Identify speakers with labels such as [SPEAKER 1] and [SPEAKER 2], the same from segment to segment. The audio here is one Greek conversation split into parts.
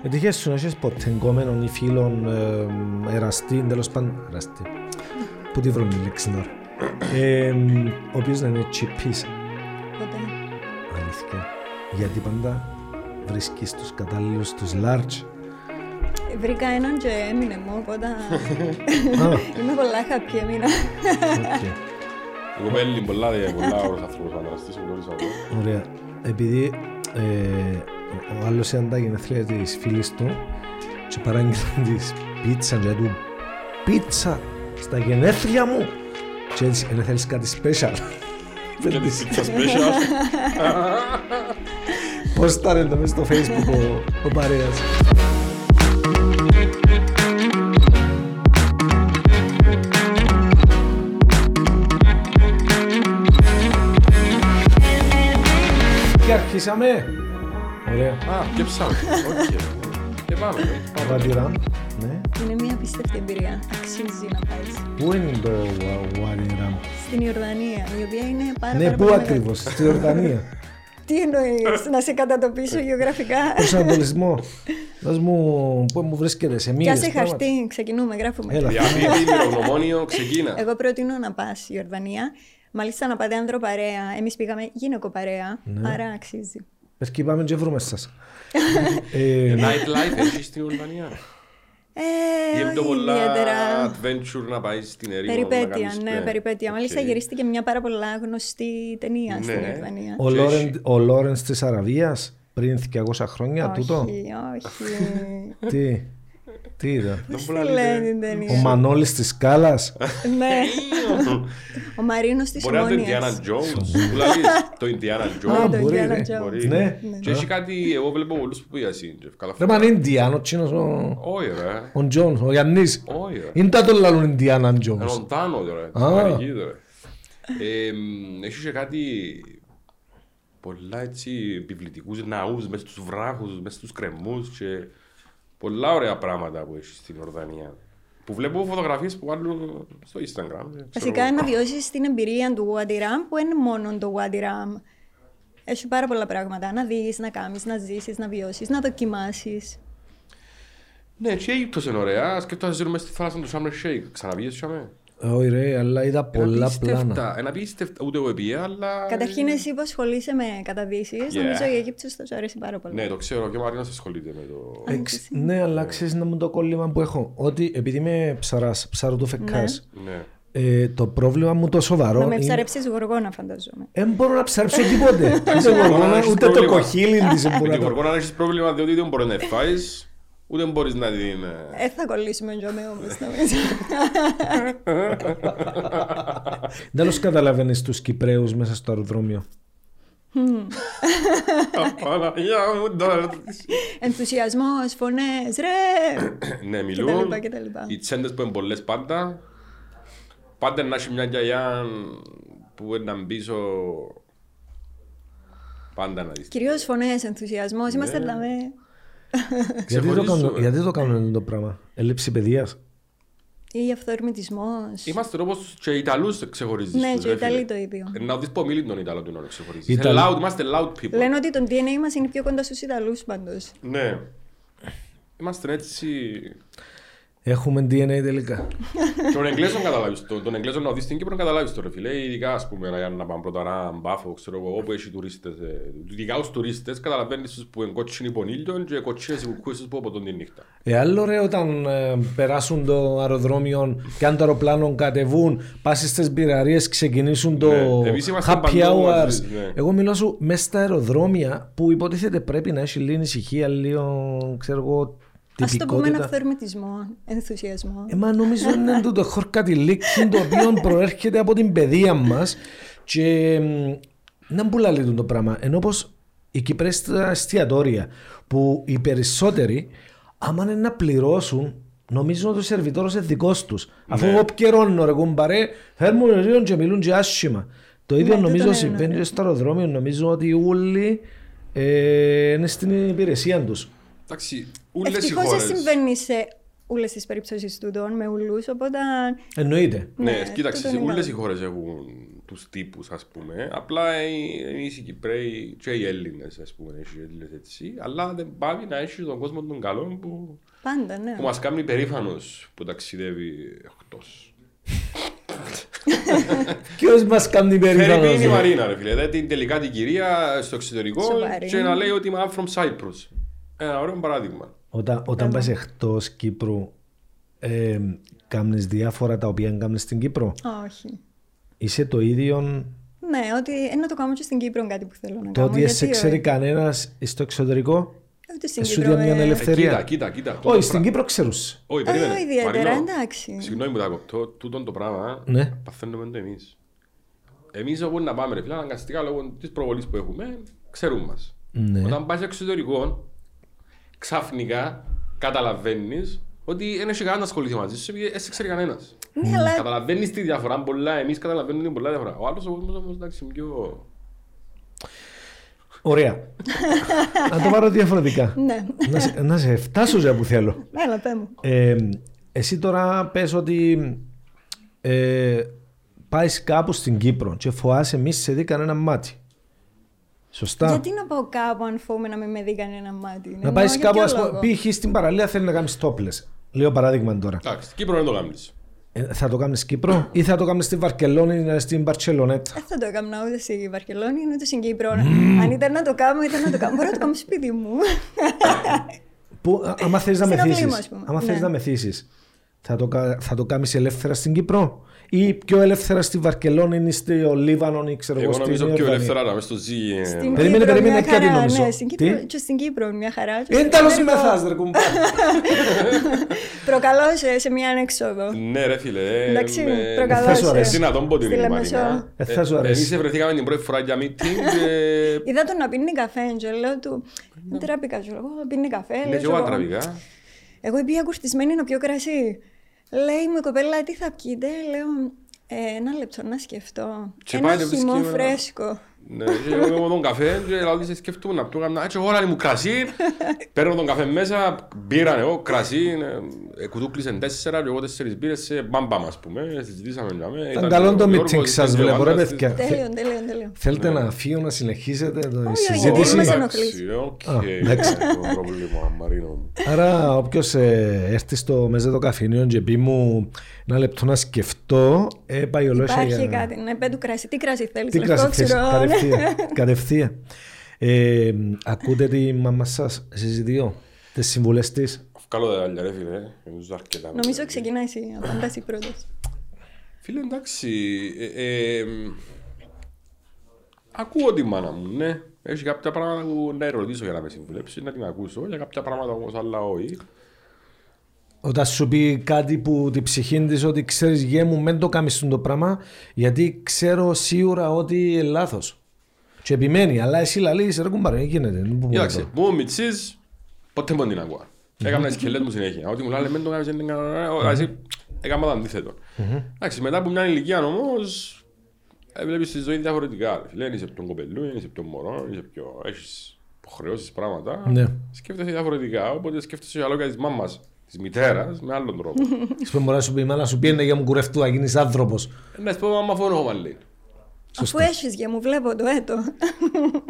[SPEAKER 1] Γιατί είχες σου να έχεις ποτέ γκόμενων ή φίλων ε, εραστή, τέλος πάντων, εραστή. Πού τη βρουν η λέξη τώρα. Ε, ο οποίος να είναι τσιπής.
[SPEAKER 2] Ποτέ.
[SPEAKER 1] Αλήθεια. Γιατί πάντα βρίσκεις τους κατάλληλους, τους large.
[SPEAKER 2] Βρήκα έναν και έμεινε μου, οπότε
[SPEAKER 1] Α,
[SPEAKER 2] είμαι πολλά happy έμεινα.
[SPEAKER 1] οκ.
[SPEAKER 3] Εγώ πέλη πολλά δε- πολλά ωραίους ανθρώπους άντρας της, γνώρισα το.
[SPEAKER 1] Ωραία. Επειδή ε, ο άλλος ήταν τα γενέθλια της φίλης του και παράγγειλε της πίτσα και του πίτσα στα γενέθλια μου και έτσι «Ε, θέλεις κάτι special.
[SPEAKER 3] Και τη pizza special.
[SPEAKER 1] Πώς τα ρε το μες στο facebook ο, ο παρέας. Και αρχίσαμε. Ωραία.
[SPEAKER 3] Α, και ψάμε. Οκ. Και πάμε. πάμε.
[SPEAKER 1] Βατυράν. Ναι.
[SPEAKER 2] Είναι μια απίστευτη εμπειρία. Αξίζει να πάει.
[SPEAKER 1] Πού είναι το Βατυράν.
[SPEAKER 2] Στην Ιορδανία, η οποία είναι πάρα
[SPEAKER 1] Ναι,
[SPEAKER 2] πάρα
[SPEAKER 1] πού
[SPEAKER 2] πολύ
[SPEAKER 1] ακριβώς, στη Ιορδανία.
[SPEAKER 2] μεγάλη. Τι εννοείς, να σε κατατοπίσω γεωγραφικά.
[SPEAKER 1] Προσανατολισμό. Δώσ' μου, πού μου βρίσκεται, σε μήνες.
[SPEAKER 2] Πιάσε
[SPEAKER 1] πράγματα.
[SPEAKER 2] χαρτί, ξεκινούμε, γράφουμε.
[SPEAKER 1] Έλα.
[SPEAKER 3] Διαβίτη, μυρογνωμόνιο, ξεκίνα.
[SPEAKER 2] Εγώ προτείνω να πας η Ιορδανία. Μάλιστα να πάτε άνδρο παρέα. Εμείς πήγαμε γυναικο παρέα.
[SPEAKER 1] Ναι.
[SPEAKER 2] Άρα αξίζει.
[SPEAKER 1] Ευκεί πάμε και βρούμε σας. Ε,
[SPEAKER 3] Nightlife έχεις στην Ουρδανία.
[SPEAKER 2] Ε,
[SPEAKER 3] Γεύτο
[SPEAKER 2] όχι
[SPEAKER 3] πολλά
[SPEAKER 2] ιδιαίτερα.
[SPEAKER 3] adventure να πάει στην ερήμο. να
[SPEAKER 2] Περιπέτεια,
[SPEAKER 3] κάνεις,
[SPEAKER 2] ναι, περιπέτεια.
[SPEAKER 3] Οκ.
[SPEAKER 2] Μάλιστα γυρίστηκε μια πάρα πολλά γνωστή ταινία στην
[SPEAKER 3] Ναι.
[SPEAKER 2] Ιορδανία.
[SPEAKER 1] Ο Λόρεν, ο Λόρενς της Αραβίας, πριν 200 χρόνια, τούτο.
[SPEAKER 2] Όχι, όχι.
[SPEAKER 1] Τι, τι είδα.
[SPEAKER 3] Δεν
[SPEAKER 2] Πώς
[SPEAKER 3] μπορεί να
[SPEAKER 2] τη
[SPEAKER 3] λέτε.
[SPEAKER 2] λένε την
[SPEAKER 1] Ο
[SPEAKER 2] ταινία.
[SPEAKER 1] Μανώλης της Κάλας.
[SPEAKER 2] Ναι. Ο Μαρίνος της
[SPEAKER 3] Μπορεί να είναι
[SPEAKER 2] Ομόνιας.
[SPEAKER 3] Indiana Jones. Που λαλείς, το Indiana
[SPEAKER 1] Α,
[SPEAKER 3] Jones.
[SPEAKER 2] το
[SPEAKER 1] μπορεί,
[SPEAKER 2] Ναι, Indiana
[SPEAKER 1] ρε.
[SPEAKER 2] Jones.
[SPEAKER 3] Μπορεί.
[SPEAKER 1] Ναι.
[SPEAKER 3] Και έχει κάτι, εγώ βλέπω πολλούς που πήγασαν. και καλά
[SPEAKER 1] Ρε, μα είναι Ινδιάνο, τσίνος ο-
[SPEAKER 3] Όχι ρε.
[SPEAKER 1] ο Τζόνς, ο Γιάννης.
[SPEAKER 3] Όχι ρε.
[SPEAKER 1] Είναι τα τον λαλούν Ινδιάνα Τζόνς.
[SPEAKER 3] Έναν τάνο τώρα. Αμερική, τώρα. Ε, μ, Έχει και κάτι πολλά έτσι επιβλητικούς ναούς μέσα στους βράχους, μέσα στους κρεμούς και πολλά ωραία πράγματα που έχεις στην Ορδανία. Που βλέπω φωτογραφίες που βάλουν στο Instagram. ε, ξέρω
[SPEAKER 2] Βασικά
[SPEAKER 3] εγώ.
[SPEAKER 2] να βιώσεις την εμπειρία του Wadi Ram που είναι μόνο το Wadi Ram. Έχει πάρα πολλά πράγματα να δεις, να κάνεις, να ζήσεις, να βιώσεις, να δοκιμάσεις.
[SPEAKER 3] Ναι, και η Αίγυπτος είναι ωραία. Σκέφτομαι να ζούμε στη θάλασσα του Σάμερ Σέικ. Ξαναπήγες Σάμερ.
[SPEAKER 1] Ε, Όχι ρε, αλλά είδα πολλά πλάνα.
[SPEAKER 3] Ένα πίστευτα, ούτε εγώ πήγα, αλλά...
[SPEAKER 2] Καταρχήν, εσύ που ασχολείσαι με καταδύσει,
[SPEAKER 3] Yeah.
[SPEAKER 2] νομίζω η Αίγυπτος θα σου αρέσει πάρα πολύ.
[SPEAKER 3] Ναι, το ξέρω και ο Μαρίνος ασχολείται με το...
[SPEAKER 2] Ε,
[SPEAKER 1] Εξ- Ναι, αλλά ξέρεις να μου το κόλλημα που έχω. Ότι επειδή είμαι ψαράς, ψάρω του φεκάς,
[SPEAKER 3] Ναι.
[SPEAKER 1] ε, το πρόβλημα μου το
[SPEAKER 2] Να
[SPEAKER 1] σοβαρό
[SPEAKER 2] με
[SPEAKER 1] είναι...
[SPEAKER 2] ψαρέψεις γοργόνα, φανταζόμαι.
[SPEAKER 1] Δεν μπορώ να ψαρέψω τίποτε. Ούτε
[SPEAKER 3] Εσύ,
[SPEAKER 1] γοργόνα,
[SPEAKER 3] έχεις
[SPEAKER 1] ούτε το
[SPEAKER 3] πρόβλημα.
[SPEAKER 1] κοχύλι της δεν
[SPEAKER 3] Με
[SPEAKER 1] μπορώ να
[SPEAKER 3] την
[SPEAKER 1] το...
[SPEAKER 3] Γοργόνα έχεις πρόβλημα διότι δεν μπορείς να φάεις, ούτε μπορείς να την... ε,
[SPEAKER 2] Ε, θα κολλήσουμε τζομέ όμω.
[SPEAKER 1] Δεν τους καταλαβαίνεις τους Κυπρέους μέσα στο αεροδρόμιο.
[SPEAKER 3] Παναγιά μου τώρα.
[SPEAKER 2] Ενθουσιασμός, φωνές, ρε!
[SPEAKER 3] Ναι,
[SPEAKER 2] Και τα
[SPEAKER 3] μιλούν.
[SPEAKER 2] λοιπά, και τα λοιπά.
[SPEAKER 3] Οι τσέντες που είναι πολλές πάντα. Πάντα να έχει μια γιαγιά που να πίσω. Πάντα να δεις.
[SPEAKER 2] Κυρίως φωνές, ενθουσιασμός.
[SPEAKER 3] Ναι.
[SPEAKER 2] Είμαστε λαμέ.
[SPEAKER 1] Γιατί το, κάνουν,
[SPEAKER 3] Ξεχωρίζουμε.
[SPEAKER 1] γιατί το κάνουν το πράγμα. Έλλειψη παιδείας.
[SPEAKER 2] Ή αυθορμητισμός.
[SPEAKER 3] Είμαστε όπως και οι Ιταλούς ξεχωρίζεις.
[SPEAKER 2] Ναι,
[SPEAKER 3] τους,
[SPEAKER 2] και οι
[SPEAKER 3] ρε φίλε.
[SPEAKER 2] Ιταλοί το ίδιο.
[SPEAKER 3] Ε, Να δεις πω μιλεί τον Ιταλό του να ξεχωρίζεις.
[SPEAKER 1] Ιταλ-
[SPEAKER 3] Ε, loud, Είμαστε loud people.
[SPEAKER 2] Λένε ότι το DNA μας είναι πιο κοντά στους Ιταλούς πάντως.
[SPEAKER 3] Ναι. Είμαστε έτσι...
[SPEAKER 1] Έχουμε DNA τελικά.
[SPEAKER 3] Τον Εγγλέζον καταλάβεις το. Τον Εγγλέζον να δεις στην Κύπρο καταλάβεις το ρε φίλε. Ειδικά ας πούμε να- να πάνε πρώτα να μπάφω, ξέρω εγώ, όπου έχει τουρίστες. ε, Ειδικά τους τουρίστες καταλαβαίνεις τους που είναι κότσινοι πονήλιον και κοτσίες που κούσεις που από τον τη νύχτα.
[SPEAKER 1] Ε, άλλο ρε όταν ε, περάσουν το αεροδρόμιο και αν το αεροπλάνο κατεβούν, πάσει στις μπειραρίες, ξεκινήσουν το
[SPEAKER 3] Ναι, εμείς είμαστε
[SPEAKER 1] happy
[SPEAKER 3] παντού
[SPEAKER 1] hours.
[SPEAKER 3] μαζί, ναι.
[SPEAKER 1] Εγώ μιλάω σου μέσα στα αεροδρόμια που υποτίθεται πρέπει να έχει λίγο ησυχία, λίγο ξέρω εγώ
[SPEAKER 2] Ας το πούμε ένα
[SPEAKER 1] τυπικότητα.
[SPEAKER 2] αυθορμητισμό, ενθουσιασμό.
[SPEAKER 1] Ε, μα νομίζω είναι το, το χορκατιλίκι το οποίο προέρχεται από την παιδεία μας. Και μ, να μπουλά λίγο το πράγμα. Ενώ πω οι Κυπρέοι στα εστιατόρια που οι περισσότεροι, άμα είναι να πληρώσουν, νομίζω ότι ο σερβιτόρος είναι δικός τους. Αφού εγώ πιερώνω ρε κουμπαρέ, φέρνουν ρίγον και μιλούν και άσχημα. Το ίδιο
[SPEAKER 2] Ναι, τούτο
[SPEAKER 1] νομίζω
[SPEAKER 2] είναι,
[SPEAKER 1] συμβαίνει
[SPEAKER 2] ναι.
[SPEAKER 1] και στο αεροδρόμιο. Νομίζω ότι όλοι ε, είναι στην υπηρεσία τους.
[SPEAKER 3] Εντάξει, ούλες οι
[SPEAKER 2] Ευτυχώς δεν
[SPEAKER 3] χώρες.
[SPEAKER 2] συμβαίνει σε όλες τις περιπτώσεις τούτων με ουλού, οπότε.
[SPEAKER 1] Εννοείται.
[SPEAKER 3] Ναι,
[SPEAKER 2] Ναι,
[SPEAKER 3] κοίταξε,
[SPEAKER 2] τούτο είναι
[SPEAKER 3] όλες
[SPEAKER 2] καλό.
[SPEAKER 3] οι χώρες έχουν τους τύπους ας πούμε. Απλά ε, εμείς οι Κυπρέοι και οι Έλληνες ας πούμε, οι Έλληνες έτσι. Αλλά δεν πάει να έχει τον κόσμο των καλών που,
[SPEAKER 2] Πάντα, ναι.
[SPEAKER 3] που μας κάνει περήφανος που ταξιδεύει εκτός.
[SPEAKER 1] Ποιος μας κάνει
[SPEAKER 3] Φέρει είναι η
[SPEAKER 1] περίπτωση.
[SPEAKER 3] Μαρίνα ρε φίλε, δηλαδή τελικά την κυρία στο εξωτερικό
[SPEAKER 2] Σοβαρή.
[SPEAKER 3] και να λέει ότι είμαι I'm from Cyprus. Ένα ωραίο παράδειγμα.
[SPEAKER 1] Όταν, όταν πας εκτός Κύπρου, ε, κάνει διάφορα τα οποία κάνει στην Κύπρο.
[SPEAKER 2] Όχι.
[SPEAKER 1] Είσαι το ίδιο.
[SPEAKER 2] Ναι, ότι ε, να το κάνω και στην Κύπρο κάτι που θέλω να
[SPEAKER 1] Το
[SPEAKER 2] κάνω.
[SPEAKER 1] ότι
[SPEAKER 2] γιατί ε?
[SPEAKER 1] σε
[SPEAKER 2] όχι.
[SPEAKER 1] ξέρει κανένας στο εξωτερικό.
[SPEAKER 2] Ούτε στην
[SPEAKER 1] σου
[SPEAKER 2] Κύπρο.
[SPEAKER 1] δίνει μια
[SPEAKER 2] ε,
[SPEAKER 1] ελευθερία.
[SPEAKER 3] Ε, κοίτα,
[SPEAKER 1] Ευκαιρία.
[SPEAKER 3] κοίτα, κοίτα. τούτο
[SPEAKER 1] Όχι, στην
[SPEAKER 3] πράγμα.
[SPEAKER 1] Κύπρο ξέρουν.
[SPEAKER 3] Όχι,
[SPEAKER 2] Ε,
[SPEAKER 3] περίμενε.
[SPEAKER 2] ιδιαίτερα,
[SPEAKER 3] Μαρίνο,
[SPEAKER 2] εντάξει.
[SPEAKER 3] Συγγνώμη που τα κοπτώ, τούτον το πράγμα
[SPEAKER 1] Ναι.
[SPEAKER 3] παθαίνουμε το εμείς. Εμείς όπου να πάμε ρε φίλε, αναγκαστικά λόγω της προβολής που έχουμε, ξέρουν μας.
[SPEAKER 1] Ναι.
[SPEAKER 3] Όταν πάει σε εξωτερικό, ξαφνικά καταλαβαίνεις ότι δεν έχει κανένα να ασχοληθεί μαζί σου, επειδή δεν σε ξέρει κανένας.
[SPEAKER 2] Ναι, αλλά
[SPEAKER 3] Καταλαβαίνεις τη διαφορά πολλά, εμείς καταλαβαίνουμε την πολλά διαφορά. Ο άλλος ο κόσμος όμως εντάξει είναι πιο...
[SPEAKER 1] Ωραία. να το πάρω διαφορετικά.
[SPEAKER 2] Ναι.
[SPEAKER 1] να, σε, να σε φτάσω για που θέλω.
[SPEAKER 2] Έλα, πέ μου.
[SPEAKER 1] Ε, εσύ τώρα πες ότι ε, πάεις κάπου στην Κύπρο και φοάσαι μη σε δει κανένα μάτι. Σωστά.
[SPEAKER 2] Γιατί να πάω κάπου αν φοβούμαι να μην με δει κανένα μάτι.
[SPEAKER 1] να
[SPEAKER 2] Εννοώ,
[SPEAKER 1] πάει
[SPEAKER 2] Ναι, για
[SPEAKER 1] κάπου,
[SPEAKER 2] ποιο
[SPEAKER 1] ας πούμε,
[SPEAKER 2] λόγο.
[SPEAKER 1] π.χ. στην παραλία θέλει να κάνεις τόπλε. Λέω παράδειγμα τώρα.
[SPEAKER 3] Εντάξει, στην Κύπρο δεν το κάνεις.
[SPEAKER 1] Ε, θα το κάνεις Κύπρο ή θα το κάνεις στη Βαρκελόνη ή στην Μπαρσελονέτα.
[SPEAKER 2] Δεν Ε, θα το έκανα ούτε στη Βαρκελόνη ούτε στην Κύπρο. Αν ήταν να το κάνω, ήταν να το κάνω. Μπορώ να το κάνω σπίτι μου.
[SPEAKER 3] Ε,
[SPEAKER 1] Που,
[SPEAKER 2] Ε,
[SPEAKER 1] α- άμα θέλει να
[SPEAKER 2] Στην Αυλή μου,
[SPEAKER 1] μεθύσει.
[SPEAKER 2] ας πούμε.
[SPEAKER 1] Άμα
[SPEAKER 2] Ναι.
[SPEAKER 1] θέλει να μεθύσεις, θα το, κα- θα το κάνεις ελεύθερα στην Κύπρο ή πιο ελεύθερα στη Βαρκελόνη ή στο Λίβανο ή ξέρω εγώ
[SPEAKER 3] Εγώ
[SPEAKER 1] στην
[SPEAKER 3] νομίζω πιο
[SPEAKER 1] Ιορδανία.
[SPEAKER 3] ελεύθερα να μες στο ζύγι. ε,
[SPEAKER 2] Στην
[SPEAKER 1] Περίμενε,
[SPEAKER 2] Κύπρο
[SPEAKER 1] περίμενε,
[SPEAKER 2] μια
[SPEAKER 1] ποια την
[SPEAKER 2] χαρά,
[SPEAKER 1] νόμιζω.
[SPEAKER 2] Ναι, στην
[SPEAKER 1] Τι? Ε,
[SPEAKER 2] Κύπρο, και στην Κύπρο μια χαρά. και
[SPEAKER 3] ε,
[SPEAKER 1] Είναι
[SPEAKER 2] στην
[SPEAKER 1] τέλος η
[SPEAKER 2] Κύπρο
[SPEAKER 1] μεθάς ρε κουμπά.
[SPEAKER 2] Προκαλώ σε, σε μια ανέξοδο.
[SPEAKER 3] Ναι, ρε φίλε. ε,
[SPEAKER 2] Εντάξει,
[SPEAKER 3] ε,
[SPEAKER 2] προκαλώ
[SPEAKER 1] Θα σου σε. αρέσει.
[SPEAKER 3] Εσύ να τον πω την
[SPEAKER 2] Στη
[SPEAKER 3] είναι η
[SPEAKER 2] Λεμεσό.
[SPEAKER 3] Μαρίνα.
[SPEAKER 1] Ε, θα σου
[SPEAKER 3] Ε,
[SPEAKER 1] αρέσει.
[SPEAKER 3] Εμείς βρεθήκαμε την πρώτη φορά για meeting. ε,
[SPEAKER 2] Είδα τον να πίνει καφέ, και λέω του. «Ε,
[SPEAKER 1] Ναι.
[SPEAKER 2] Δεν τράπηκα, σου λέω. Πίνει καφέ.
[SPEAKER 3] Είναι
[SPEAKER 2] λέω,
[SPEAKER 3] και εγώ
[SPEAKER 2] «Εγώ-
[SPEAKER 3] ατραβικά.
[SPEAKER 2] Εγώ πήγα κουρτισμένη να πιω κρασί. Λέει μου η κοπέλα, τι θα πιείτε, λέω. «Ε, ένα λεπτό να σκεφτώ.
[SPEAKER 3] Και
[SPEAKER 2] ένα
[SPEAKER 3] πάει να ε. βρεις
[SPEAKER 2] χυμό
[SPEAKER 3] κείμενα.
[SPEAKER 2] φρέσκο.
[SPEAKER 3] Ναι, και εγώ τον καφέ και λέω ότι σε σκέφτομαι να πιω καμιά. Έτσι, εγώ ώρα μου κρασί. Παίρνω τον καφέ μέσα, μπήραν εγώ κρασί. ε, Κουτού κλείσαν τέσσερα και εγώ τέσσερις μπήρες σε μπαμπαμ ας πούμε. Συζητήσαμε για μένα.
[SPEAKER 1] Ήταν καλό το meeting σας βλέπω ρε παιδιά.
[SPEAKER 2] Τέλειο, τέλειο, τέλειο.
[SPEAKER 1] Θέλετε
[SPEAKER 3] Ναι.
[SPEAKER 1] να φύγω να συνεχίσετε τη
[SPEAKER 2] όχι,
[SPEAKER 1] συζήτηση.
[SPEAKER 2] μας ενοχλεί.
[SPEAKER 3] ενοχλήσει. Οκ,
[SPEAKER 1] Α, εντάξει.
[SPEAKER 3] το πρόβλημα, Μαρίνο μου.
[SPEAKER 1] Άρα όποιος ε, έρθει στο μεζέ το καφενείο και πει μου ένα λεπτό να σκεφτώ, ε, πάει ολόσια
[SPEAKER 2] Υπάρχει
[SPEAKER 1] για...
[SPEAKER 2] κάτι. Ναι, πέντου κρασί. Τι κρασί θέλεις,
[SPEAKER 1] Τι
[SPEAKER 2] λευκό
[SPEAKER 1] κρασί θες,
[SPEAKER 2] ξηρό.
[SPEAKER 1] κατευθείαν. κατευθείαν. Ε, ακούτε τη μαμά σας στις δύο, τις συμβουλές της.
[SPEAKER 3] Καλό τα γυαλιά, ρε φίλε. Νομίζω αρκετά.
[SPEAKER 2] Νομίζω ξεκινά εσύ, απαντά η πρώτη.
[SPEAKER 3] Φίλε, εντάξει. Ε, ε, μ, ακούω τη μάνα μου, ναι. Έχει κάποια πράγματα που να ερωτήσω για να με συμβουλέψει, να την ακούσω. Για κάποια πράγματα όμως άλλα όχι.
[SPEAKER 1] Όταν σου πει κάτι που την ψυχή της ότι ξέρεις γέ μου, μεν το κάνεις το πράγμα, γιατί ξέρω σίγουρα ότι λάθος. Και επιμένει, αλλά εσύ λαλείς ρε κουμπάρε, δεν γίνεται. δεν μπορούμε να
[SPEAKER 3] Κοιτάξτε,
[SPEAKER 1] το-
[SPEAKER 3] μου ο Μιτσής, ποτέ δεν την ακούω. Έκανα τις σκελές μου συνέχεια. Ό,τι μου λένε, «Μεν το κάνεις, Ε, δεν έκανα. Εσύ, έκανα το αντίθετο. Εντάξει, μετά από μια ηλικία όμως, ε, βλέπεις τη ζωή διαφορετικά. Λένε είσαι πιο κοπελού, είσαι πιο μωρό, είσαι πιο... έχεις υποχρεώσεις πράγματα.
[SPEAKER 1] Ναι.
[SPEAKER 3] Σκέφτεσαι διαφορετικά, οπότε σκέφτεσαι για λόγια της μάμας, της μητέρας, με άλλον τρόπο.
[SPEAKER 1] Ας πούμε, μπορεί να σου πει, μάνα σου πιένε για μου κουρευτού, να γίνεις άνθρωπος.
[SPEAKER 3] Ε, Να σου πω, μάμα φωνώ, μα λέει.
[SPEAKER 2] Αφού έχεις για μου, βλέπω το έτο.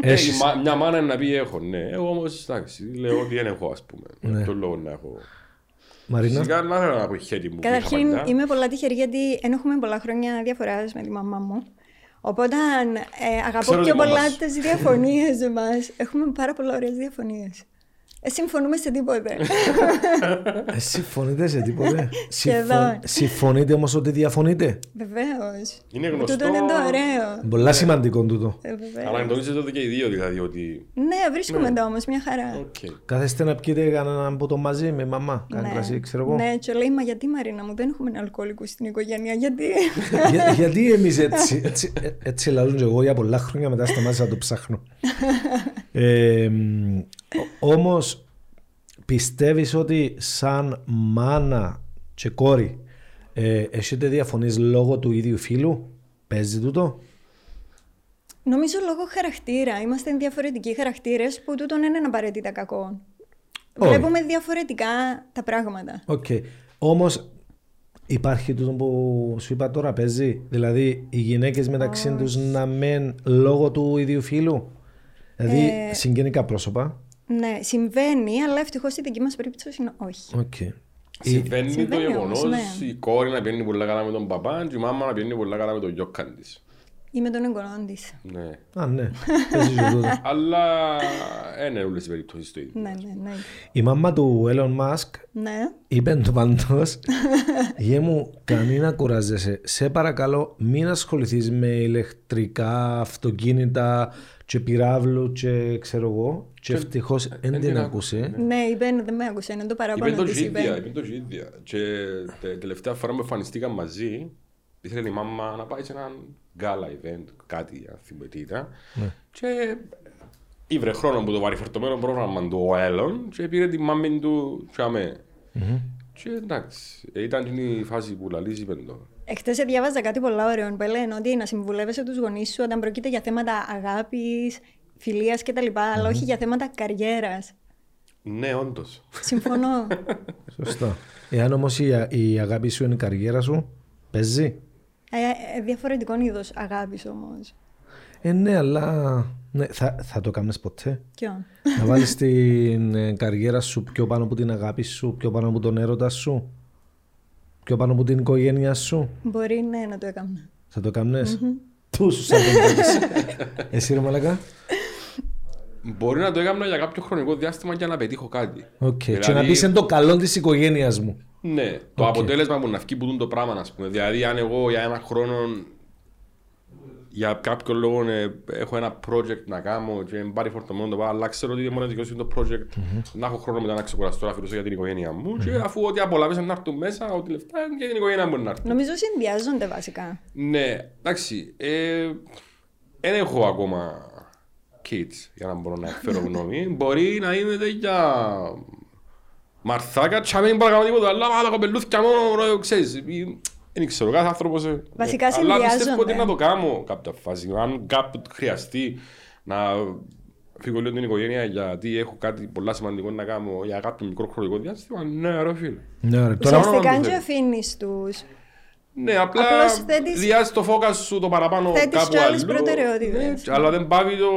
[SPEAKER 3] Ε, η μα- Μια μάνα να πει έχω, ναι. Εγώ όμως, εντάξει, λέω ότι δεν έχω, ας πούμε.
[SPEAKER 1] Ναι.
[SPEAKER 3] Τον λόγο να έχω.
[SPEAKER 1] Μαρίνα,
[SPEAKER 3] Φυσικά, να θέλω να πω χέρι μου. που είχα
[SPEAKER 2] Καταρχήν,
[SPEAKER 3] παλιά.
[SPEAKER 2] είμαι πολλά τυχερή γιατί δεν έχουμε πολλά χρόνια διαφοράς με τη μαμά μου. Οπότε ε, αγαπώ
[SPEAKER 3] Ξέρω
[SPEAKER 2] πιο
[SPEAKER 3] τη μαμά
[SPEAKER 2] πολλά
[SPEAKER 3] σου.
[SPEAKER 2] τις διαφωνίες μας. Έχουμε πάρα πολλά ωραίες διαφωνίες. Ε, συμφωνούμε σε τίποτε.
[SPEAKER 1] ε, συμφωνείτε σε τίποτε.
[SPEAKER 2] Σχεδόν.
[SPEAKER 1] Συμφων- συμφωνείτε όμως ότι διαφωνείτε.
[SPEAKER 2] Βεβαίως.
[SPEAKER 3] Είναι γνωστό.
[SPEAKER 2] Τούτο είναι το ωραίο.
[SPEAKER 1] Πολλά σημαντικό τούτο.
[SPEAKER 2] Ε, βεβαίως.
[SPEAKER 3] Αναγνωρίζετε τότε και οι δύο δηλαδή ότι.
[SPEAKER 2] Ναι, βρίσκουμε τα όμως μια χαρά.
[SPEAKER 3] Οκ.
[SPEAKER 1] Κάθεστε να πιείτε κανένα από το μαζί με μαμά. Κάνει κρασί, ξέρω εγώ.
[SPEAKER 2] Ναι, και λέει, μα γιατί Μαρίνα μου, δεν έχουμε αλκοολικού στην οικογένεια, γιατί.
[SPEAKER 1] Για- γιατί εμείς έτσι, έτσι, έτσι λαλούν και εγώ για πολλά χρόνια μετά σταμάτησα να το ψάχνω. ε, Όμως πιστεύεις ότι σαν μάνα και κόρη ε, έχετε διαφωνείς λόγω του ίδιου φίλου. Παίζει τούτο.
[SPEAKER 2] Νομίζω λόγω χαρακτήρα. Είμαστε διαφορετικοί χαρακτήρες που τούτον δεν είναι απαραίτητα κακό.
[SPEAKER 1] Όχι.
[SPEAKER 2] Βλέπουμε διαφορετικά τα πράγματα.
[SPEAKER 1] Οκ. Όμως Υπάρχει τούτο που σου είπα τώρα παίζει. Δηλαδή οι γυναίκες μεταξύ τους να μεν λόγω του ίδιου φίλου. Δηλαδή
[SPEAKER 2] Ε,
[SPEAKER 1] συγγενικά πρόσωπα.
[SPEAKER 2] Ναι, συμβαίνει, αλλά ευτυχώς στη δική μας περίπτωση είναι όχι.
[SPEAKER 1] Οκ.
[SPEAKER 3] Συμβαίνει το
[SPEAKER 2] Συμβαίνει όμως,
[SPEAKER 3] γεγονός
[SPEAKER 2] ναι.
[SPEAKER 3] η κόρη να πηγαίνει πολύ καλά με τον παπά και η μάμα να πηγαίνει πολύ καλά με τον γιόκαν της.
[SPEAKER 2] Ή με τον εγγονό της.
[SPEAKER 3] Ναι.
[SPEAKER 1] Α, ναι. Παίζεις και τούτο.
[SPEAKER 3] Αλλά ε, ναι, όλε οι περιπτώσεις το ίδιο.
[SPEAKER 2] Ναι, ναι, ναι.
[SPEAKER 1] Η μάμα του Elon Musk
[SPEAKER 2] Ναι.
[SPEAKER 1] είπε του παντό, Γε μου, κανεί να κουράζεσαι. Σε παρακαλώ, μην ασχοληθείς με ηλεκτρικά αυτοκίνητα και πυράβλου και ξέρω εγώ. Και ευτυχώ δεν την ακούσε.
[SPEAKER 2] Ναι, είπε, δεν με άκουσε, είναι το
[SPEAKER 3] Είπε
[SPEAKER 2] παράπονο
[SPEAKER 3] το
[SPEAKER 2] της,
[SPEAKER 3] και η ίδια,
[SPEAKER 2] είπε.
[SPEAKER 3] είπε το και η ίδια. Και τε- τελευταία φορά που εμφανιστήκαμε μαζί, ήθελε η μάμα να πάει σε έναν γκάλα event, κάτι αθλητήτα.
[SPEAKER 1] Ναι.
[SPEAKER 3] Και ήβρε χρόνο που το βαρυφορτωμένο πρόγραμμα του ο Έλλον και πήρε τη μάμη του τσάμε. Και εντάξει, ε, ήταν την η φάση που λαλίζει είπε το.
[SPEAKER 2] Εχθές διάβαζα κάτι πολλά ωραίο που έλεγαν ότι να συμβουλεύεσαι τους γονείς σου όταν πρόκειται για θέματα αγάπης, φιλίας κτλ. Αλλά όχι για θέματα καριέρας.
[SPEAKER 3] Ναι, όντως.
[SPEAKER 2] Συμφωνώ.
[SPEAKER 1] Σωστά. Εάν όμως η, α- η αγάπη σου είναι η καριέρα σου, παίζει.
[SPEAKER 2] ε, ε, διαφορετικών είδος αγάπης όμως.
[SPEAKER 1] Ε, ναι, αλλά ναι, θα, θα το κάνει ποτέ.
[SPEAKER 2] Ποιον.
[SPEAKER 1] να βάλεις την ε, καριέρα σου πιο πάνω από την αγάπη σου, πιο πάνω από τον έρωτας σου, πιο πάνω από την οικογένειά σου.
[SPEAKER 2] Μπορεί ναι να το έκανα.
[SPEAKER 1] Θα το καμνες Πού σου θα το κάνεις. Εσύ ρε μαλακά.
[SPEAKER 3] Μπορεί να το έκανα για κάποιο χρονικό διάστημα για να πετύχω κάτι.
[SPEAKER 1] Οκ. Και
[SPEAKER 3] Δηλαδή-
[SPEAKER 1] να πεις εν το καλό της οικογένειας μου.
[SPEAKER 3] Ναι, το
[SPEAKER 1] Οκ.
[SPEAKER 3] αποτέλεσμα που να βγει που τούν το πράγμα, ας πούμε. Δηλαδή, αν εγώ για ένα χρόνο για κάποιο λόγο ε, έχω ένα project να κάνω και πάρει φορτωμένο το πάω, αλλά ξέρω ότι μόνο δικαιώσει το project να έχω χρόνο μετά να ξεκουραστώ, να αφιερώσω για την οικογένειά μου. Και αφού ό,τι απολαύεσαι να έρθουν μέσα, ό,τι λεφτά είναι για την οικογένειά μου να έρθουν.
[SPEAKER 2] Νομίζω συνδυάζονται βασικά.
[SPEAKER 3] Ναι, εντάξει. Ε, δεν έχω ακόμα kids για να μπορώ να εκφέρω γνώμη. Μπορεί να είναι για μαρθάκα, τσάμε δεν μπορώ να κάνω τίποτα, αλλά άλλα κοπελούθια μόνο, ρε, ξέρεις. ή- Δεν ξέρω, κάθε άνθρωπος... ε,
[SPEAKER 2] Βασικά
[SPEAKER 3] ε, Αλλά πιστεύω
[SPEAKER 2] συνδυάζονται.
[SPEAKER 3] ότι να το κάνω κάποια φάση. Αν κάπου χρειαστεί να φύγω λίγο την οικογένεια γιατί έχω κάτι πολλά σημαντικό να κάνω για κάποιο μικρό χρονικό διάστημα, ναι ρε φίλε.
[SPEAKER 1] Ναι, ρε. Τώρα
[SPEAKER 3] όνομα
[SPEAKER 2] Ουσιαστικά
[SPEAKER 3] του
[SPEAKER 2] αν και
[SPEAKER 3] Θεού.
[SPEAKER 2] αφήνεις τους.
[SPEAKER 3] Ναι, απλά
[SPEAKER 2] Απλώς θέτεις-
[SPEAKER 3] διάζει το φόκα σου το παραπάνω
[SPEAKER 2] θέτεις
[SPEAKER 3] κάπου
[SPEAKER 2] κι άλλες
[SPEAKER 3] αλλού.
[SPEAKER 2] προτεραιότητες.
[SPEAKER 3] Ναι, αλλά δεν πάβει το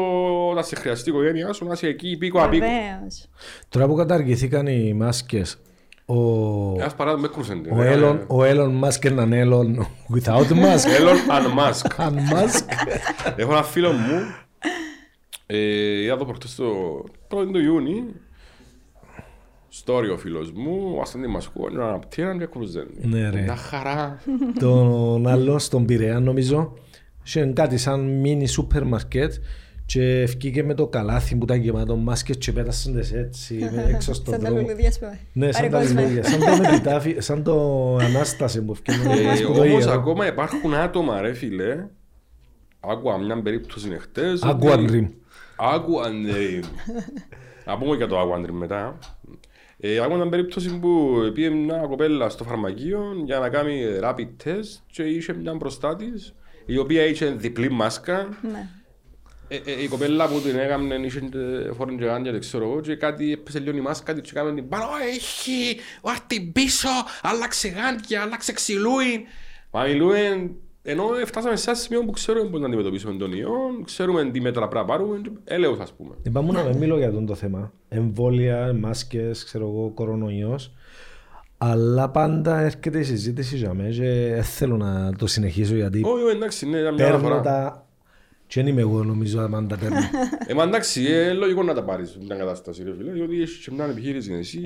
[SPEAKER 3] να σε χρειαστεί η οικογένειά σου, να είσαι εκεί πίκο απίκο.
[SPEAKER 2] Βεβαίως.
[SPEAKER 1] Τώρα που καταργηθήκαν οι μάσκες, ο,
[SPEAKER 3] Ένας παράδειγμα με κρούσεν.
[SPEAKER 1] ο Elon, ο Elon Musk έναν Elon without mask.
[SPEAKER 3] Έλλον Ανμάσκ.
[SPEAKER 1] Αν Musk.
[SPEAKER 3] Έχω ένα φίλο μου. ε, Είδα το προχτές το 1 του Ιούνιου. Στόρι ο φίλος μου, ο Αστάντη Μασκού, είναι ένα πτήρα και κρούζεν.
[SPEAKER 1] Ναι, ρε.
[SPEAKER 3] Μια χαρά.
[SPEAKER 1] τον άλλο στον Πειραιά νομίζω είχε κάτι σαν μίνι σούπερ μαρκέτ και βγήκε με το καλάθι που ήταν γεμάτο μάσκες και πέτασαν τις έτσι με- έξω στον
[SPEAKER 2] Σαν τα
[SPEAKER 1] δρόμο.
[SPEAKER 2] λουλούδια, ας πούμε.
[SPEAKER 1] Ναι, σαν τα
[SPEAKER 2] Παρεκόσμενα.
[SPEAKER 1] λουλούδια. Σαν το επιτάφι, σαν το Ανάσταση που
[SPEAKER 3] Ε,
[SPEAKER 1] ευκαιρνούν.
[SPEAKER 3] Όμως ακόμα υπάρχουν άτομα ρε φίλε. Άκουα μια περίπτωση εχθές.
[SPEAKER 1] Aqua
[SPEAKER 3] ότι-
[SPEAKER 1] Dream.
[SPEAKER 3] Aqua Dream. Να πούμε για το Aqua Dream μετά. Ε, άκουγα μια περίπτωση που πήγε μια κοπέλα στο φαρμακείο για να κάνει rapid test και είχε μια μπροστά τη, η οποία είχε διπλή μάσκα.
[SPEAKER 2] Ναι.
[SPEAKER 3] Ε, ε, η κοπέλα που την έκαμε είχε ε, φόρεν και γάντια, δεν ξέρω εγώ, και κάτι έπεσε λίγο η μάσκα της και έκαμε την πάνω, έχει, την πίσω, άλλαξε γάντια, άλλαξε ξυλούι. Μα μιλούμε, ενώ φτάσαμε σε ένα σημείο που ξέρουμε πώς να αντιμετωπίσουμε τον ιό, ξέρουμε τι μέτρα πρέπει να πάρουμε, έλεος ας πούμε.
[SPEAKER 1] Είπα μου Ε, να μην μιλώ για τον το θέμα. Εμβόλια, μάσκες, ξέρω εγώ, κορονοϊός. Αλλά πάντα έρχεται η συζήτηση για μένα και δεν θέλω να το συνεχίσω γιατί
[SPEAKER 3] Όχι, όχι, εντάξει, ναι, ήταν μια άλλη
[SPEAKER 1] παίρνω
[SPEAKER 3] φορά.
[SPEAKER 1] τα... Και δεν είμαι εγώ νομίζω αν τα παίρνω.
[SPEAKER 3] Ε, μα εντάξει, ε, λογικό να τα πάρεις μια κατάσταση, ρε φίλε, διότι έχεις και μια επιχείρηση εσύ.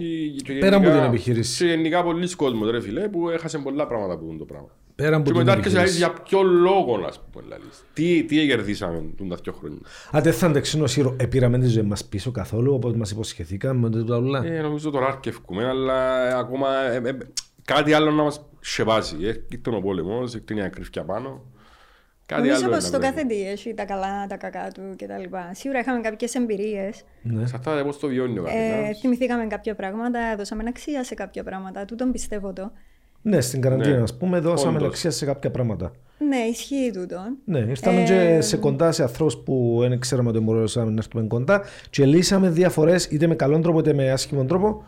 [SPEAKER 3] και
[SPEAKER 1] Πέρα από
[SPEAKER 3] γενικά-
[SPEAKER 1] την επιχείρηση.
[SPEAKER 3] Και γενικά πολλοί κόσμος, ρε φίλε, που έχασε πολλά πράγματα από το πράγμα.
[SPEAKER 1] Πέρα από
[SPEAKER 3] Και
[SPEAKER 1] την
[SPEAKER 3] μετά έρχεσαι να
[SPEAKER 1] επιχείρηση.
[SPEAKER 3] λες για ποιο λόγο να πούμε λαλείς. Τι, τι κερδίσαμε τον τα δυο χρόνια.
[SPEAKER 1] Αν δεν θα αντεξίνω σύρο, επήραμε Ε, τη ζωή μας πίσω καθόλου όπως μας υποσχεθήκαμε με τούτα όλα.
[SPEAKER 3] Ε, νομίζω τώρα αρκευκούμε, αλλά ε, ακόμα ε, ε, κάτι άλλο να μας σεβάσει. Ε, Ήρθε ο πόλεμος, ήρθε η ακρίβεια πάνω. Κάτι
[SPEAKER 2] Νομίζω
[SPEAKER 3] άλλο.
[SPEAKER 2] πως το
[SPEAKER 3] να
[SPEAKER 2] κάθε
[SPEAKER 3] βρεθεί.
[SPEAKER 2] τι έχει τα καλά, τα κακά του κτλ. Σίγουρα είχαμε κάποιες εμπειρίες.
[SPEAKER 1] Ναι.
[SPEAKER 3] Σε αυτά πώς το βιώνει ο
[SPEAKER 2] Ε,
[SPEAKER 3] καθένας.
[SPEAKER 2] θυμηθήκαμε κάποια πράγματα, δώσαμε αξία σε κάποια πράγματα. Τούτον πιστεύω το.
[SPEAKER 1] ναι, στην καραντίνα
[SPEAKER 3] Ναι.
[SPEAKER 1] ας πούμε δώσαμε
[SPEAKER 3] Όντως.
[SPEAKER 1] αξία σε κάποια πράγματα.
[SPEAKER 2] Ναι, ισχύει τούτον.
[SPEAKER 1] Ναι, ήρθαμε και σε κοντά σε ανθρώπους που δεν ξέραμε ότι μπορούσαμε να έρθουμε κοντά και λύσαμε διαφορές είτε με καλόν τρόπο είτε με άσχημον τρόπο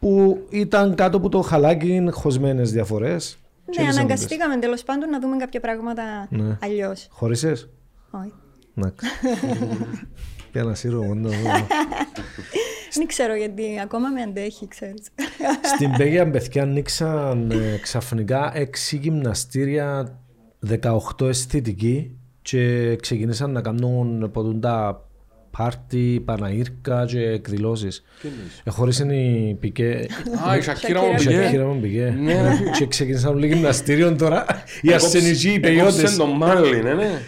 [SPEAKER 1] που ήταν κάτω από το χαλάκι χωσμένες διαφορές.
[SPEAKER 2] Ναι, αναγκαστήκαμε τέλος πάντων να δούμε κάποια πράγματα
[SPEAKER 1] Ναι.
[SPEAKER 2] αλλιώς.
[SPEAKER 1] Χωρίσες.
[SPEAKER 2] Όχι.
[SPEAKER 1] Να Πια να σύρω εγώ να δω.
[SPEAKER 2] Δεν ξέρω γιατί ακόμα με αντέχει, ξέρεις.
[SPEAKER 1] Στην Πέγια παιδιά ανοίξαν ε, ξαφνικά 6 γυμναστήρια, 18 αισθητικοί και ξεκίνησαν να κάνουν ποτούν τα πάρτι, παναήρκα και εκδηλώσεις. Ε, χωρίς είναι η Πικέ.
[SPEAKER 2] ε,
[SPEAKER 3] Α, η Σακύρα μου
[SPEAKER 1] Η
[SPEAKER 3] πήγε.
[SPEAKER 1] Σακύρα μου Πικέ.
[SPEAKER 3] Ναι, ρε.
[SPEAKER 1] Και ξεκίνησαν όλοι γυμναστήριον τώρα. Οι ασθενικοί, οι
[SPEAKER 3] Έκοψε
[SPEAKER 1] παιδιώτες.
[SPEAKER 3] τον Μάρλιν, ναι, ναι.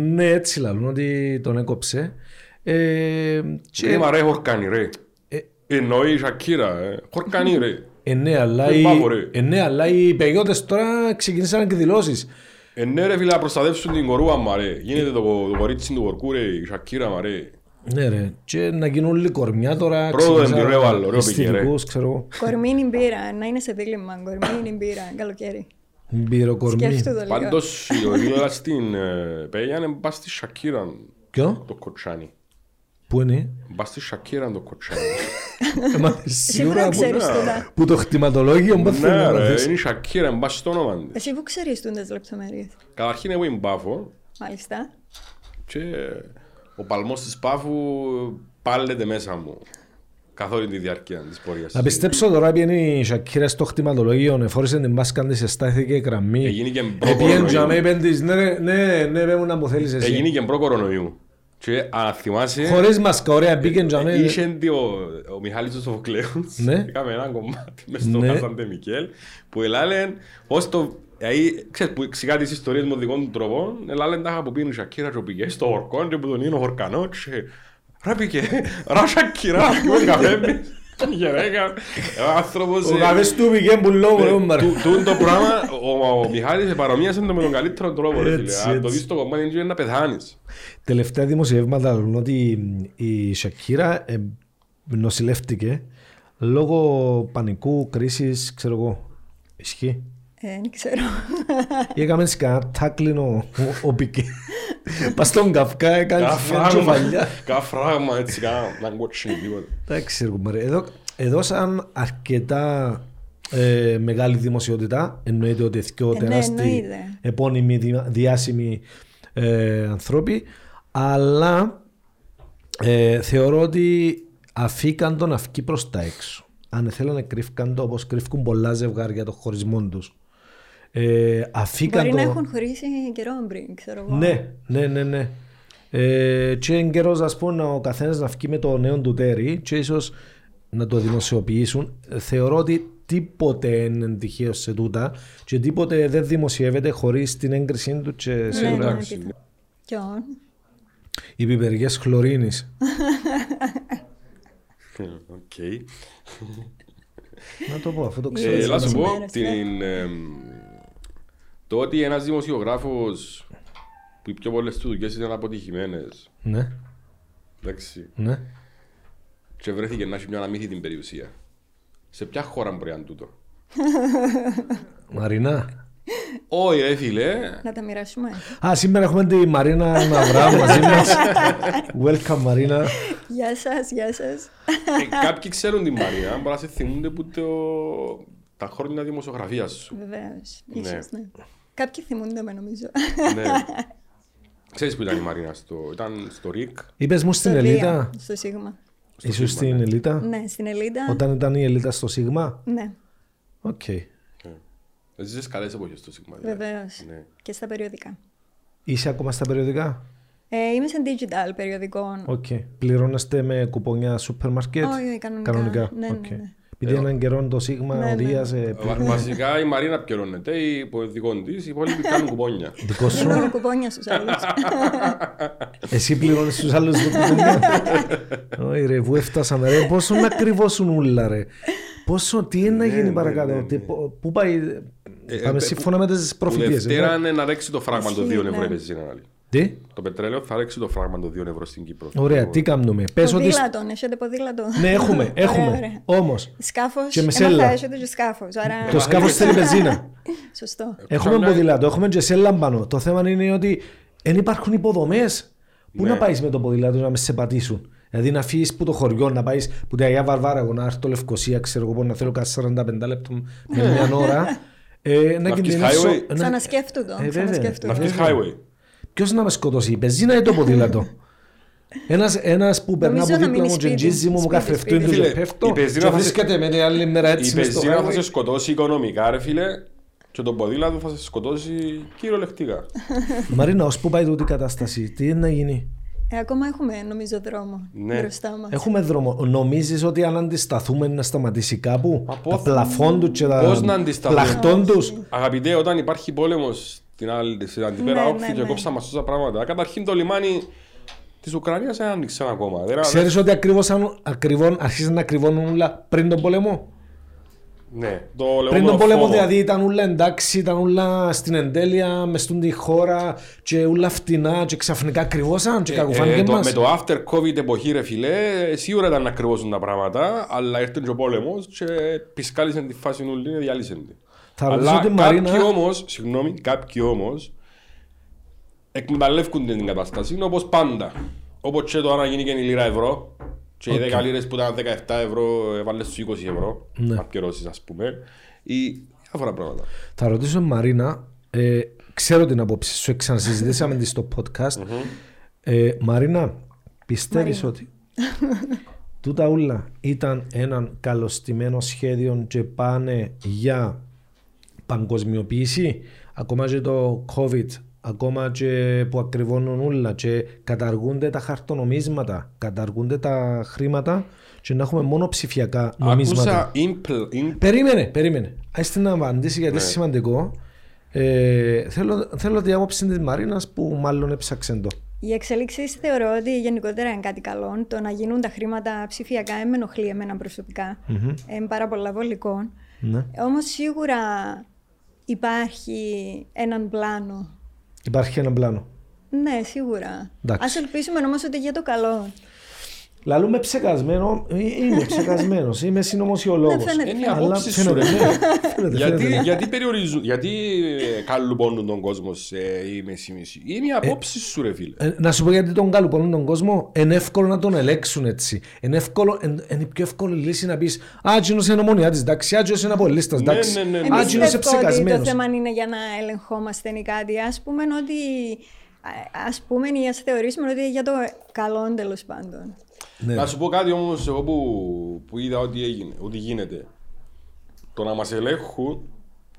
[SPEAKER 1] Ναι, έτσι λαλούν ότι τον έκοψε. Ε, και,
[SPEAKER 3] Κρίμα ρε, χορκάνι ρε.
[SPEAKER 1] Ε.
[SPEAKER 3] Εννοεί η Σακύρα, ε. χορκάνι ρε.
[SPEAKER 1] ε, ναι, αλλά
[SPEAKER 3] Ε,
[SPEAKER 1] οι,
[SPEAKER 3] πάγο, ρε.
[SPEAKER 1] ε, ναι, αλλά οι παιδιώτες τώρα ξεκίνησαν εκδηλώσεις.
[SPEAKER 3] Ε, ναι ρε φίλε, να προστατεύσουν την κορούα μα ρε. Γίνεται το, κο- το κορίτσι του κορκού ρε, η Σακύρα μα ρε.
[SPEAKER 1] Ναι ρε, και να γίνουν όλοι κορμιά τώρα.
[SPEAKER 3] Πρώτο
[SPEAKER 1] ξεκινήσαν
[SPEAKER 3] δεν τη λέω άλλο, ρε,
[SPEAKER 1] αισθητικούς, ξέρω εγώ.
[SPEAKER 2] Κορμίνι μπύρα, να είναι σε δίλημα. Κορμίνι μπύρα, καλοκαίρι.
[SPEAKER 1] Μπυροκορμί.
[SPEAKER 2] Σκέφτου το λίγο.
[SPEAKER 3] Πάντως η ορίλα στην ε, Πέγια είναι μπας στη Σακύρα
[SPEAKER 1] Ποιο,
[SPEAKER 3] το κοτσάνι.
[SPEAKER 1] πού είναι. Ε,
[SPEAKER 3] Μπας στη Σακύρα το κοτσάνι.
[SPEAKER 1] Μα
[SPEAKER 2] Ε, Εσύ που
[SPEAKER 1] σίγουρα
[SPEAKER 2] να
[SPEAKER 1] που,
[SPEAKER 2] ξέρεις
[SPEAKER 3] ναι.
[SPEAKER 2] τούτα.
[SPEAKER 1] που το χτιματολόγιο μου θέλει
[SPEAKER 3] Ναι
[SPEAKER 1] να
[SPEAKER 3] ρε, είναι
[SPEAKER 1] δεις.
[SPEAKER 3] η Σακύρα, μπας στο όνομα της.
[SPEAKER 2] Εσύ που ξέρεις τούντες λεπτομέρειες.
[SPEAKER 3] Καταρχήν εγώ είμαι πάφο
[SPEAKER 2] Μάλιστα.
[SPEAKER 3] και ο παλμός της πάφου πάλεται μέσα μου. Καθ' όλη τη διάρκεια της πορείας.
[SPEAKER 1] Να πιστέψω τώρα πήγαινε η Σακύρα στο χτιματολόγιο, εφόρησε την μάσκα της, εστάθηκε η γραμμή. Ε,
[SPEAKER 3] Έγινε και μπρο
[SPEAKER 1] Επίεν για
[SPEAKER 3] κορονοϊού.
[SPEAKER 1] με είπεν της, ναι ρε, ναι, ναι, πες μου να μου θέλεις εσύ.
[SPEAKER 3] Έγινε και μπρο κορονοϊού. Και αν θυμάσαι...
[SPEAKER 1] Χωρίς μάσκα, ωραία, πήγαινε για με.
[SPEAKER 3] Ε, Είχε δει ο, ο Μιχάλης ο Σοφοκλέους,
[SPEAKER 1] Ναι.
[SPEAKER 3] Είχαμε ένα κομμάτι μες στο
[SPEAKER 1] Ναι.
[SPEAKER 3] Χάσαντε Μικέλ που ελάλεν ως το... Δηλαδή, ξέρεις, που εξηγά τις ιστορίες με δικών του τροπών, ελάλεν τα είχα που πίνει η Σακύρα και ο Πικέ στο ορκόν και που τον είναι ο Χορκανός και ρε Πικέ, ρε Σακύρα, και ο καφέ γυναίκα, ο άνθρωπος...
[SPEAKER 1] Ο
[SPEAKER 3] ε,
[SPEAKER 1] καφές του πήγε που λόγω, ρε,
[SPEAKER 3] ε,
[SPEAKER 1] μπαρα.
[SPEAKER 3] του- Τούν το πράγμα, ο- ο Μιχάλης ε, παρομοίασε το με τον καλύτερο τρόπο, ρε φίλε.
[SPEAKER 1] Έτσι,
[SPEAKER 3] Αν το
[SPEAKER 1] έτσι.
[SPEAKER 3] δεις το κομμάτι είναι να πεθάνεις.
[SPEAKER 1] Τελευταία δημοσιεύματα λένε ότι η Σακύρα ε, νοσηλεύτηκε λόγω πανικού, κρίσης, ξέρω εγώ. Ισχύει.
[SPEAKER 2] Ε, Δεν ξέρω.
[SPEAKER 1] Ή έκαμε έτσι κανένα τάκλινο ο- ο Πικέ. Πας στον Καυκά, έκανες μια
[SPEAKER 3] Καφράγμα,
[SPEAKER 1] τσουβαλιά.
[SPEAKER 3] καφράγμα έτσι κάνα, να κότσινε τίποτα.
[SPEAKER 1] Εντάξει, ρε κουμπάρε. Εδώ, εδώ σαν αρκετά ε, μεγάλη δημοσιότητα, εννοείται ότι εθιό
[SPEAKER 2] Ε, ναι,
[SPEAKER 1] τεράστιοι
[SPEAKER 2] εννοείται.
[SPEAKER 1] επώνυμοι δι- διάσημοι ε, ανθρώποι, αλλά ε, θεωρώ ότι αφήκαν τον αυκή προς τα έξω. Αν θέλανε κρύφκαν το όπως κρύφκουν πολλά ζευγάρια των χωρισμών τους. Ε, αφήκαν
[SPEAKER 2] Μπορεί
[SPEAKER 1] το...
[SPEAKER 2] να έχουν χωρίσει καιρό πριν, ξέρω εγώ.
[SPEAKER 1] Ναι, ναι, ναι, ναι. Ε, και εν καιρός ας πούμε ο καθένας να βγει με το νέο του τέρι και ίσως να το δημοσιοποιήσουν. Θεωρώ ότι τίποτε είναι τυχαίο σε τούτα και τίποτε δεν δημοσιεύεται χωρίς την έγκρισή του και
[SPEAKER 2] ναι,
[SPEAKER 1] σίγουρα.
[SPEAKER 2] ναι,
[SPEAKER 3] εντάξει.
[SPEAKER 2] κοίτα. Ποιον.
[SPEAKER 1] Οι πιπεριές χλωρίνης.
[SPEAKER 3] Οκ.
[SPEAKER 1] να το πω αφού το
[SPEAKER 3] Ε,
[SPEAKER 1] ξέρω.
[SPEAKER 3] Να σου πω
[SPEAKER 2] Μέρες,
[SPEAKER 3] την, εμ, το ότι ένας δημοσιογράφος που οι πιο πολλές του δουλειές ήταν αποτυχημένες
[SPEAKER 1] ναι,
[SPEAKER 3] εντάξει,
[SPEAKER 1] ναι.
[SPEAKER 3] και βρέθηκε να έχει μια αναμύθι την περιουσία. Σε ποια χώρα μπορεί να είναι τούτο.
[SPEAKER 1] Μαρινά.
[SPEAKER 3] Όχι ρε φίλε,
[SPEAKER 2] Να τα μοιράσουμε.
[SPEAKER 1] Α, σήμερα έχουμε τη Μαρίνα Ναυρά μαζί μας. Welcome Μαρίνα.
[SPEAKER 2] Γεια σας, γεια σας.
[SPEAKER 3] ε, κάποιοι ξέρουν την Μαρία, μπορεί να σε θυμούνται που το- τα χρόνια δημοσιογραφίας σου.
[SPEAKER 2] Βεβαίως.
[SPEAKER 3] Ναι.
[SPEAKER 2] ναι. Κάποιοι θυμούνται με νομίζω.
[SPEAKER 3] ναι. Ξέρεις που ήταν η Μαρίνα, στο, ήταν στο ΡΙΚ.
[SPEAKER 1] Είπες μου στην
[SPEAKER 2] Στο
[SPEAKER 1] Ελίτα,
[SPEAKER 2] Δία, Στο Σίγμα.
[SPEAKER 1] ίσως στην Ελίτα,
[SPEAKER 2] Ναι, στην Ελίδα.
[SPEAKER 1] όταν ήταν η Ελίτα στο Σίγμα.
[SPEAKER 2] Ναι,
[SPEAKER 1] Οκ.
[SPEAKER 3] Ζήσες καλές εποχές στο ΣΥΓΜΑ. δηλαδή.
[SPEAKER 2] βεβαίως.
[SPEAKER 3] Ναι.
[SPEAKER 2] Και στα περιοδικά.
[SPEAKER 1] Είσαι ακόμα στα περιοδικά.
[SPEAKER 2] Ε, είμαι σε digital περιοδικών.
[SPEAKER 1] Οκ. Πληρώνεστε με κουπονιά σούπερ μάρκετ.
[SPEAKER 2] Όχι, όχι, κανονικά. Ναι, ναι,
[SPEAKER 1] Οκ.
[SPEAKER 2] ναι.
[SPEAKER 1] Επειδή
[SPEAKER 3] Ε,
[SPEAKER 1] έναν καιρό το Σίγμα
[SPEAKER 2] Ναι,
[SPEAKER 1] ο
[SPEAKER 2] ναι.
[SPEAKER 1] Δίας, ε,
[SPEAKER 3] Βα- Βασικά η Μαρίνα πιερώνεται, η υποδικών τη, οι υπόλοιποι κάνουν κουπόνια.
[SPEAKER 1] δικό σου.
[SPEAKER 2] Δίνω κουπόνια στους άλλους.
[SPEAKER 1] Εσύ πληρώνεις τους άλλους το κουπονιά. Όχι ρε, που έφτασαμε ρε. Πόσο να κρυβώσουν ούλα ρε. Πόσο, τι
[SPEAKER 3] Ναι,
[SPEAKER 1] είναι να γίνει παρακάτω. τι- πο- Πού πάει...
[SPEAKER 3] ε,
[SPEAKER 1] Πάμε
[SPEAKER 3] ε,
[SPEAKER 1] σύμφωνα με τις
[SPEAKER 3] Η
[SPEAKER 1] προφητείες. ε,
[SPEAKER 3] Δευτέρα είναι να ρέξει το φράγμα των
[SPEAKER 2] Ισχύει,
[SPEAKER 3] 2 ευρώ,
[SPEAKER 2] ναι.
[SPEAKER 3] έπαιζε στην άλλη.
[SPEAKER 1] Τι.
[SPEAKER 3] Το πετρέλαιο θα ρέξει το φράγμα των 2 ευρώ στην Κύπρο.
[SPEAKER 1] Ωραία, τι κάνουμε. Πες ότι...
[SPEAKER 2] Ποδήλατο, έχετε ποδήλατο.
[SPEAKER 1] Ναι, έχουμε,
[SPEAKER 2] Ωραία,
[SPEAKER 1] έχουμε.
[SPEAKER 2] ωραία.
[SPEAKER 1] Όμως,
[SPEAKER 2] Σκάφος,
[SPEAKER 1] Και
[SPEAKER 2] και
[SPEAKER 1] μεσέλα.
[SPEAKER 2] μεσέλα. έχετε και σκάφος. Άρα...
[SPEAKER 1] το σκάφος θέλει βενζίνα. Ναι.
[SPEAKER 2] Σωστό.
[SPEAKER 1] Έχουμε
[SPEAKER 3] Καμιά-
[SPEAKER 1] ποδήλατο, έχουμε και σε λαμπανό. Το θέμα είναι ότι δεν υπάρχουν υποδομές. Πού
[SPEAKER 3] Ναι.
[SPEAKER 1] να πάεις με το ποδήλατο να με σε πατήσουν. Δηλαδή να φύγεις που το χωριό, να πάεις που τα Αγία Βαρβάρα, εγώ να έρθω Λευκοσία, ξέρω εγώ, να θέλω κάθε 45 λεπτά με μια ώρα. Ε, να
[SPEAKER 3] Ναι. Να βγεις
[SPEAKER 1] κινδυνεύσω.
[SPEAKER 3] highway.
[SPEAKER 1] να-
[SPEAKER 2] Ξανασκέφτου το.
[SPEAKER 1] Ε, βέβαια.
[SPEAKER 2] ξανασκέφτου
[SPEAKER 3] Να
[SPEAKER 2] το.
[SPEAKER 3] βγεις highway.
[SPEAKER 1] Ποιος να με σκοτώσει, η πεζίνα ή το ποδήλατο. Ένας ένας που περνά από
[SPEAKER 2] Νομίζω να
[SPEAKER 1] δίπλα
[SPEAKER 2] μείνει
[SPEAKER 1] μου και
[SPEAKER 2] σπίτι.
[SPEAKER 1] εγγίζει μου, μου
[SPEAKER 2] Σπίτι,
[SPEAKER 1] κάθε αυτήν του
[SPEAKER 3] σπίτι.
[SPEAKER 1] και
[SPEAKER 3] Φίλε, η
[SPEAKER 1] πέφτω
[SPEAKER 3] πεζίνα
[SPEAKER 1] και
[SPEAKER 3] θα σε-
[SPEAKER 1] βρίσκεται με την άλλη μέρα
[SPEAKER 3] Η
[SPEAKER 1] έτσι μες στο
[SPEAKER 3] πεζίνα θα σε
[SPEAKER 1] highway.
[SPEAKER 3] σκοτώσει οικονομικά, ρε φίλε, και το ποδήλατο θα σε σκοτώσει κυριολεκτικά.
[SPEAKER 1] Μαρίνα, ως πού πάει τούτη η κατάσταση, τι είναι να γίνει.
[SPEAKER 2] Ε, ακόμα έχουμε νομίζω δρόμο
[SPEAKER 3] Ναι.
[SPEAKER 2] μπροστά μας.
[SPEAKER 1] Έχουμε δρόμο. Νομίζεις ότι αν αντισταθούμε να σταματήσει κάπου,
[SPEAKER 3] Μα
[SPEAKER 1] τα
[SPEAKER 3] πώς-
[SPEAKER 1] πλαφόν τους και τα
[SPEAKER 3] πώς να αντισταθούμε.
[SPEAKER 1] πλαχτών τους.
[SPEAKER 3] Αγαπητέ, όταν υπάρχει πόλεμος στην άλλη, στην αντιπέρα
[SPEAKER 2] Ναι,
[SPEAKER 3] όχθη
[SPEAKER 2] ναι,
[SPEAKER 3] και
[SPEAKER 2] ναι.
[SPEAKER 3] κόψα μα τόσα πράγματα. Καταρχήν το λιμάνι της Ουκρανίας δεν άνοιξε ακόμα. Δεν-
[SPEAKER 1] Ξέρεις ότι ακριβώς, αν, ακριβώς αρχίζουν να κρυβώνουν όλα πριν τον πόλεμο.
[SPEAKER 3] Ναι, το λεγόμενο
[SPEAKER 1] Πριν τον πόλεμο
[SPEAKER 3] φόβο.
[SPEAKER 1] δηλαδή ήταν όλα εντάξει, ήταν όλα στην εντέλεια, μες στον τη χώρα και όλα φτηνά και ξαφνικά κρυβώσαν και
[SPEAKER 3] Ε, ε,
[SPEAKER 1] κακοφάνηκε
[SPEAKER 3] το- Με
[SPEAKER 1] μας.
[SPEAKER 3] το after covid εποχή ρε φίλε, ε, σίγουρα ήταν να κρυβώσουν τα πράγματα, αλλά ήρθε και ο πόλεμος και πισκάλισαν τη φάση νουλή και διαλύσαν τη.
[SPEAKER 1] Θα ρωτήσω
[SPEAKER 3] αλλά
[SPEAKER 1] την
[SPEAKER 3] κάποιοι
[SPEAKER 1] Μαρίνα.
[SPEAKER 3] όμως, συγγνώμη, κάποιοι όμως εκμεταλλεύκουν την κατάσταση, όπως πάντα. Όπως και το αν γίνει και η λίρα ευρώ, και οι 10 λίρες που ήταν 17 ευρώ έβαλες στους 20 ευρώ,
[SPEAKER 1] Ναι.
[SPEAKER 3] να πιερώσεις ας πούμε, ή διάφορα πράγματα.
[SPEAKER 1] Θα ρωτήσω Μαρίνα, ε, ξέρω την απόψη σου, ξανασυζητήσαμε τη στο podcast. Ε, Μαρίνα, πιστεύεις ότι τούτα ούλα ήταν έναν καλωστημένο σχέδιο και πάνε για παγκοσμιοποίηση, ακόμα και το COVID, ακόμα και που ακριβώνουν όλα και καταργούνται τα χαρτονομίσματα, καταργούνται τα χρήματα και να έχουμε μόνο ψηφιακά νομίσματα.
[SPEAKER 3] Ακούσα impl- impl-
[SPEAKER 1] Περίμενε, περίμενε. Ας την απαντήσει
[SPEAKER 3] Ναι.
[SPEAKER 1] γιατί είναι σημαντικό. Ε, θέλω, θέλω την άποψη της Μαρίνας που μάλλον έψαξε το.
[SPEAKER 2] Οι εξελίξεις θεωρώ ότι γενικότερα είναι κάτι καλό. Το να γίνουν τα χρήματα ψηφιακά ε, με ενοχλεί εμένα προσωπικά. Ε, Είναι πάρα πολλά βολικό.
[SPEAKER 1] Ναι.
[SPEAKER 2] Όμως σίγουρα υπάρχει έναν πλάνο.
[SPEAKER 1] Υπάρχει ένα πλάνο.
[SPEAKER 2] Ναι, σίγουρα.
[SPEAKER 1] Εντάξει.
[SPEAKER 2] Ας ελπίσουμε όμως ότι για το καλό.
[SPEAKER 1] Λαλούμε ψεκασμένο, ε, είμαι ψεκασμένος, είμαι συνωμοσιολόγος.
[SPEAKER 2] Ναι, φαίνεται,
[SPEAKER 3] Είναι η
[SPEAKER 2] φαίνεται.
[SPEAKER 3] απόψη σου ρε.
[SPEAKER 1] φαίνεται, φαίνεται,
[SPEAKER 3] γιατί,
[SPEAKER 1] φαίνεται.
[SPEAKER 3] γιατί περιορίζουν, γιατί ε, καλουπώνουν τον κόσμο σε η μεσημισή. Είναι η απόψη σου ρε φίλε.
[SPEAKER 1] Ε, να σου πω γιατί τον καλουπώνουν τον κόσμο, είναι εύκολο να τον ελέξουν έτσι. Είναι, εύκολο, εν- εν η πιο εύκολη λύση να πεις «Α, εκείνος είναι ομονιάτης, εντάξει, α, εκείνος είναι απολύστας,
[SPEAKER 3] Ναι,
[SPEAKER 1] εντάξει,
[SPEAKER 3] ναι, ναι, ναι.
[SPEAKER 1] α,
[SPEAKER 2] Εμείς
[SPEAKER 1] εκείνος είναι
[SPEAKER 2] πιστεύω ότι το
[SPEAKER 1] Ε, ψεκασμένος».
[SPEAKER 2] θέμα είναι για να ελεγχόμαστε ή κάτι. Ας πούμε ότι α- ας πούμε ή ας θεωρήσουμε ότι για το καλό τέλος πάντων.
[SPEAKER 1] Ναι.
[SPEAKER 3] Να σου πω κάτι όμως εγώ που, που είδα ότι, έγινε, ότι γίνεται. Το να μας ελέγχουν,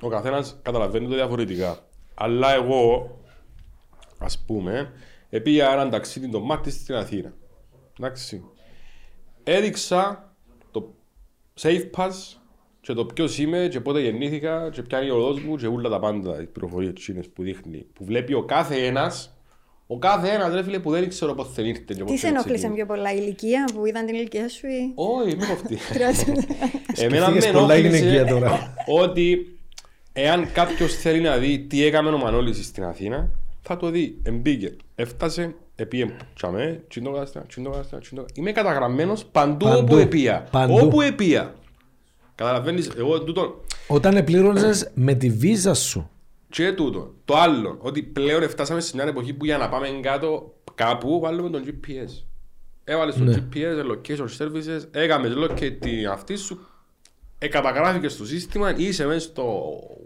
[SPEAKER 3] ο καθένας καταλαβαίνει το διαφορετικά. Αλλά εγώ, ας πούμε, πήγα έναν ταξίδι το μάτι στην Αθήνα. Εντάξει. Έδειξα το safe pass και το ποιος είμαι και πότε γεννήθηκα και ποια είναι η οδός μου και όλα τα πάντα, οι πληροφορίες τσίνες που δείχνει. Που βλέπει ο κάθε ένας, ο κάθε ένας ρε φίλε που δεν ήξερε πότε δεν ήρθε. και
[SPEAKER 2] Τι
[SPEAKER 3] πότε
[SPEAKER 2] σε
[SPEAKER 3] δεν
[SPEAKER 2] ενοχλήσε πιο
[SPEAKER 3] ξεκίνησε.
[SPEAKER 2] πολλά, η ηλικία που είδαν την ηλικία σου ή.
[SPEAKER 3] Όχι, μην κοφτεί.
[SPEAKER 2] Κράτησε.
[SPEAKER 3] Εμένα με
[SPEAKER 1] Σκεφτήκες πολλά γυναικεία
[SPEAKER 3] ενόχλησε
[SPEAKER 1] τώρα.
[SPEAKER 3] ότι εάν κάποιος θέλει να δει τι έκαμε ο Μανώλης στην Αθήνα, θα το δει. Εμπήκε, έφτασε, επίε τσαμέ, τσιντοκάστα, τσιντοκάστα, τσιντοκάστα. Είμαι καταγραμμένος παντού,
[SPEAKER 1] Παντού.
[SPEAKER 3] όπου επία.
[SPEAKER 1] Παντού.
[SPEAKER 3] Όπου επία. Καταλαβαίνεις, εγώ τούτο
[SPEAKER 1] Όταν επλήρωνες με τη βίζα σου,
[SPEAKER 3] και τούτο. Το άλλο, ότι πλέον φτάσαμε σε μια εποχή που για να πάμε κάτω κάπου βάλουμε τον GPS. Έβαλες τον
[SPEAKER 1] Ναι.
[SPEAKER 3] GPS, location services, έκαμες locate την αυτή σου, εκαταγράφηκες στο σύστημα, είσαι μέσα στο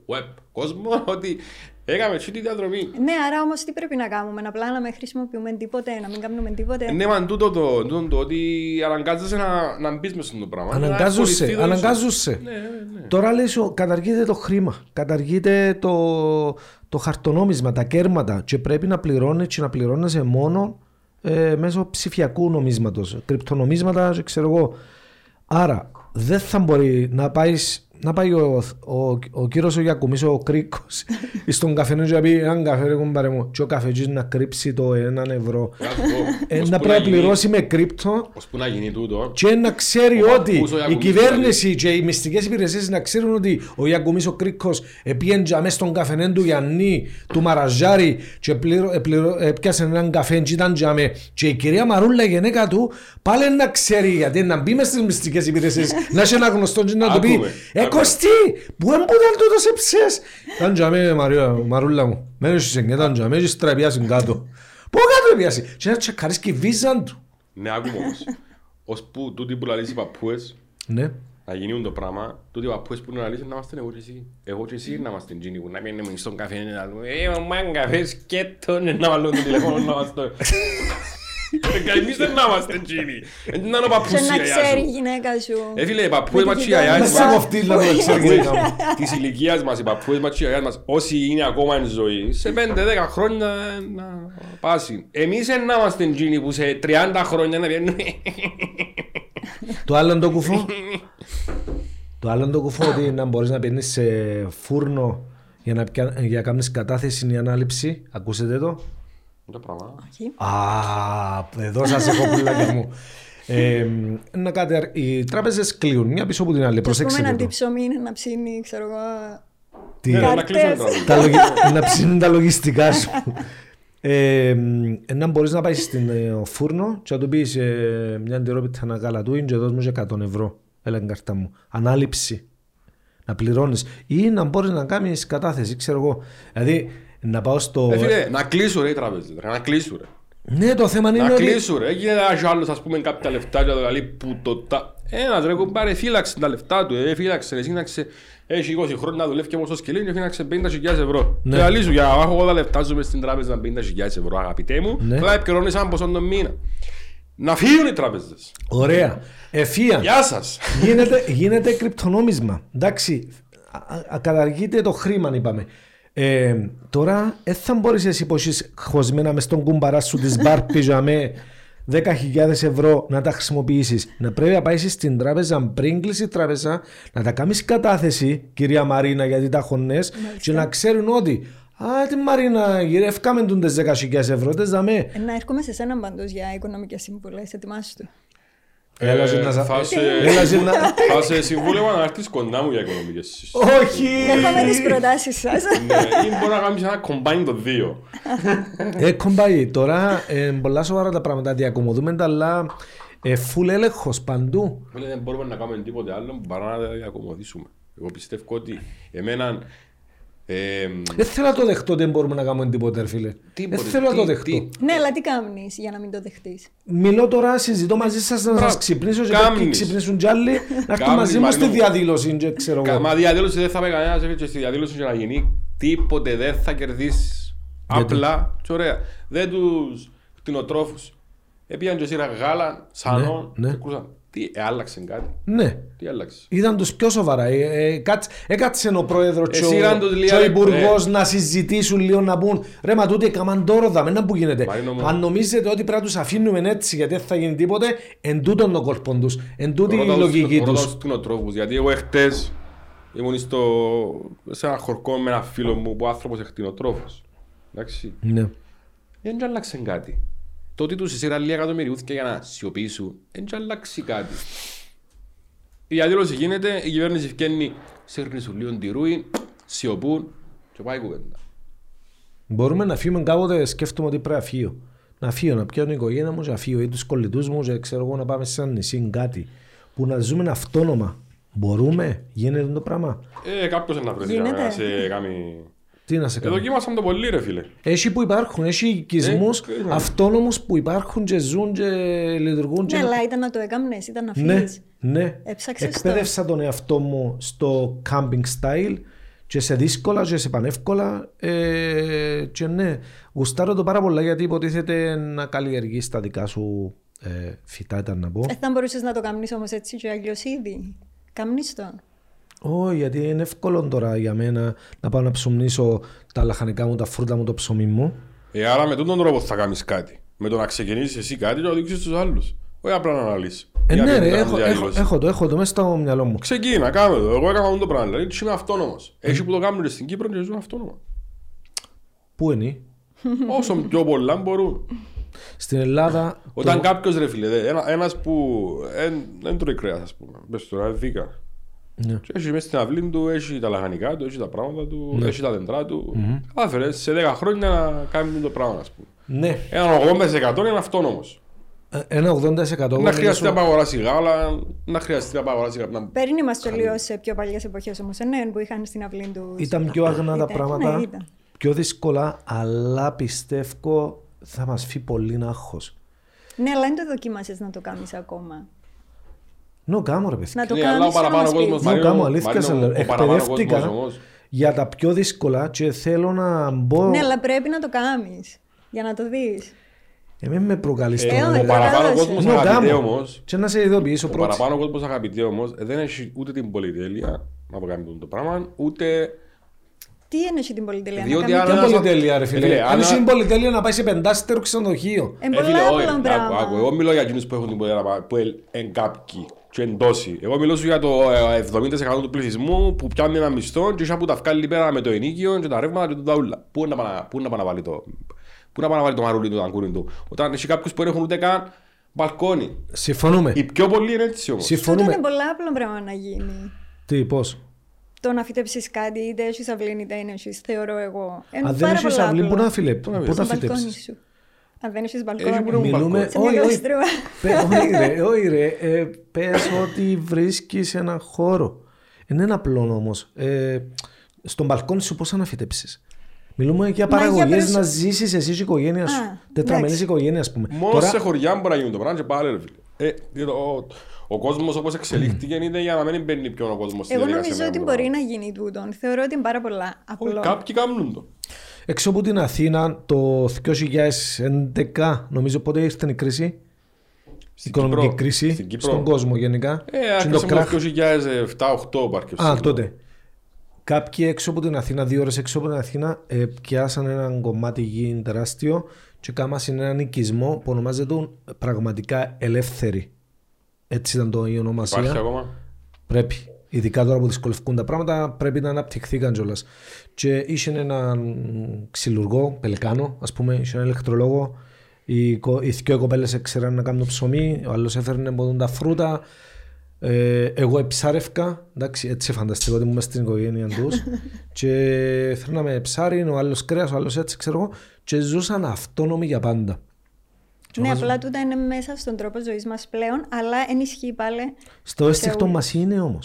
[SPEAKER 3] web κόσμο ότι έκαμε αυτή τη διαδρομή.
[SPEAKER 2] Ναι, άρα όμως τι πρέπει να κάνουμε, απλά να μην χρησιμοποιούμε τίποτε, να μην κάνουμε τίποτε.
[SPEAKER 3] Ναι, μα τούτο το, τούτο το ότι αναγκάζεσαι να, να μπεις μέσα στο πράγμα. Να
[SPEAKER 1] Αναγκάζουσε,
[SPEAKER 3] ασχοληθεί το-
[SPEAKER 1] αναγκάζουσε. Τώρα λες, ο- καταργείται το χρήμα, καταργείται το, το χαρτονόμισμα, τα κέρματα και πρέπει να πληρώνεις και να πληρώνεσαι μόνο ε, μέσω ψηφιακού νομίσματος, κρυπτονομίσματα και ξέρω εγώ. Άρα, δεν θα μπορεί να πάεις να πάει ο, ο, ο κύριος ο Γιακουμής, ο Κρίκος, στον καφενείο και να πει έναν καφέ ρε κουμπάρε μου και ο καφετζής να κρύψει το έναν ευρώ.
[SPEAKER 3] Να σου πω,
[SPEAKER 1] Ε,
[SPEAKER 3] ώσπου
[SPEAKER 1] να πρέπει να
[SPEAKER 3] γίνει-
[SPEAKER 1] πληρώσει με κρύπτο
[SPEAKER 3] Ώσπου να γίνει τούτο,
[SPEAKER 1] και να ξέρει
[SPEAKER 3] Ο
[SPEAKER 1] ότι
[SPEAKER 3] παππούς ο
[SPEAKER 1] η
[SPEAKER 3] Ιακουμής δηλαδή.
[SPEAKER 1] κυβέρνηση και οι μυστικές υπηρεσίες να ξέρουν ότι ο Ιακουμής ο Κρίκος πήγαινε μέσα στον καφενέ του Γιάννη, του Μαραζάρη, και πλήρω, ε, πλήρω, ε, πιάσε έναν καφέ, και ήταν τζαμέ. Και η κυρία Μαρούλα, η γυναίκα του, πάλι να ξέρει γιατί να μπει μέσα στις μυστικές υπηρεσίες, να έχει ένα γνωστό και να του πει
[SPEAKER 3] Άκουμε,
[SPEAKER 1] Ε,
[SPEAKER 3] άκουμε.
[SPEAKER 1] Κωστή, που δεν μπορούν το σε ψες. Ήταν τζαμέ, Μαρία, Μαρούλα μου, μένω σε ήταν τζαμέ, και στραπιάσουν κάτω. Πού κάτω πιάσει, και να τσακαρίσει και η βίζα του.
[SPEAKER 3] ναι, άκουμε όμως. Ώσπου τούτοι που λαλείς οι παππούες,
[SPEAKER 1] Ναι.
[SPEAKER 3] να γίνει το πράγμα, τότε ο Απόες που είναι αναλύσει να είμαστε εγώ και εσύ. Εγώ και εσύ να είμαστε τζίνι που να πιένουμε στον καφέ να λέμε «Ε, ο μάν καφέ σκέτον να βάλω το τηλέφωνο να μας το...» Εμείς δεν να είμαστε τζίνι. Δεν είναι ο παππούς
[SPEAKER 2] Και
[SPEAKER 3] η
[SPEAKER 2] να
[SPEAKER 3] γιαγιά
[SPEAKER 2] ξέρει η
[SPEAKER 3] σου.
[SPEAKER 2] γυναίκα σου.
[SPEAKER 3] Ε, φίλε, οι παππούες
[SPEAKER 2] Με
[SPEAKER 3] μας
[SPEAKER 2] τη
[SPEAKER 3] και οι γιαγιάς
[SPEAKER 1] Να
[SPEAKER 3] μας.
[SPEAKER 1] σε κοφτεί να το ξέρεις. τι να κάνω.
[SPEAKER 3] της ηλικίας μας, οι παππούες μας και οι γιαγιάς μας, όσοι είναι ακόμα εν ζωή, σε 5-10 χρόνια να πάσει. Εμείς δεν να είμαστε τζίνι που σε 30 χρόνια να βγαίνουμε.
[SPEAKER 1] Το άλλο το κουφό. Το άλλο το κουφό ότι να μπορείς να πίνεις σε φούρνο για να, πια- για να κάνεις κατάθεση ή ανάληψη. Ακούσετε το.
[SPEAKER 3] Το πράγμα.
[SPEAKER 2] Όχι.
[SPEAKER 1] Α, εδώ σας έχω πουλάκια μου. Ε, να κάτι, αρ- οι τράπεζες κλείουν μια πίσω από την άλλη.
[SPEAKER 2] Ας πούμε
[SPEAKER 1] Προσέξτε.
[SPEAKER 2] ένα
[SPEAKER 1] το.
[SPEAKER 2] αντιψωμί είναι να ψήνει, ξέρω εγώ.
[SPEAKER 1] Τι, ε?
[SPEAKER 3] Ναι, να
[SPEAKER 2] Καρτές.
[SPEAKER 3] κλείσουμε το
[SPEAKER 1] τα
[SPEAKER 3] τραγούδι.
[SPEAKER 1] λογι... να ψήνουν τα λογιστικά σου. Ε, μ, να μπορείς να πάεις στην ε, φούρνο και να του πεις ε, μια αντιρρόπιτα να καλά του και δώσ' μου και 100 ευρώ. Έλα την καρτά μου. Ανάληψη. Να πληρώνεις. Ή να μπορείς να κάνεις κατάθεση, ξέρω εγώ. Δηλαδή να πάω στο.
[SPEAKER 3] Ε, φίλε, να κλείσουν ρε οι τράπεζες, ρε, να κλείσουν ρε.
[SPEAKER 1] Ναι, το θέμα είναι
[SPEAKER 3] Να
[SPEAKER 1] ότι.
[SPEAKER 3] κλείσουν ρε, έγινε ένας άλλος ας πούμε κάποια λεφτά και να το λέει που το τα... Ένας ρε κουμπάρε φύλαξε τα λεφτά του, ε, φύλαξε ρε, σύναξε, έχει 20 χρόνια να δουλεύει και μόνος σκελίνιο, φύλαξε 50.000 ευρώ.
[SPEAKER 1] Ναι.
[SPEAKER 3] Ναι. Και αλήσου, για να έχω όλα τα λεφτά σου μες στην τράπεζα 50.000 ευρώ αγαπητέ μου,
[SPEAKER 1] Ναι.
[SPEAKER 3] θα επικοινωνείς ένα ποσό τον μήνα. Να φύγουν οι τράπεζες.
[SPEAKER 1] Ωραία. Εφία.
[SPEAKER 3] Γεια σας.
[SPEAKER 1] γίνεται, γίνεται κρυπτονόμισμα. Εντάξει, α- α- καταργείται το χρήμα, είπαμε. Ε, τώρα, δεν θα μπορείς εσύ που είσαι χωσμένα μες στον κουμπαρά σου της μπαρ πιζαμέ 10.000 ευρώ να τα χρησιμοποιήσεις. Να πρέπει να πάει στην τράπεζα πριν κλείσει η τράπεζα, να τα κάνεις κατάθεση, κυρία Μαρίνα, γιατί τα χωνέ, και να ξέρουν ότι. Α, τη Μαρίνα, γυρεύκαμε τον τι 10.000 ευρώ, τες δαμέ.
[SPEAKER 2] Ε, Να έρχομαι σε σένα παντού για οικονομικές συμβουλές, ετοιμάσου του.
[SPEAKER 1] Έλα, σε
[SPEAKER 3] Ε,
[SPEAKER 1] να σα-
[SPEAKER 3] θα σε-
[SPEAKER 1] έλα, σε να-
[SPEAKER 3] Θα σε συμβούλευα να έρθεις κοντά μου για οικονομικές.
[SPEAKER 1] Όχι!
[SPEAKER 2] Έρχομαι
[SPEAKER 1] ε,
[SPEAKER 2] τις προτάσεις σας.
[SPEAKER 3] Ναι, ή μπορεί να κάνεις ένα combine το δύο.
[SPEAKER 1] Ε, κομπάι, τώρα ε, πολλά σοβαρά τα πράγματα. Διακομωδούμε τα, αλλά ε, φουλ έλεγχος παντού.
[SPEAKER 3] Φίλε, δεν μπορούμε να κάνουμε τίποτε άλλο παρά να τα διακομωδήσουμε. Εγώ πιστεύω ότι εμένα. Ε,
[SPEAKER 1] Δεν θέλω να το δεχτώ, δεν μπορούμε να κάνουμε τίποτα, ρε φίλε.
[SPEAKER 3] Τι
[SPEAKER 1] Δεν
[SPEAKER 3] μπορεί-
[SPEAKER 1] θέλω να
[SPEAKER 3] τι-
[SPEAKER 1] το δεχτώ.
[SPEAKER 3] τι-
[SPEAKER 2] Ναι, αλλά τι κάνεις για να μην το δεχτείς.
[SPEAKER 1] Μιλώ τώρα, συζητώ μαζί σας να
[SPEAKER 3] Μπράβο.
[SPEAKER 1] σας ξυπνήσω. Και
[SPEAKER 3] Κάμνης.
[SPEAKER 1] κάποιοι ξυπνήσουν κι άλλοι να έρθουν
[SPEAKER 3] Κάμνης,
[SPEAKER 1] μαζί μας στη
[SPEAKER 3] Μαρίνο μου.
[SPEAKER 1] διαδήλωση. και ξέρω εγώ.
[SPEAKER 3] Καμά διαδήλωση δεν θα πάει κανένα έφυγε στη διαδήλωση για να γίνει. Τίποτε δεν θα κερδίσεις. Απλά και ωραία. Δεν τους κτηνοτρόφους. Έπιαν και σειρά γάλα, σανό.
[SPEAKER 1] Ναι, ναι.
[SPEAKER 3] και κρούσαν. Τι ε, άλλαξε κάτι.
[SPEAKER 1] Ναι,
[SPEAKER 3] Τι άλλαξε.
[SPEAKER 1] ήταν τους πιο σοβαρά. Ε, ε, κάτσε- Έκατσε ο πρόεδρος και ο,
[SPEAKER 3] Εσύ ήταν τους
[SPEAKER 1] και
[SPEAKER 3] λίγα-
[SPEAKER 1] ο υπουργός
[SPEAKER 3] ε.
[SPEAKER 1] να συζητήσουν λίγο να πούν ρε μα τούτοι έκαναν τώρα δα, μένα που γίνεται.
[SPEAKER 3] Μαρίνο μου.
[SPEAKER 1] Αν νομίζετε ότι πρέπει να τους αφήνουμε έτσι γιατί δεν θα γίνει τίποτε, εν τούτον το κόλπο τους. Εν τούτη η
[SPEAKER 3] Ρώτα τους-
[SPEAKER 1] λογική
[SPEAKER 3] ρώτα
[SPEAKER 1] τους.
[SPEAKER 3] τους κτηνοτρόφους, γιατί εγώ εχθές ήμουν στο, σε ένα χορκό με ένα φίλο μου που άνθρωπος εκτινοτρόφος. Εντάξει.
[SPEAKER 1] Ναι.
[SPEAKER 3] δεν και άλλαξε κάτι. Το ότι τους εισήρα λίγα εκατομμυριούθηκε για να σιωπήσουν, δεν και άλλαξε κάτι. Η διαδήλωση γίνεται, η κυβέρνηση βγαίνει, σέρνει σου λίγο τη ρούη, σιωπούν και πάει η κουβέντα.
[SPEAKER 1] Μπορούμε να φύγουμε κάποτε, σκέφτομαι ότι πρέπει να φύγω. Να φύγω, να πιάνω την οικογένεια μου, και να φύγω ή τους κολλητούς μου, και ξέρω εγώ να πάμε σε ένα νησί κάτι που να ζούμε αυτόνομα. Μπορούμε, γίνεται το πράγμα.
[SPEAKER 3] Ε, κάποιος να βρεθεί
[SPEAKER 2] Γίνεται.
[SPEAKER 3] να σε κάνει...
[SPEAKER 1] Τι να σε
[SPEAKER 3] Ε,
[SPEAKER 1] κάνω.
[SPEAKER 3] δοκίμασαν το πολύ ρε φίλε.
[SPEAKER 1] Έχει που υπάρχουν, έχει οικισμούς
[SPEAKER 3] Ε, ε,
[SPEAKER 1] αυτόνομους που υπάρχουν και ζουν και λειτουργούν. Και...
[SPEAKER 2] Ναι, αλλά ήταν να το έκαμνες, ήταν να
[SPEAKER 1] ναι,
[SPEAKER 2] φύγεις.
[SPEAKER 1] ναι.
[SPEAKER 2] Έψαξες το.
[SPEAKER 1] Εκπαίδευσα τον εαυτό μου στο camping style και σε δύσκολα και σε πανεύκολα ε, και ναι, γουστάρω το πάρα πολλά γιατί υποτίθεται να καλλιεργείς τα δικά σου ε, φυτά ήταν να πω.
[SPEAKER 2] Ε, Θα μπορούσες να το κάνεις όμως έτσι και αλλιώς ήδη. Καμνείς το.
[SPEAKER 1] Όχι, γιατί είναι εύκολο τώρα για μένα να πάω να ψωμνίσω τα λαχανικά μου, τα φρούτα μου, το ψωμί μου.
[SPEAKER 3] Ε, άρα με τον τρόπο θα κάνεις κάτι. Με το να ξεκινήσεις εσύ κάτι και να δείξεις στους άλλους. Όχι απλά να αναλύσεις.
[SPEAKER 1] Ε, ναι, ρε, έχω, έχω, έχω, το, έχω το μέσα στο μυαλό μου.
[SPEAKER 3] Ξεκίνα, κάμε το. Εγώ έκανα αυτό το πράγμα. Δηλαδή, είμαι αυτόνομος. Έχει που το κάνουν και στην Κύπρο και ζουν αυτόνομα.
[SPEAKER 1] Πού είναι?
[SPEAKER 3] Όσο πιο πολλά μπορούν.
[SPEAKER 1] Στην Ελλάδα.
[SPEAKER 3] Όταν κάποιος ρε φίλε, ένα που εν- δεν τρώει κρέας, ας πούμε. Μπε τώρα, δίκα.
[SPEAKER 1] Ναι.
[SPEAKER 3] Και έχει μέσα στην αυλή του, έχει τα λαχανικά του, έχει τα πράγματα του, έχει τα δέντρα του. Κατάφερε σε 10 χρόνια να κάνει το πράγμα, ας πούμε.
[SPEAKER 1] Ναι,
[SPEAKER 3] Ένα 80% είναι αυτόνομος.
[SPEAKER 1] Ε, ένα 80%.
[SPEAKER 3] Να χρειαστεί να πάει αγοράσει γάλα, να χρειαστεί να πάει αγοράσει κάποια.
[SPEAKER 2] Παίρνει μας το λίγο σε πιο παλιές εποχές όμως, ε, ναι, που είχαν στην αυλή του.
[SPEAKER 1] Ήταν πιο αγνά τα
[SPEAKER 2] Ήταν,
[SPEAKER 1] πράγματα,
[SPEAKER 2] ναι, ήταν.
[SPEAKER 1] πιο δύσκολα, αλλά πιστεύω θα μας φύγει πολύ άγχος.
[SPEAKER 2] Ναι, αλλά δεν το δοκίμασες να το κάνεις ακόμα.
[SPEAKER 1] Νο κάμω ρε παιδιά.
[SPEAKER 2] Να το
[SPEAKER 3] Ναι, αλλά ο
[SPEAKER 2] κάνεις
[SPEAKER 3] παραπάνω κόσμος
[SPEAKER 1] Νο
[SPEAKER 3] Μαριό,
[SPEAKER 1] κάμω αλήθεια.
[SPEAKER 3] Μαριό,
[SPEAKER 1] σε λέω.
[SPEAKER 3] ο παραπάνω
[SPEAKER 1] Εκπαιδεύτηκα
[SPEAKER 3] κόσμος όμως.
[SPEAKER 1] για τα πιο δύσκολα και θέλω να μπω...
[SPEAKER 2] Ναι, αλλά πρέπει να το κάνεις. Για να το δεις.
[SPEAKER 1] Εμένα με προκαλείς
[SPEAKER 3] Ε,
[SPEAKER 1] τώρα.
[SPEAKER 2] ο
[SPEAKER 1] να
[SPEAKER 3] Ο
[SPEAKER 1] λέω.
[SPEAKER 3] παραπάνω
[SPEAKER 2] κατάλαβες.
[SPEAKER 3] κόσμος
[SPEAKER 1] Νο
[SPEAKER 3] αγαπητέ
[SPEAKER 1] κάμω.
[SPEAKER 3] όμως.
[SPEAKER 1] Και να σε ειδοποιήσω
[SPEAKER 3] Ο
[SPEAKER 1] πρώτα.
[SPEAKER 3] παραπάνω κόσμος αγαπητέ όμως ε, δεν έχει ούτε την πολυτέλεια να το κάνει το πράγμα, ούτε
[SPEAKER 2] Τι ένωση την πολυτελεία
[SPEAKER 3] Διότι
[SPEAKER 2] να
[SPEAKER 3] αν-
[SPEAKER 1] Ποια
[SPEAKER 2] κάνει
[SPEAKER 3] Ένας-
[SPEAKER 1] πολυτέλεια ρε
[SPEAKER 3] Ε, φίλε,
[SPEAKER 1] φίλε. Αν
[SPEAKER 3] αν-
[SPEAKER 1] είσαι την πολυτέλεια να πάει σε πεντάστερο ξενοδοχείο.
[SPEAKER 2] και... Εν
[SPEAKER 3] Ε, φίλε,
[SPEAKER 2] πολλά
[SPEAKER 3] όχι,
[SPEAKER 2] απλό
[SPEAKER 3] άκου,
[SPEAKER 2] πράγμα.
[SPEAKER 3] άκου, Εγώ μιλώ για εκείνους που έχουν την πορεία να πάνε, που εν- εν κάποιοι και εν τόσοι. Εγώ μιλώ σου για το ε, 70% του πληθυσμού που πιάνει ένα μισθό και ίσα που τα βγάλει πέρα με το ενίκιο και τα ρεύματα και τα ούλα. Πού να πάνε- πού να πάνε να βάλει το... Πού να πάνε να βάλει το μαρούλι του, το αγκούρι του. Όταν έχει κάποιους που δεν έχουν ούτε καν μπαλκόνι.
[SPEAKER 1] Συμφωνούμε.
[SPEAKER 3] Οι πιο πολλοί είναι έτσι όμως.
[SPEAKER 2] Αυτό είναι
[SPEAKER 1] Συμφωνούμε.
[SPEAKER 2] πολλά απλό πράγμα να γίνει.
[SPEAKER 1] Τι, πώς.
[SPEAKER 2] Το να φυτέψεις κάτι, είτε έχεις αυλήν είτε δεν έχεις, θεωρώ εγώ. Είναι
[SPEAKER 1] Αν δεν
[SPEAKER 2] πάρα
[SPEAKER 1] έχεις
[SPEAKER 2] πολλά
[SPEAKER 1] αυλή,
[SPEAKER 2] απλό.
[SPEAKER 1] πού να φίλε, πού
[SPEAKER 3] Πού να
[SPEAKER 1] να
[SPEAKER 2] Στο μπαλκόνι
[SPEAKER 1] φυτέψεις.
[SPEAKER 2] σου. Αν δεν έχεις
[SPEAKER 3] Έχει που να
[SPEAKER 2] μπαλκόνι.
[SPEAKER 3] μου-
[SPEAKER 1] Μιλούμε,
[SPEAKER 2] Σε
[SPEAKER 1] όχι, όχι,
[SPEAKER 2] μεγαλοστρούα.
[SPEAKER 1] Πε- όχι ρε, όχι ρε, Ε, πες ότι βρίσκεις έναν χώρο. Είναι ένα απλό όμως. Ε, στον μπαλκόνι σου πώς θα αναφυτέψεις. Μιλούμε για
[SPEAKER 2] Μα για
[SPEAKER 1] παραγωγές
[SPEAKER 2] περισσο-
[SPEAKER 1] να ζήσεις εσύ η οικογένεια σου.
[SPEAKER 2] Α,
[SPEAKER 1] Τετραμελής
[SPEAKER 2] εντάξει.
[SPEAKER 1] οικογένειας ας πούμε.
[SPEAKER 3] Μόνο σε χωριά μπορεί να γίνει το πράγμα και πάλι ρε φίλε. Ε, δηλαδή, ο, ο κόσμος όπως εξελίχθηκε είναι για να μην μπαίνει πιο ο κόσμος στη
[SPEAKER 2] Εγώ
[SPEAKER 3] διαδικασία
[SPEAKER 2] νομίζω
[SPEAKER 3] να
[SPEAKER 2] ότι
[SPEAKER 3] κάνει το
[SPEAKER 2] μπορεί
[SPEAKER 3] πράγμα.
[SPEAKER 2] να γίνει τούτον. Θεωρώ ότι είναι πάρα πολλά απλό.
[SPEAKER 3] Κάποιοι κάνουν το.
[SPEAKER 1] Έξω από την Αθήνα το 2011 νομίζω πότε ήρθε η κρίση. Η
[SPEAKER 3] Στην
[SPEAKER 1] οικονομική
[SPEAKER 3] Κύπρο.
[SPEAKER 1] κρίση
[SPEAKER 3] Στην Κύπρο.
[SPEAKER 1] στον κόσμο γενικά. Και
[SPEAKER 3] Ε, άρχισε με το 2007-2008 παρκευσή.
[SPEAKER 1] Α, τότε. Κάποιοι έξω από την Αθήνα, δύο ώρες έξω από την Αθήνα, ε, πιάσαν ένα κομμάτι γη τεράστιο και κάμασαν έναν οικισμό που ονομάζεται πραγματικά ελεύθερη. Έτσι ήταν το η ονομασία.
[SPEAKER 3] Υπάρχει ακόμα.
[SPEAKER 1] Πρέπει. Ειδικά τώρα που δυσκολευκούν τα πράγματα, πρέπει να αναπτυχθήκαν κιόλας. Και είχε έναν ξυλουργό, πελεκάνο, ας πούμε, είχε έναν ηλεκτρολόγο. Οι, κο- οι δυο κοπέλες ξέραν να κάνουν ψωμί, ο άλλος έφερνε από τα φρούτα. Ε, εγώ εψάρευκα, εντάξει, έτσι φανταστικό ότι ήμουν μες στην οικογένεια τους. και φέρναμε ψάρι, ο άλλος κρέας, ο άλλος έτσι, ξέρω εγώ. Και ζούσαν αυτόνομοι για πάντα.
[SPEAKER 2] Ναι, απλά τούτα είναι μέσα στον τρόπο ζωής μας πλέον, αλλά ενισχύει πάλι.
[SPEAKER 1] Στο αίσθηκτο
[SPEAKER 2] όλους.
[SPEAKER 1] μας είναι όμως.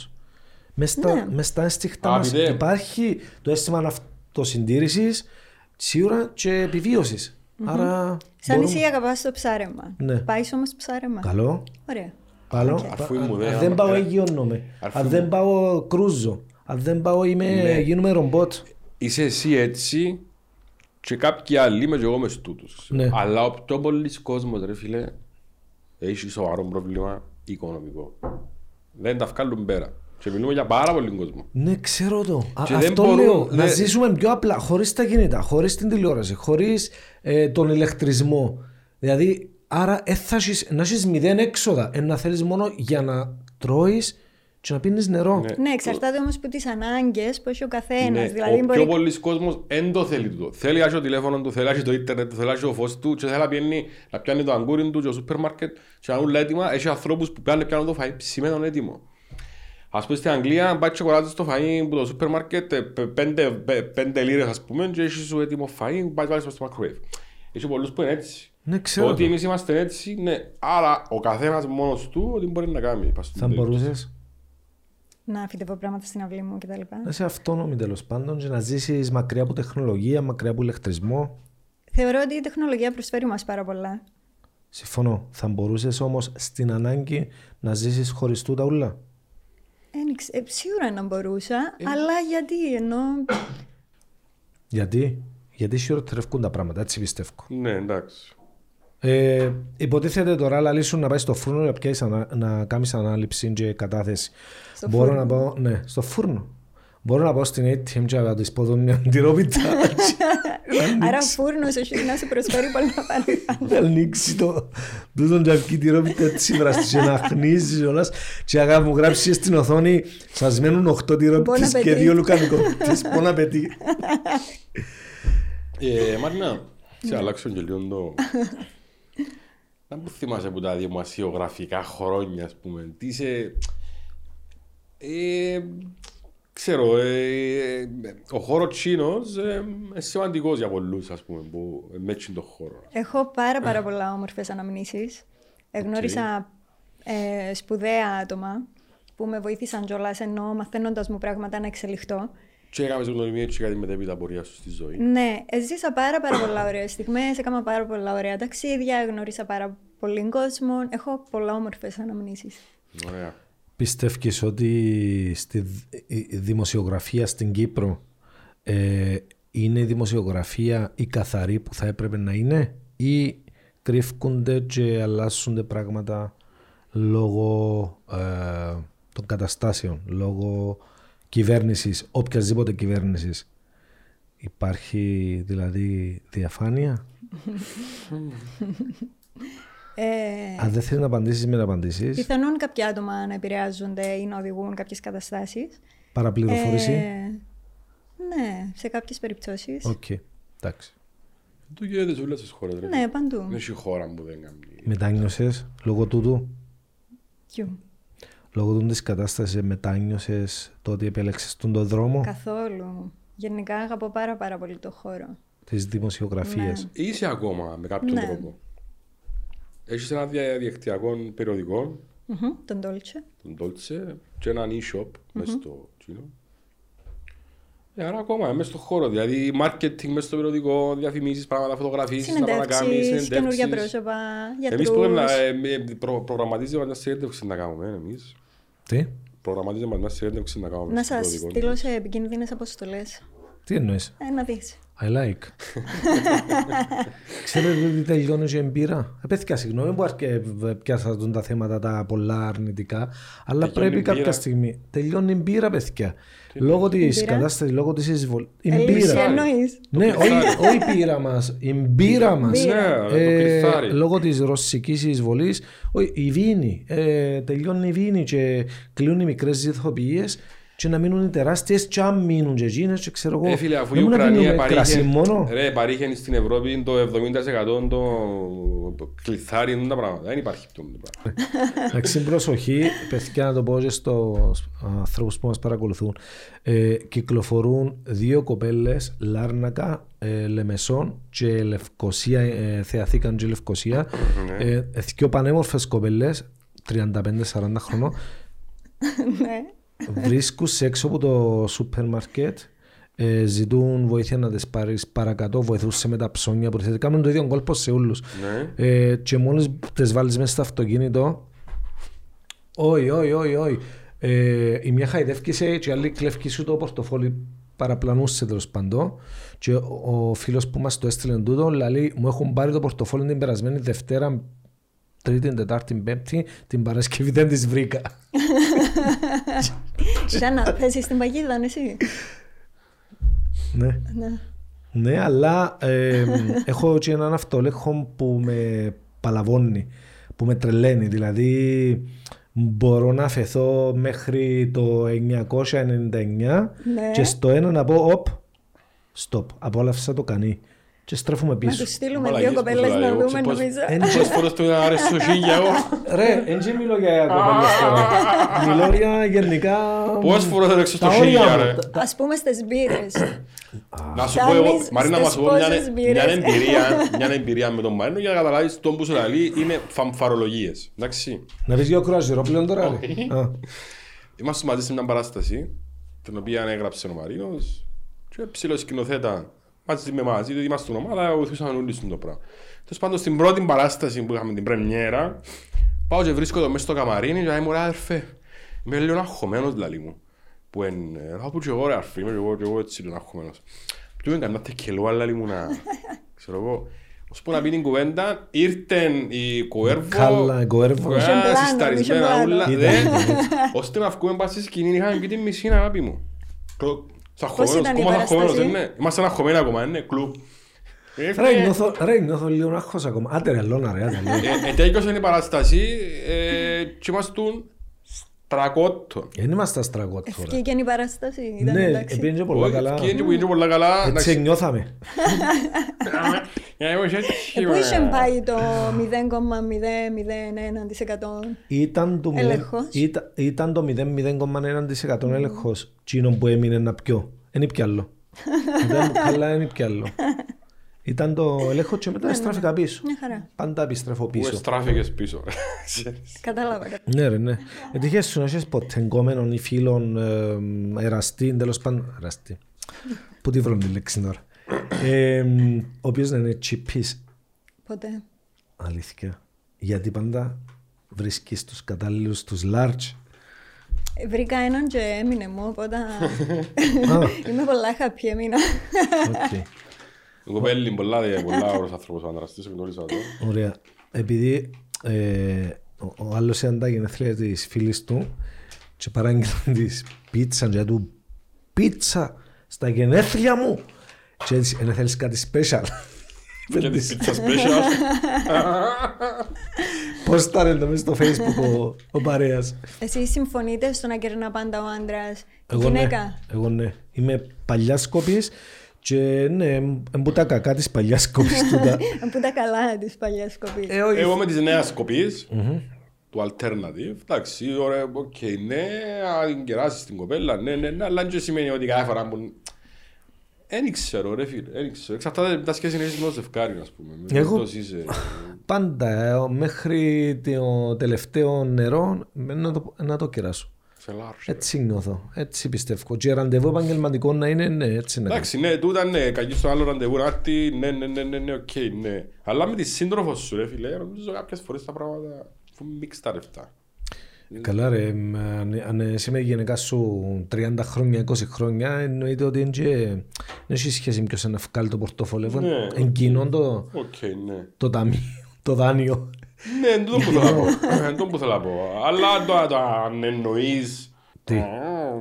[SPEAKER 1] Μες στα,
[SPEAKER 2] Ναι.
[SPEAKER 1] μες στα αίσθηκτα
[SPEAKER 3] Α,
[SPEAKER 1] μας
[SPEAKER 3] επειδή-
[SPEAKER 1] υπάρχει το αίσθημα αυτοσυντήρησης, σίγουρα και επιβιωσης Άρα.
[SPEAKER 2] Σαν
[SPEAKER 1] μπορούμε-
[SPEAKER 2] εσύ αγαπάς το ψάρεμα.
[SPEAKER 1] Ναι.
[SPEAKER 2] Πάεις όμως ψάρεμα.
[SPEAKER 1] Καλό.
[SPEAKER 2] Ωραία.
[SPEAKER 1] Καλό.
[SPEAKER 3] Αρφού ήμουν,
[SPEAKER 1] Αν-
[SPEAKER 3] ε,
[SPEAKER 1] Αν
[SPEAKER 3] άμα-
[SPEAKER 1] δεν πάω,
[SPEAKER 3] ε,
[SPEAKER 1] εγιώνομαι.
[SPEAKER 3] αρφού
[SPEAKER 1] Αν δεν πάω, κρούζω. Αν δεν πάω, είμαι,
[SPEAKER 3] Ναι.
[SPEAKER 1] γίνουμε ρομπότ.
[SPEAKER 3] Είσαι εσύ έτσι και κάποιοι άλλοι είμαι και εγώ μες τούτους.
[SPEAKER 1] Ναι.
[SPEAKER 3] Αλλά ο πιο πολλής κόσμος ρε φίλε έχει σοβαρό πρόβλημα οικονομικό. Δεν τα βγάλουν πέρα. Και μιλούμε για πάρα πολύ κόσμο.
[SPEAKER 1] Ναι, ξέρω το. Α,
[SPEAKER 3] Και δεν
[SPEAKER 1] αυτό
[SPEAKER 3] μπορούν-
[SPEAKER 1] λέω. Να
[SPEAKER 3] δεν-
[SPEAKER 1] ζήσουμε πιο απλά, χωρίς τα κινητά, χωρίς την τηλεόραση, χωρίς τον ηλεκτρισμό. Δηλαδή, άρα ε, θα έχεις- να έχει μηδέν έξοδα. Ε, να θέλεις μόνο για να τρώεις και να πίνεις νερό.
[SPEAKER 3] Ναι.
[SPEAKER 2] Ναι, εξαρτάται όμως από τις ανάγκες που έχει ο καθένας.
[SPEAKER 3] Ναι,
[SPEAKER 2] Δηλαδή,
[SPEAKER 3] ο
[SPEAKER 2] μπορεί.
[SPEAKER 3] πιο πολλής κόσμος δεν το θέλει τούτο. Θέλει να έχει το τηλέφωνο του, θέλει να έχει το ίντερνετ του, θέλει να έχει το φως του και θέλει να, πιάνει, να πιάνει το αγκούρι του και το σούπερ μάρκετ και να είναι έτοιμα. Έχει ανθρώπους που πιάνουν, πιάνουν το φαΐ ψημένο έτοιμο. Ας πούμε στην Αγγλία, αν πάει και αγοράζεις το φαΐ από το σούπερ μάρκετ, ε, πε- πέντε, πε- πέντε λίρες ας πούμε και έχεις σου έτοιμο φαΐ, πάει βάλεις μες στο microwave. Έχει πολλούς που είναι έτσι.
[SPEAKER 1] Ναι, ξέρω
[SPEAKER 3] Το ότι
[SPEAKER 1] το.
[SPEAKER 3] εμείς είμαστε έτσι, ναι. Άρα ο καθένας μόνος του ό,τι μπορεί να κάνει. πας στην
[SPEAKER 1] Θα
[SPEAKER 3] περίπτωση.
[SPEAKER 1] μπορούσες
[SPEAKER 2] Να φυτεύω πράγματα στην αυλή μου κτλ.
[SPEAKER 1] να είσαι αυτόνομη τέλος πάντων και να ζήσεις μακριά από τεχνολογία, μακριά από ηλεκτρισμό.
[SPEAKER 2] Θεωρώ ότι η τεχνολογία προσφέρει μας πάρα πολλά.
[SPEAKER 1] Συμφωνώ. Θα μπορούσες όμως στην ανάγκη να ζήσεις χωρίς τούτα ούλα.
[SPEAKER 2] Εν ξε- ε, σίγουρα να μπορούσα, αλλά γιατί ενώ.
[SPEAKER 1] Γιατί, γιατί χειροτερεύκουν τα πράγματα, έτσι πιστεύω.
[SPEAKER 3] Ναι, εντάξει.
[SPEAKER 1] Ε, υποτίθεται τώρα, αλλά λύσουν να πάει στο φούρνο να, πιάσεις ανα- να κάνεις ανάληψη και κατάθεση.
[SPEAKER 2] Στο
[SPEAKER 1] Μπορώ
[SPEAKER 2] φούρνο.
[SPEAKER 1] να πάω. Ναι, στο φούρνο. Μπορώ να πάω στην ATM και να τη πω εδώ μια τυρόπιτα.
[SPEAKER 2] Άρα, ο φούρνο έχει να σου προσφέρει πολλά παραπάνω.
[SPEAKER 1] Να ανοίξει το. Τούτον και αυκή τυρόπιτα τη ύδρα του. Και να χνίζει όλα. Και αγάπη μου γράψει στην οθόνη. Σας μένουν 8
[SPEAKER 2] Bon
[SPEAKER 1] τυρόπιτε και
[SPEAKER 2] appétit.
[SPEAKER 1] 2 λουκανικόπιτε. Πόνα πετύχει.
[SPEAKER 3] Ε, Μαρίνα, σε αλλάξω και λίγο το... Να μου θυμάσαι που τα δημοσιογραφικά χρόνια, ας πούμε, τι είσαι... Ε, ξέρω, ε, ο χώρος Τσίνος ε, είναι σημαντικός για πολλούς, ας πούμε, που μέτσιν τον χώρο.
[SPEAKER 2] Έχω πάρα πάρα πολλά όμορφες αναμνήσεις. Εγνώρισα ε, σπουδαία άτομα που με βοήθησαν κιόλας ενώ μαθαίνοντας μου πράγματα να εξελιχθώ.
[SPEAKER 3] Και έκαμε σε γνωριμία και κάτι μετέπειτα πορεία σου στη ζωή.
[SPEAKER 2] Ναι, ζήσα πάρα πάρα πολλά ωραία στιγμές, έκανα πάρα πολλά ωραία ταξίδια, γνώρισα πάρα πολύ κόσμο, έχω πολλά όμορφες αναμνήσεις.
[SPEAKER 3] Ωραία.
[SPEAKER 1] Πιστεύεις ότι στη δ- η- η δημοσιογραφία στην Κύπρο ε, είναι η δημοσιογραφία η καθαρή που θα έπρεπε να είναι ή κρύφκονται και αλλάσσονται πράγματα λόγω ε, των καταστάσεων, λόγω κυβέρνησης, οποιασδήποτε κυβέρνησης. Υπάρχει δηλαδή διαφάνεια.
[SPEAKER 2] Ε,
[SPEAKER 1] Αν δεν θέλεις να απαντήσεις, μην απαντήσεις.
[SPEAKER 2] πιθανόν κάποια άτομα να επηρεάζονται ή να οδηγούν κάποιες καταστάσεις.
[SPEAKER 1] Παραπληροφόρηση.
[SPEAKER 2] Ε, ναι, σε κάποιες περιπτώσεις.
[SPEAKER 1] Οκ. Εντάξει.
[SPEAKER 3] Το γίνεται σε όλες τις χώρες. ρε.
[SPEAKER 2] Ναι,
[SPEAKER 3] Δεν
[SPEAKER 2] παντού.
[SPEAKER 3] έχει χώρα που δεν κάνει.
[SPEAKER 1] Μετάνιωσες λόγω τούτου.
[SPEAKER 2] Κιου.
[SPEAKER 1] Λόγω των της κατάστασης μετάνιωσες το ότι επέλεξες τον, τον δρόμο
[SPEAKER 2] Καθόλου. Γενικά αγαπώ πάρα πάρα πολύ το χώρο.
[SPEAKER 1] της δημοσιογραφίας.
[SPEAKER 3] Είσαι ακόμα με κάποιον
[SPEAKER 2] Ναι.
[SPEAKER 3] τρόπο. Έχεις ένα διαδικτυακό περιοδικό,
[SPEAKER 2] Μμμ, Τον Dolce.
[SPEAKER 3] τον Dolce, και έναν e-shop μες στο κοινό. Ε, άρα ακόμα μέσα στο χώρο, δηλαδή marketing μέσα στο περιοδικό, διαφημίσεις, πράγματα, φωτογραφίσεις, να πάνε να κάνεις,
[SPEAKER 2] Συνεντεύξεις, καινούργια
[SPEAKER 3] συνεντεύξεις.
[SPEAKER 2] πρόσωπα,
[SPEAKER 3] Εμείς που
[SPEAKER 2] γιατρούς.
[SPEAKER 3] να ε, ε, προ, προγραμματίζουμε μια συνέντευξη να κάνουμε, ε, εμείς.
[SPEAKER 1] Τι,
[SPEAKER 3] Προγραμματίζουμε μια συνέντευξη να κάνουμε.
[SPEAKER 2] Να
[SPEAKER 3] στο
[SPEAKER 2] σας
[SPEAKER 3] περιοδικό.
[SPEAKER 2] στείλω σε επικίνδυνες αποστολές.
[SPEAKER 1] τι εννοείς,
[SPEAKER 2] Ε, να δεις.
[SPEAKER 1] I like. Ξέρετε ότι τελειώνει η εμπειρά. Επέθηκα συγγνώμη που αρκε- βε- πιάσα τον τα θέματα τα πολλά αρνητικά, αλλά
[SPEAKER 3] Τελειώνει
[SPEAKER 1] πρέπει
[SPEAKER 3] η
[SPEAKER 1] κάποια
[SPEAKER 3] μπύρα.
[SPEAKER 1] στιγμή. Τελειώνει η εμπειρά, παιδιά. Λόγω της
[SPEAKER 2] Εμπειρά.
[SPEAKER 1] κατάστασης, λόγω της εισβολή. Η
[SPEAKER 2] Ελύση
[SPEAKER 1] μπύρα.
[SPEAKER 2] Ε, εννοείς.
[SPEAKER 1] Ναι,
[SPEAKER 3] Το
[SPEAKER 1] όχι
[SPEAKER 3] κλειθάρι.
[SPEAKER 1] όχι η πείρα μας. Η μπύρα μα.
[SPEAKER 3] Ναι, το κλειθάρι.
[SPEAKER 1] λόγω της ρωσικής εισβολής, η Βίνη. Ε, τελειώνει η Βίνη και κλείνουν οι μικρές ζυθοποιίε και να μείνουν οι τεράστιες, και αν μείνουν και εκείνες και ξέρω εγώ.
[SPEAKER 3] Ε, φίλε, αφού
[SPEAKER 1] Να
[SPEAKER 3] η
[SPEAKER 1] μην
[SPEAKER 3] Ουκρανία
[SPEAKER 1] αφήνουμε κρασί
[SPEAKER 3] παρήχε,
[SPEAKER 1] μόνο.
[SPEAKER 3] ρε, παρήχε στην Ευρώπη το 70% το κλειθάρι είναι τα πράγματα. Δεν υπάρχει αυτό το πράγμα.
[SPEAKER 1] Εντάξει, προσοχή, παιδιά, να το πω και στους ανθρώπους που μας παρακολουθούν. Ε, κυκλοφορούν δύο κοπέλες, Λάρνακα, ε, Λεμεσόν και Λευκοσία, ε, Θεαθήκαν και Λευκοσία. ε, ε, δύο πανέμορφες κοπέλες, 35-40 χρονών,
[SPEAKER 2] Ναι.
[SPEAKER 1] βρίσκουν σε έξω από το σούπερ μάρκετ. ε, ζητούν βοήθεια να τις πάρεις παρακατώ, βοηθούσε με τα ψώνια που θέλετε. Κάνουν το ίδιο κόλπο σε όλους.
[SPEAKER 3] Ναι.
[SPEAKER 1] Ε, και μόλις τις βάλεις μέσα στο αυτοκίνητο, όχι, όχι, όχι, όχι. Ε, η μια χαϊδεύκησε και η άλλη κλέφκη σου το πορτοφόλι παραπλανούσε τέλος πάντων. Και ο, ο φίλος που μας το έστειλε τούτο, λέει, μου έχουν πάρει το πορτοφόλι την περασμένη Δευτέρα, Τρίτη, Τετάρτη, Πέμπτη, την Παρασκευή δεν τη βρήκα.
[SPEAKER 2] Ήταν να θέσεις στην παγίδα, ναι, εσύ.
[SPEAKER 1] ναι.
[SPEAKER 2] Ναι.
[SPEAKER 1] ναι, αλλά ε, έχω και έναν αυτολέχο που με παλαβώνει, που με τρελαίνει. Δηλαδή, μπορώ να αφαιθώ μέχρι το 999
[SPEAKER 2] Ναι.
[SPEAKER 1] και στο ένα να πω «Οπ, stop, απόλαυσα το κανεί». Και στρέφουμε
[SPEAKER 2] Να
[SPEAKER 1] πίσω.
[SPEAKER 2] τους στείλουμε
[SPEAKER 3] Μαλακίες
[SPEAKER 2] δύο
[SPEAKER 3] που
[SPEAKER 2] κοπέλες
[SPEAKER 3] σου λέω,
[SPEAKER 2] να
[SPEAKER 3] εγώ
[SPEAKER 2] δούμε,
[SPEAKER 3] ξέρω πώς-
[SPEAKER 2] νομίζω.
[SPEAKER 1] Εν-
[SPEAKER 3] Πόσες φορές το είδα, ρε, στο χίλια εγώ.
[SPEAKER 1] Ρε, δεν και μιλώ για κοπέλες τώρα. Μιλώ για γενικά...
[SPEAKER 3] Πόσες φορές έλεξες
[SPEAKER 1] τα
[SPEAKER 3] στο
[SPEAKER 1] όρια
[SPEAKER 3] χίλια,
[SPEAKER 1] μου,
[SPEAKER 3] ρε.
[SPEAKER 1] τα-
[SPEAKER 2] Ας πούμε στις μπύρες.
[SPEAKER 3] Να σου πω εγώ,
[SPEAKER 2] Φτάνεις
[SPEAKER 3] Μαρίνα, να
[SPEAKER 2] στις
[SPEAKER 3] σου πω μια,
[SPEAKER 2] πόσες
[SPEAKER 3] μια
[SPEAKER 2] μπύρες.
[SPEAKER 3] εμπειρία, μια εμπειρία με τον Μαρίνο για να καταλάβεις τον που σου λέει είναι φαμφαρολογίες. Εντάξει.
[SPEAKER 1] Να πεις δύο κρουαζιρόπλαιον τώρα, ρε.
[SPEAKER 3] Όχι.
[SPEAKER 1] Α,
[SPEAKER 3] Είμαστε μαζί σε μια παράσταση, την οποία έγραψε ο Μαρίνος και ψηλό σκηνοθέτα μαζί με εμάς, γιατί είμαστε ομάδα, βοηθούσαν όλοι στον το πράγμα. Τέλος πάντων, στην πρώτη παράσταση που είχαμε την πρεμιέρα, πάω και βρίσκω το μέσα στο καμαρίνι και μου «Ρε, αδερφέ, είμαι λίγο αγχωμένος δηλαδή μου. Που εν, ε, «Α, που και εγώ ρε αρφή, είμαι και εγώ, και εγώ έτσι λίγο αγχωμένος. Του είναι κανένα τεκελό, αλλά δηλαδή μου να, ξέρω εγώ, ώσπου να πει την κουβέντα, ήρθεν η Κουέρβο,
[SPEAKER 1] Καλά, η Κουέρβο.
[SPEAKER 3] Κουέρβο,
[SPEAKER 2] Είχε πλάνο, είχε
[SPEAKER 3] συσταρισμένα
[SPEAKER 2] πλάνο.
[SPEAKER 3] ούλα,
[SPEAKER 1] Ήταν,
[SPEAKER 3] δε,
[SPEAKER 1] ήταν.
[SPEAKER 3] ώστε να βγούμε πάση σκηνή είχαμε και τη μισή αγάπη μου. Κλου. Σαν χωμένος,
[SPEAKER 2] ήταν η
[SPEAKER 3] κόμμα σαν χωμένος,
[SPEAKER 2] παράσταση?
[SPEAKER 3] ναι. Είμαστε ένα χωμένο ακόμα, ναι, κλου.
[SPEAKER 1] Ρε, νιώθω- ρε, νιώθω λίγο άγχος ακόμα. Άντε ρε, λόνα ρε, άντε ρε.
[SPEAKER 3] Ε, ε, τέλειωσε η παράσταση ε, και ήμαστούν στρακόττο.
[SPEAKER 2] Ε,
[SPEAKER 1] Δεν είμαστε αστραγότη τώρα.
[SPEAKER 2] Ευκήκε η παράσταση, ήταν
[SPEAKER 1] Ναι,
[SPEAKER 2] εντάξει.
[SPEAKER 1] επειδή είναι πολλά
[SPEAKER 3] Όχι,
[SPEAKER 1] καλά.
[SPEAKER 3] ευκαιρία και που είναι πολλά καλά.
[SPEAKER 1] Έτσι
[SPEAKER 3] εντάξει.
[SPEAKER 1] νιώθαμε.
[SPEAKER 3] Ε, εγώ είσαι έτσι,
[SPEAKER 2] Ε, Πού
[SPEAKER 3] ε.
[SPEAKER 2] είχε πάει το 0,001%?
[SPEAKER 1] Ήταν το, μηδέν-
[SPEAKER 2] Έλεγχος.
[SPEAKER 1] ήταν- ήταν το 0,1% έλεγχος. Τσίνο που έμεινε να πιω. Δεν ήπια άλλο. Δεν- Καλά, δεν ήπια άλλο. Ήταν το έλεγχο και μετά στράφηκα πίσω.
[SPEAKER 2] Ναι, Μια χαρά.
[SPEAKER 1] Πάντα επιστρέφω
[SPEAKER 3] Που
[SPEAKER 1] πίσω.
[SPEAKER 3] εστράφηκες πίσω.
[SPEAKER 2] Κατάλαβα. κατάλαβα.
[SPEAKER 1] Ναι, ρε, ναι. Έτυχε σου να έχεις ποτέ γκόμενων ή φίλων εμ, εραστή, τέλος πάντων. Εραστή. Πού τη βρω τη λέξη τώρα. Εμ, Ο οποίος να είναι τσιπής.
[SPEAKER 2] Ποτέ.
[SPEAKER 1] Αλήθεια. Γιατί πάντα βρίσκεις τους κατάλληλους τους large
[SPEAKER 2] Βρήκα έναν και έμεινε μου, οπότε είμαι πολλά χαπή έμεινα.
[SPEAKER 1] Οκ.
[SPEAKER 3] Εγώ πέλη πολλά, δε- πολλά ωραίος άνθρωπος ο άντρας της, γνώρισα το.
[SPEAKER 1] Ωραία. Επειδή ε, ο, ο άλλος ήταν τα γενέθλια της φίλης του και παράγγειλαν της πίτσα, και του πίτσα στα γενέθλια μου. Και έτσι, «Ε, να θέλεις κάτι special.
[SPEAKER 3] Και της pizza special.
[SPEAKER 1] Πώ ήταν εδώ μέσα στο facebook ο, ο παρέας.
[SPEAKER 2] Εσύ συμφωνείτε στο να κερνά πάντα ο άντρας, η
[SPEAKER 1] Εγώ ναι,
[SPEAKER 2] γυναίκα.
[SPEAKER 1] εγώ ναι. Είμαι παλιάς κοπής και ναι, εμ- εμπουτάκα κάτι της παλιάς κοπή.
[SPEAKER 2] Ε, Που τα καλά της παλιάς κοπή.
[SPEAKER 1] ε, όχι.
[SPEAKER 3] Εγώ με της νέας κοπής, του alternative, εντάξει, ωραία, οκ, ναι, αν κεράσεις την κοπέλα, ναι, ναι, ναι, αλλά δεν σημαίνει ότι κάθε φορά που... Δεν ξέρω ρε φίλε, δεν ξέρω. Εξαρτάται από τα σχέση είναι με το ζευκάρι, ας πούμε. Με
[SPEAKER 1] Εγώ-
[SPEAKER 3] το είσαι-
[SPEAKER 1] Πάντα ε, μέχρι το τελευταίο νερό ε, να το, να το κεράσω.
[SPEAKER 3] σε λάρος.
[SPEAKER 1] Έτσι νιώθω. Έτσι πιστεύω. Και ραντεβού επαγγελματικό να είναι, ναι, έτσι να
[SPEAKER 3] Εντάξει, ναι, τούτα ναι, κακή στο άλλο ραντεβού να έρθει, ναι, ναι, ναι, ναι, ναι, οκ, ναι. Αλλά με τη σύντροφος σου, ρε φίλε, νομίζω κάποιες φορές τα πράγματα αφού μίξ τα λεφτά.
[SPEAKER 1] κάνω. Καλά ρε, μ, αν, αν εσύ είμαι γενικά σου 30 χρόνια, 20 χρόνια, εννοείται ότι είναι και- δεν έχει σχέση με ποιος να βγάλει το πορτοφόλι.
[SPEAKER 3] Ναι.
[SPEAKER 1] Ναι. Εγκοινών το,
[SPEAKER 3] Οκ, ναι.
[SPEAKER 1] το ταμείο, το δάνειο.
[SPEAKER 3] Ναι, εν τούτο που θέλω να πω. Ε, Εν τούτο που θέλω να πω. Αλλά αν το- το αν εννοείς...
[SPEAKER 1] Τι?
[SPEAKER 3] «Α,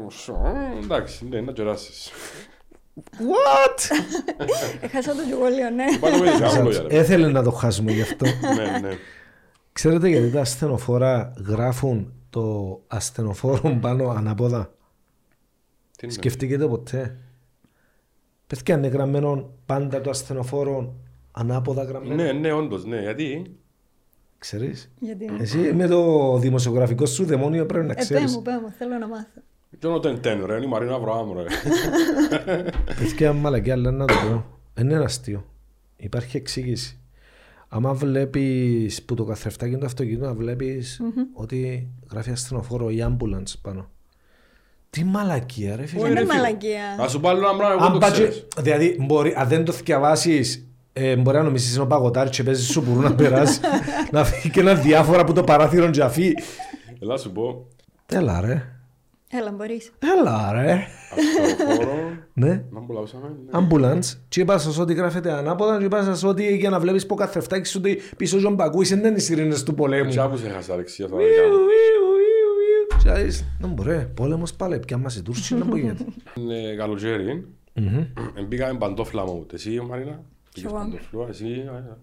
[SPEAKER 3] σου, α, Εντάξει, ναι, να κεράσεις.
[SPEAKER 1] What?
[SPEAKER 2] Έχασα Ε, το γιουβόλιο, ναι.
[SPEAKER 3] Πάμε με δικά μου λόγια, ρε.
[SPEAKER 1] Έθελε να το χάσουμε γι' αυτό.
[SPEAKER 3] Ναι, ναι.
[SPEAKER 1] Ξέρετε γιατί τα ασθενοφόρα γράφουν το ασθενοφόρο πάνω ανάποδα.
[SPEAKER 3] Τι είναι.
[SPEAKER 1] Σκεφτείτε ποτέ. Πέθηκε αν είναι γραμμένο πάντα το ασθενοφόρο ανάποδα γραμμένο.
[SPEAKER 3] Ναι, ναι, όντως, ναι, γιατί...
[SPEAKER 1] Ξέρεις.
[SPEAKER 2] Γιατί.
[SPEAKER 1] Εσύ με το δημοσιογραφικό σου δαιμόνιο πρέπει να
[SPEAKER 2] Ε, πέ
[SPEAKER 1] ξέρεις.
[SPEAKER 2] μου, πέ μου, θέλω να μάθω.
[SPEAKER 3] Και όταν τεν, ρε, είναι η Μαρίνα Αβραάμ, ρε.
[SPEAKER 1] Παιδιά μαλακιά, αλλά να το πω. Είναι ένα αστείο. Υπάρχει εξήγηση. Άμα βλέπεις που το καθρεφτάκι του αυτοκίνητου να βλέπεις ότι γράφει ασθενοφόρο ή ambulance πάνω. Τι μαλακία, ρε φίλε.
[SPEAKER 2] Ε,
[SPEAKER 3] Ω,
[SPEAKER 2] ναι,
[SPEAKER 3] ρε, φίλε.
[SPEAKER 2] μαλακία.
[SPEAKER 3] Να σου πάρω ένα πράγμα, εγώ
[SPEAKER 1] Αν
[SPEAKER 3] το
[SPEAKER 1] πάτσε-
[SPEAKER 3] ξέρεις.
[SPEAKER 1] δηλαδή, μπορεί, αν δεν το θυκιαβάσει, ε, μπορεί να νομίζεις είναι ο παγωτάρι και παίζεις σου μπορούν να περάσεις. να φύγει και ένα διάφορα που το παράθυρο τζαφί.
[SPEAKER 3] Ελά σου πω,
[SPEAKER 1] Έλα ρε.
[SPEAKER 2] Έλα, μπορείς.
[SPEAKER 1] Έλα ρε.
[SPEAKER 3] αυτοφόρο,
[SPEAKER 1] Ναι.
[SPEAKER 3] να μπουλαούσαμε, ναι.
[SPEAKER 1] Ambulance. Και είπα σας ότι γράφεται ανάποδα και είπα σας ότι για να βλέπεις που καθρεφτάκι σου ότι πίσω ζων πακούεις δεν είναι οι σιρήνες του πολέμου.
[SPEAKER 3] Τι άκουσε χασά ρεξία θα
[SPEAKER 1] Ιου,
[SPEAKER 3] λέγαμε.
[SPEAKER 1] ιου, ιου, ιου. Και άρεσε, «Να μου, ρε, πόλεμος πάλι, πια μας οι Τούρκοι να μου γίνεται.
[SPEAKER 3] Είναι καλοκαίρι.
[SPEAKER 1] Μμμ.
[SPEAKER 3] Μπήκαμε παντόφλα μου. Εσύ Μαρίνα. πήγες
[SPEAKER 2] εγώ.
[SPEAKER 3] παντόφλα, Εσύ. α,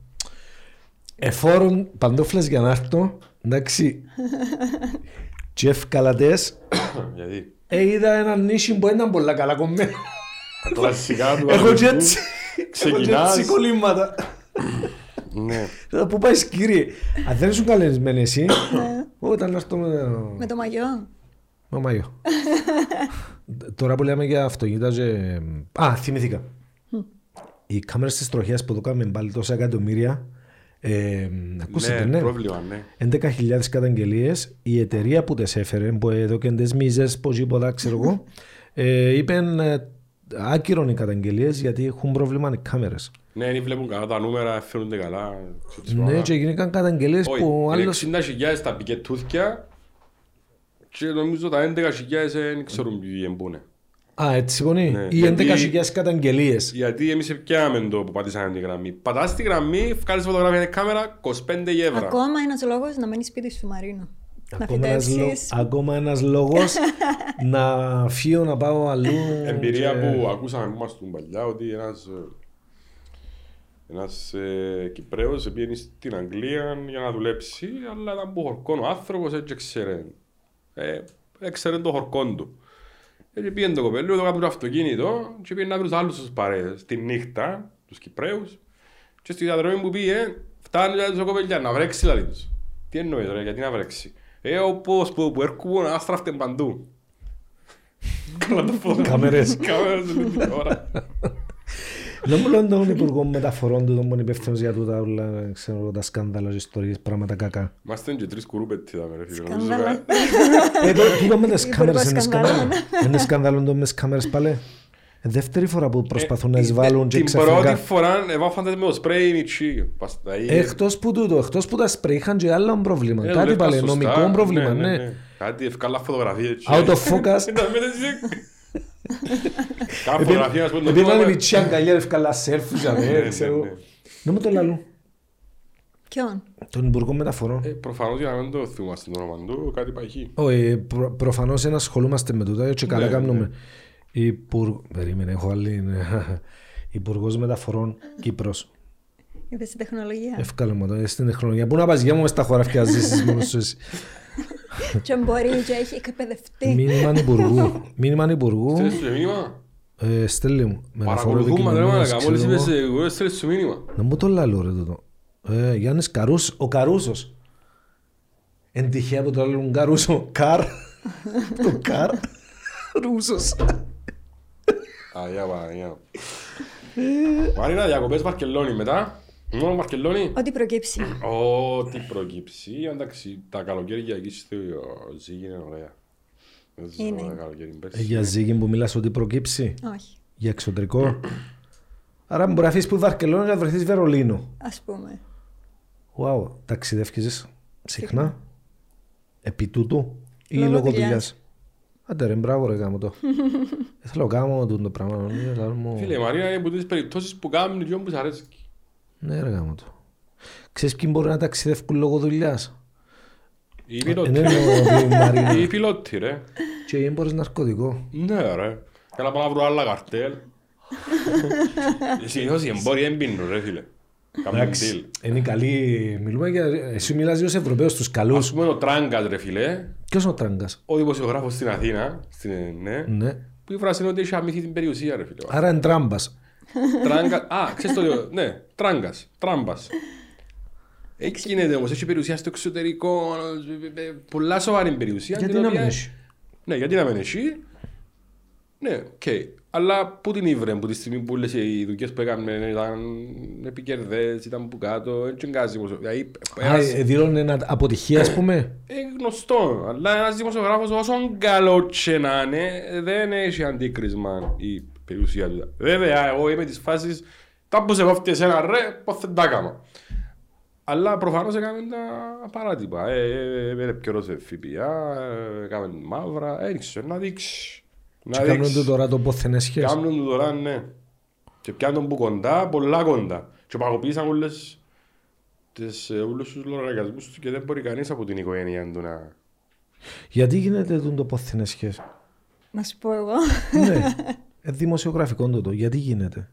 [SPEAKER 1] Εφόρων Ε, παντόφλες για να έρθω, εντάξει. Και ευκαλατές,
[SPEAKER 3] Γιατί.
[SPEAKER 1] ε, είδα ένα νήσι που ήταν πολλά καλά κομμένο.
[SPEAKER 3] Τα Κλασικά του.
[SPEAKER 1] Έχω
[SPEAKER 3] αγροτικού.
[SPEAKER 1] και έτσι, έχω και
[SPEAKER 3] Ξεκινάς.
[SPEAKER 1] έτσι κολλήματα.
[SPEAKER 3] Ναι.
[SPEAKER 1] Θα Πού πάεις κύριε, αν δεν ήσουν καλεσμένη εσύ, όταν έρθω με-
[SPEAKER 2] Με το μαγιό.
[SPEAKER 1] Μα Μάιο. Τώρα που λέμε για αυτοκίνητα. Και... Α, θυμηθήκα. Οι κάμερες της τροχιάς που το κάνουμε πάλι τόσα εκατομμύρια. Ε, ακούσατε,
[SPEAKER 3] Ναι,
[SPEAKER 1] ναι.
[SPEAKER 3] πρόβλημα, ναι.
[SPEAKER 1] 11.000 καταγγελίες. Η εταιρεία που τις έφερε, που εδώ και τις μίζες, πώς είπα, ξέρω εγώ, ε, είπε άκυρον οι καταγγελίες γιατί έχουν πρόβλημα οι κάμερες.
[SPEAKER 3] Ναι, δεν βλέπουν καλά τα νούμερα, φαίνονται καλά. ξέρω τις
[SPEAKER 1] Ναι,
[SPEAKER 3] πράγμα.
[SPEAKER 1] και γίνηκαν καταγγελίες
[SPEAKER 3] Όχι,
[SPEAKER 1] που
[SPEAKER 3] είναι
[SPEAKER 1] άλλος.
[SPEAKER 3] 60.000 τα πικετούθια και νομίζω τα 11.000 δεν ξέρουν ποιοι εμπούνε.
[SPEAKER 1] Α, έτσι πονεί.
[SPEAKER 3] Ναι,
[SPEAKER 1] Οι
[SPEAKER 3] γιατί-
[SPEAKER 1] 11.000 καταγγελίες.
[SPEAKER 3] Γιατί εμείς πιάμε το που πατήσαμε τη γραμμή. Πατάς τη γραμμή, βγάλεις φωτογραφία με κάμερα, 25 ευρώ.
[SPEAKER 2] Ακόμα ένας λόγος να μένεις σπίτι σου, Μαρίνο. Να
[SPEAKER 1] Ακόμα ένας, λο...
[SPEAKER 2] φυτέψει.
[SPEAKER 1] ακόμα ένας λόγος να φύγω να πάω αλλού.
[SPEAKER 3] Εμπειρία
[SPEAKER 1] Ε, και-
[SPEAKER 3] που ακούσαμε που ήμασταν παλιά ότι ένας, ε, ένας ε, Κυπρέος πήγαινε στην Αγγλία για να δουλέψει αλλά ήταν που χορκόν ο άνθρωπος έτσι ξέρε ε, έξερε το χορκόν του έτσι πήγαινε το κοπέλιο, το κάπου το αυτοκίνητο και πήγαινε να βρει τους άλλους τους παρέες τη νύχτα, τους Κυπρέους και στη διαδρομή που πήγε φτάνει λέει, το κοπέλια να βρέξει δηλαδή τους τι εννοείς ρε, γιατί να βρέξει ε, όπως που, που έρχομαι άστραφτε παντού Καλά το πω.
[SPEAKER 1] Καμερές.
[SPEAKER 3] Κάμερες όλη την ώρα.
[SPEAKER 1] Δεν μου λένε τον Υπουργό Μεταφορών του, τον υπεύθυνος για τούτα όλα, ξέρω, εγώ, τα σκάνδαλα, τις ιστορίες, πράγματα κακά.
[SPEAKER 3] Είμαστε και τρεις κουρούπετοι εδώ, ρε φίλε.
[SPEAKER 2] Σκανδάλα.
[SPEAKER 1] Εδώ,
[SPEAKER 3] Νομίζω,
[SPEAKER 1] τούτο με Ε, τις
[SPEAKER 2] Υπουργός
[SPEAKER 1] κάμερες είναι
[SPEAKER 2] σκανδάλων.
[SPEAKER 1] σκάνδαλο. Είναι σκάνδαλο το μες τις κάμερες πάλι. Ε, Δεύτερη φορά που προσπαθούν να
[SPEAKER 3] ε,
[SPEAKER 1] εισβάλλουν και
[SPEAKER 3] Την πρώτη
[SPEAKER 1] ξαφνικά.
[SPEAKER 3] φορά εβάφανται με το σπρέι μητσί. Πασταΐ.
[SPEAKER 1] Ε, Εκτός που τούτο, εκτός που τα σπρέι είχαν και άλλο πρόβλημα.
[SPEAKER 3] Ε,
[SPEAKER 1] Κάτι
[SPEAKER 3] δουλεύκαν
[SPEAKER 1] πάλι,
[SPEAKER 3] σωστά. eh,
[SPEAKER 1] νομικό πρόβλημα, ναι.
[SPEAKER 3] Κάτι, ευκάλα φωτογραφίες. και-
[SPEAKER 1] Out of focus.
[SPEAKER 3] Ήταν με τις- Κάποια
[SPEAKER 1] Επειδή-
[SPEAKER 3] φωτογραφία, ας πούμε.
[SPEAKER 1] Επειδή ήταν η
[SPEAKER 3] το-
[SPEAKER 1] μητσιά αγκαλιά, ευκαλά σερφους, για μένα,
[SPEAKER 3] Ναι, ναι,
[SPEAKER 1] ξέρω εγώ.
[SPEAKER 3] ναι.
[SPEAKER 1] Να μου το λαλού.
[SPEAKER 2] Ποιον.
[SPEAKER 1] Τον Υπουργό Μεταφορών.
[SPEAKER 3] Ε, Προφανώς για να μην το θυμούμαστε το όνομα του, κάτι παχύ.
[SPEAKER 1] Όχι, προ, προφανώς δεν ασχολούμαστε με τούτα, έτσι καλά
[SPEAKER 3] Ναι,
[SPEAKER 1] κάνουμε. Υπουργ... Περίμενε, έχω άλλη. ναι. Υπουργός Μεταφορών Κύπρος.
[SPEAKER 2] Είδε την τεχνολογία.
[SPEAKER 1] Εύκολο μου το, στην τεχνολογία. Πού να πας, γεια μου μες στα χωράφια να ζήσεις μόνος σου εσύ.
[SPEAKER 2] και μπορεί και έχει εκπαιδευτεί.
[SPEAKER 1] Μήνυμα Υπουργού. Μήνυμα Υπουργού.
[SPEAKER 3] Στέλνεις σου και μήνυμα.
[SPEAKER 1] Ε, Στέλνε μου. Με αφορά το
[SPEAKER 3] Παρακολουθούμε, ρε
[SPEAKER 1] κοινωνία,
[SPEAKER 3] μαλακά.
[SPEAKER 1] ξέρω
[SPEAKER 3] Μόλις είπες,
[SPEAKER 1] εγώ.
[SPEAKER 3] ε, εγώ έστειλες σου μήνυμα.
[SPEAKER 1] Να μου το λαλού ρε τούτο. Ε, Γιάννης Καρούς, ο Καρούσος. Εν τυχαία που το λαλούν Καρούσο. Καρ. Το Καρ. Ρούσος.
[SPEAKER 3] Α, για πάρα, για. Μαρίνα, διακοπές Βαρκελόνη μετά. Μόνο Βαρκελόνη.
[SPEAKER 2] Ό,τι προκύψει.
[SPEAKER 3] Ό,τι προκύψει. Εντάξει, τα καλοκαίρια εκεί στο Ζήγη είναι ωραία. Δεν ζήσαμε
[SPEAKER 2] Είναι.
[SPEAKER 3] ένα καλοκαίρι
[SPEAKER 1] Ε,
[SPEAKER 3] πέρσι.
[SPEAKER 1] Για ζύγι που μιλάς ότι προκύψει.
[SPEAKER 2] Όχι.
[SPEAKER 1] Για εξωτερικό. Άρα μπορεί να αφήσεις που Βαρκελόνη να βρεθείς Βερολίνο.
[SPEAKER 2] Ας πούμε.
[SPEAKER 1] Wow, ταξιδεύκεις συχνά. Επί τούτου ή
[SPEAKER 2] Λόγω
[SPEAKER 1] λόγω
[SPEAKER 2] δουλειάς.
[SPEAKER 1] δουλειάς. Άντε ρε, μπράβο ρε γάμο το. Δεν θέλω γάμο τούτο το πράγμα. νομίζω, αλλά μου-
[SPEAKER 3] Φίλε, η Μαρίνα είναι από τις περιπτώσεις που κάνουν και όμως αρέσει.
[SPEAKER 1] Ναι ρε γάμο το. Ξέρεις ποιοι μπορεί να ταξιδεύουν λόγω δουλειάς.
[SPEAKER 3] Οι
[SPEAKER 1] Ε,
[SPEAKER 3] πιλότοι.
[SPEAKER 1] Δεν εννοώ η Μαρίνα.
[SPEAKER 3] Οι πιλότοι, Ε, ρε.
[SPEAKER 1] Και δεν μπορείς ναρκωτικό.
[SPEAKER 3] Ναι, ρε. Καλά πάω να βρω άλλα καρτέλ. Συνήθως οι εμπόροι δεν πίνουν, ρε φίλε. Κάνουν deal.
[SPEAKER 1] Είναι καλή. Μιλούμε για... Εσύ μιλάς για τους Ευρωπαίους, τους
[SPEAKER 3] Ας
[SPEAKER 1] καλούς.
[SPEAKER 3] πούμε ο Τράγκας, ρε φίλε,
[SPEAKER 1] Ποιος είναι ο Τράγκας.
[SPEAKER 3] ο δημοσιογράφος στην Αθήνα, στην ΕΝΕ,
[SPEAKER 1] Ναι.
[SPEAKER 3] που η φράση είναι ότι έχει αμύθει την περιουσία, ρε φίλε.
[SPEAKER 1] Άρα είναι τράμπας.
[SPEAKER 3] Τράγκα. Α, ξέρεις το. Ναι, τράγκας. Τράμπας. Εκεί γίνεται όμως, έχει περιουσία στο εξωτερικό. ε, ε, Πολλά σοβαρή περιουσία.
[SPEAKER 1] Γιατί
[SPEAKER 3] την
[SPEAKER 1] να
[SPEAKER 3] οποία-
[SPEAKER 1] μην έχει.
[SPEAKER 3] Ναι, γιατί να μην έχει. Ναι, οκ. Αλλά πού την ήβρε από τη στιγμή που λες οι δουλειές που έκαναν ήταν επικερδές, ήταν που κάτω, έτσι εγκάζει. Δηλαδή,
[SPEAKER 1] Α,
[SPEAKER 3] ένας-
[SPEAKER 1] ε, δηλώνει ένα αποτυχία, ας πούμε.
[SPEAKER 3] ε, γνωστό, αλλά ένας δημοσιογράφος όσον καλό και να είναι, δεν έχει αντίκρισμα η περιουσία του. Βέβαια, εγώ είμαι της φάσης, τα που σε κόφτει εσένα ρε, πώς δεν τα έκανα. Αλλά προφανώς έκαμε τα παράτυπα. Ε, ε, ε, ε, πιο σε ΦΠΑ, ε, έκαμε την μαύρα, ε, δεν ξέρω, να δείξεις.
[SPEAKER 1] Και
[SPEAKER 3] Να
[SPEAKER 1] κάνουν
[SPEAKER 3] δείξει.
[SPEAKER 1] το τώρα το πόθεν σχέση.
[SPEAKER 3] Κάνουν το τώρα, ναι. Και πιάνουν τον που κοντά, πολλά κοντά. Και παγωποιήσαν όλες τις, ε, όλους τους λογαριασμούς τους και δεν μπορεί κανείς από την οικογένεια του να...
[SPEAKER 1] Γιατί γίνεται τούτο το πόθεν σχέση.
[SPEAKER 2] Να σου πω εγώ.
[SPEAKER 1] ναι. Ε, δημοσιογραφικό τούτο. Γιατί γίνεται.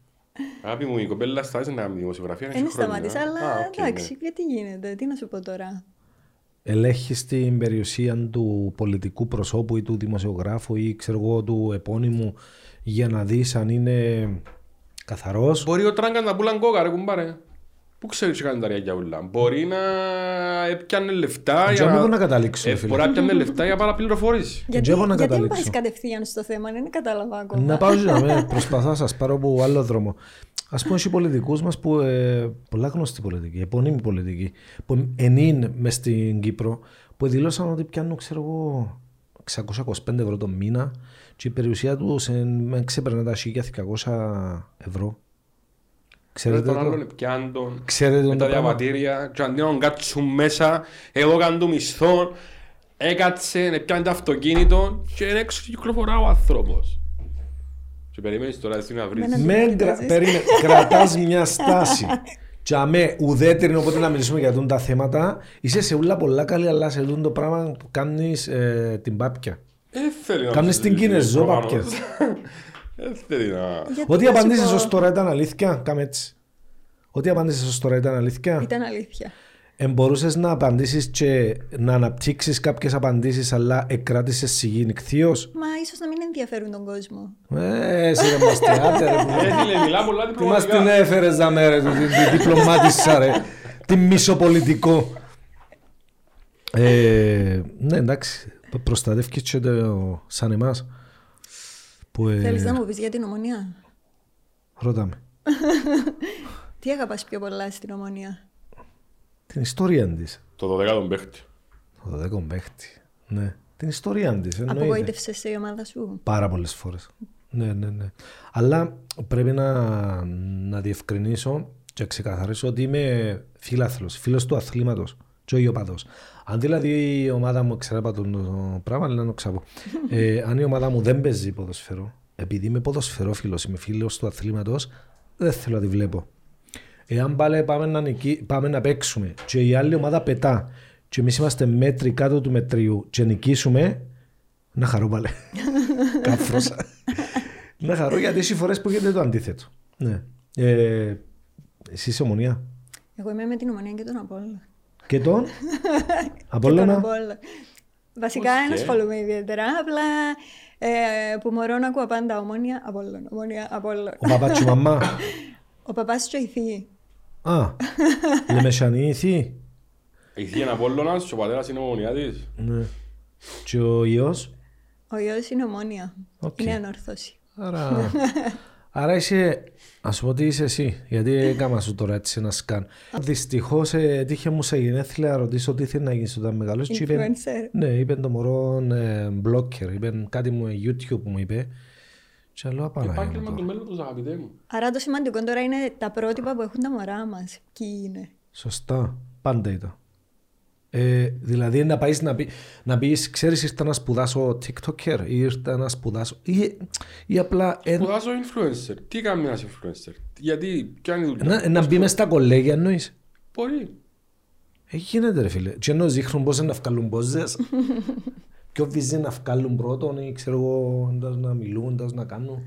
[SPEAKER 3] Αγάπη μου, η κοπέλα σταμάτησε να κάνει δημοσιογραφία. έχει
[SPEAKER 2] Δεν
[SPEAKER 3] χρόνια.
[SPEAKER 2] σταματήσα,
[SPEAKER 3] Α,
[SPEAKER 2] αλλά
[SPEAKER 3] οκ,
[SPEAKER 2] εντάξει,
[SPEAKER 3] ναι.
[SPEAKER 2] γιατί γίνεται, τι να σου πω τώρα.
[SPEAKER 1] Ελέγχεις την περιουσία του πολιτικού προσώπου ή του δημοσιογράφου ή ξέρω εγώ του επώνυμου για να δεις αν είναι καθαρός.
[SPEAKER 3] Μπορεί ο Τράγκα να πουλαν κόκα, ρε κουμπάρε. Πού ξέρεις τι κάνει τα ριακιά ούλα. Μπορεί να έπιανε λεφτά
[SPEAKER 1] Για να
[SPEAKER 3] για
[SPEAKER 1] να καταλήξω,
[SPEAKER 3] Ε,
[SPEAKER 1] φίλε.
[SPEAKER 3] Μπορεί να έπιανε λεφτά για παραπληροφορήσει.
[SPEAKER 1] Δεν
[SPEAKER 2] Γιατί,
[SPEAKER 1] ξέρω να
[SPEAKER 2] γιατί δεν
[SPEAKER 1] καταλήξω.
[SPEAKER 2] πάει κατευθείαν στο θέμα, ναι, δεν κατάλαβα ακόμα.
[SPEAKER 1] Να πάω να με προσπαθώ να σας πάρω από άλλο δρόμο. Ας πούμε, έχει πολιτικούς μας που. Ε, πολλά γνωστοί πολιτικοί, επωνύμοι πολιτικοί, που ενήν μες στην Κύπρο, που δηλώσαν ότι πιάνουν, ξέρω εγώ, 625 ευρώ το μήνα και η περιουσία τους ξέπαιρνε τα 1.200 ευρώ. Ξέρετε
[SPEAKER 3] Τον
[SPEAKER 1] το.
[SPEAKER 3] άλλον πιάνε τον.
[SPEAKER 1] Ξέρετε
[SPEAKER 3] με
[SPEAKER 1] το
[SPEAKER 3] τα
[SPEAKER 1] πράγμα.
[SPEAKER 3] διαβατήρια και αντί να τον κάτσουν μέσα, έδωκαν του μισθό, έκατσε, έπιανε το αυτοκίνητο και είναι έξω και κυκλοφορά ο άνθρωπος. Και περιμένεις τώρα εσύ να βρεις.
[SPEAKER 2] Εμένα
[SPEAKER 1] Με
[SPEAKER 2] Κοιτάζεις.
[SPEAKER 1] κρατάς μια στάση. Τζαμέ, ουδέτερη, οπότε να μιλήσουμε για τούν τα θέματα. Είσαι σε ούλα πολλά καλή, αλλά σε τούν το πράγμα που κάνεις την πάπια.
[SPEAKER 3] Ε, θέλει να
[SPEAKER 1] Κάμνεις
[SPEAKER 3] το
[SPEAKER 1] την
[SPEAKER 3] συζητήσει,
[SPEAKER 1] Κινεζό,
[SPEAKER 3] προφανώς.
[SPEAKER 1] παπκες.
[SPEAKER 3] Ε, θέλει να...
[SPEAKER 2] Γιατί
[SPEAKER 1] Ό,τι
[SPEAKER 2] να σου
[SPEAKER 1] απαντήσει
[SPEAKER 2] πω,
[SPEAKER 1] ως τώρα ήταν αλήθεια, κάμε έτσι. Ό,τι απαντήσεις ως τώρα ήταν αλήθεια.
[SPEAKER 2] Ήταν αλήθεια.
[SPEAKER 1] Εμπορούσε να απαντήσεις και να αναπτύξεις κάποιες απαντήσεις, αλλά εκράτησες συγγυνηκτίω.
[SPEAKER 2] Μα ίσως να μην ενδιαφέρουν τον κόσμο.
[SPEAKER 1] Ε, εσύ δεν μας τεάτε, ρε. που-
[SPEAKER 3] Ε, φίλε, μιλά πολλά
[SPEAKER 1] Τι μας την
[SPEAKER 3] διπλωματικά.
[SPEAKER 1] έφερε δαμέ, ρε, την την διπλωμάτισα, ρε. Την μισοπολιτικό. Ε, ναι, εντάξει. Προστατεύκεις και το σαν εμάς. Που, ε,
[SPEAKER 2] Θέλεις να μου πεις για την ομονία.
[SPEAKER 1] ρώτα με.
[SPEAKER 2] Τι αγαπάς πιο πολλά στην ομονία.
[SPEAKER 1] Την ιστορία της.
[SPEAKER 3] Το 12 τον παίχτη.
[SPEAKER 1] Το δέκον παίχτη. Ναι. Την ιστορία της, εννοείται.
[SPEAKER 2] Απογοήτευσες η ομάδα σου.
[SPEAKER 1] Πάρα πολλές φορές. Ναι, ναι, ναι. Αλλά πρέπει να, να διευκρινίσω και ξεκαθαρίσω ότι είμαι φίλαθλος, φίλος του αθλήματος. και ο Ιωπαδός. Αν δηλαδή η ομάδα μου, ξέρω πάνω το πράγμα, αλλά να το ξαπώ. Ε, αν η ομάδα μου δεν παίζει ποδοσφαιρό, επειδή είμαι ποδοσφαιρόφιλος, είμαι φίλος του αθλήματος, δεν θέλω να τη βλέπω. Εάν πάλι πάμε να, νικη... πάμε να παίξουμε και η άλλη ομάδα πετά και εμείς είμαστε μέτρη κάτω του μετρίου και νικήσουμε, να χαρώ πάλι. Καφρώσα. να χαρώ γιατί εσύ φορές που γίνεται το αντίθετο. Ναι. Ε, εσύ είσαι ομονία.
[SPEAKER 2] Εγώ είμαι με την ομονία και τον Απόλλωνα.
[SPEAKER 1] Και τον
[SPEAKER 2] Και
[SPEAKER 1] Απόλλωνα.
[SPEAKER 2] τον Απόλλωνα. Βασικά
[SPEAKER 3] Οκ.
[SPEAKER 2] δεν ασχολούμαι ιδιαίτερα, απλά ε, που μωρό να ακούω πάντα ομόνια, Απόλλων, ομόνια, Απόλλων.
[SPEAKER 1] Ο παπάς και η μαμά.
[SPEAKER 2] Ο παπάς του ηθή.
[SPEAKER 1] Α, λεμεσανή η θεία.
[SPEAKER 3] Η θεία είναι Απόλλωνας και ο πατέρας είναι ο Μονιάτης.
[SPEAKER 1] Ναι. Και ο ιός.
[SPEAKER 2] Ο γιος είναι ομόνια.
[SPEAKER 1] Οκ.
[SPEAKER 2] Είναι ανόρθωση.
[SPEAKER 1] Άρα, άρα είσαι, ας πω ότι είσαι εσύ, γιατί έκανα σου τώρα έτσι ένα σκάν. Δυστυχώς ε, τύχε μου σε γενέθλια να ρωτήσω τι θέλει να γίνεις όταν μεγάλος και είπε,
[SPEAKER 2] Influencer.
[SPEAKER 1] ναι, είπε το μωρό ε, blogger, είπε κάτι μου ε, YouTube μου είπε και λέω απανάγει
[SPEAKER 3] Επάγγελμα
[SPEAKER 1] μου
[SPEAKER 3] του
[SPEAKER 1] τώρα.
[SPEAKER 3] μέλλοντος, αγαπητέ μου.
[SPEAKER 2] Άρα το σημαντικό τώρα είναι τα πρότυπα που έχουν τα μωρά μας. Ποιοι είναι.
[SPEAKER 1] Σωστά, πάντα ήταν. Ε, δηλαδή να πάεις να, πει, να πεις, ξέρεις ήρθα να σπουδάσω TikToker ή ήρθα να σπουδάσω ή, ή απλά ε,
[SPEAKER 3] Σπουδάζω influencer. Τι κάνει ένας influencer. Γιατί, ποια είναι η δουλειά.
[SPEAKER 1] να, να μπει μες στα κολέγια εννοείς.
[SPEAKER 3] Μπορεί.
[SPEAKER 1] Ε, γίνεται ρε φίλε. Και ενώ δείχνουν πώς είναι να βγάλουν πόζες. Ποιο βυζί να βγάλουν πρώτον ή ξέρω εγώ εντάς να μιλούν, εντάς να κάνουν.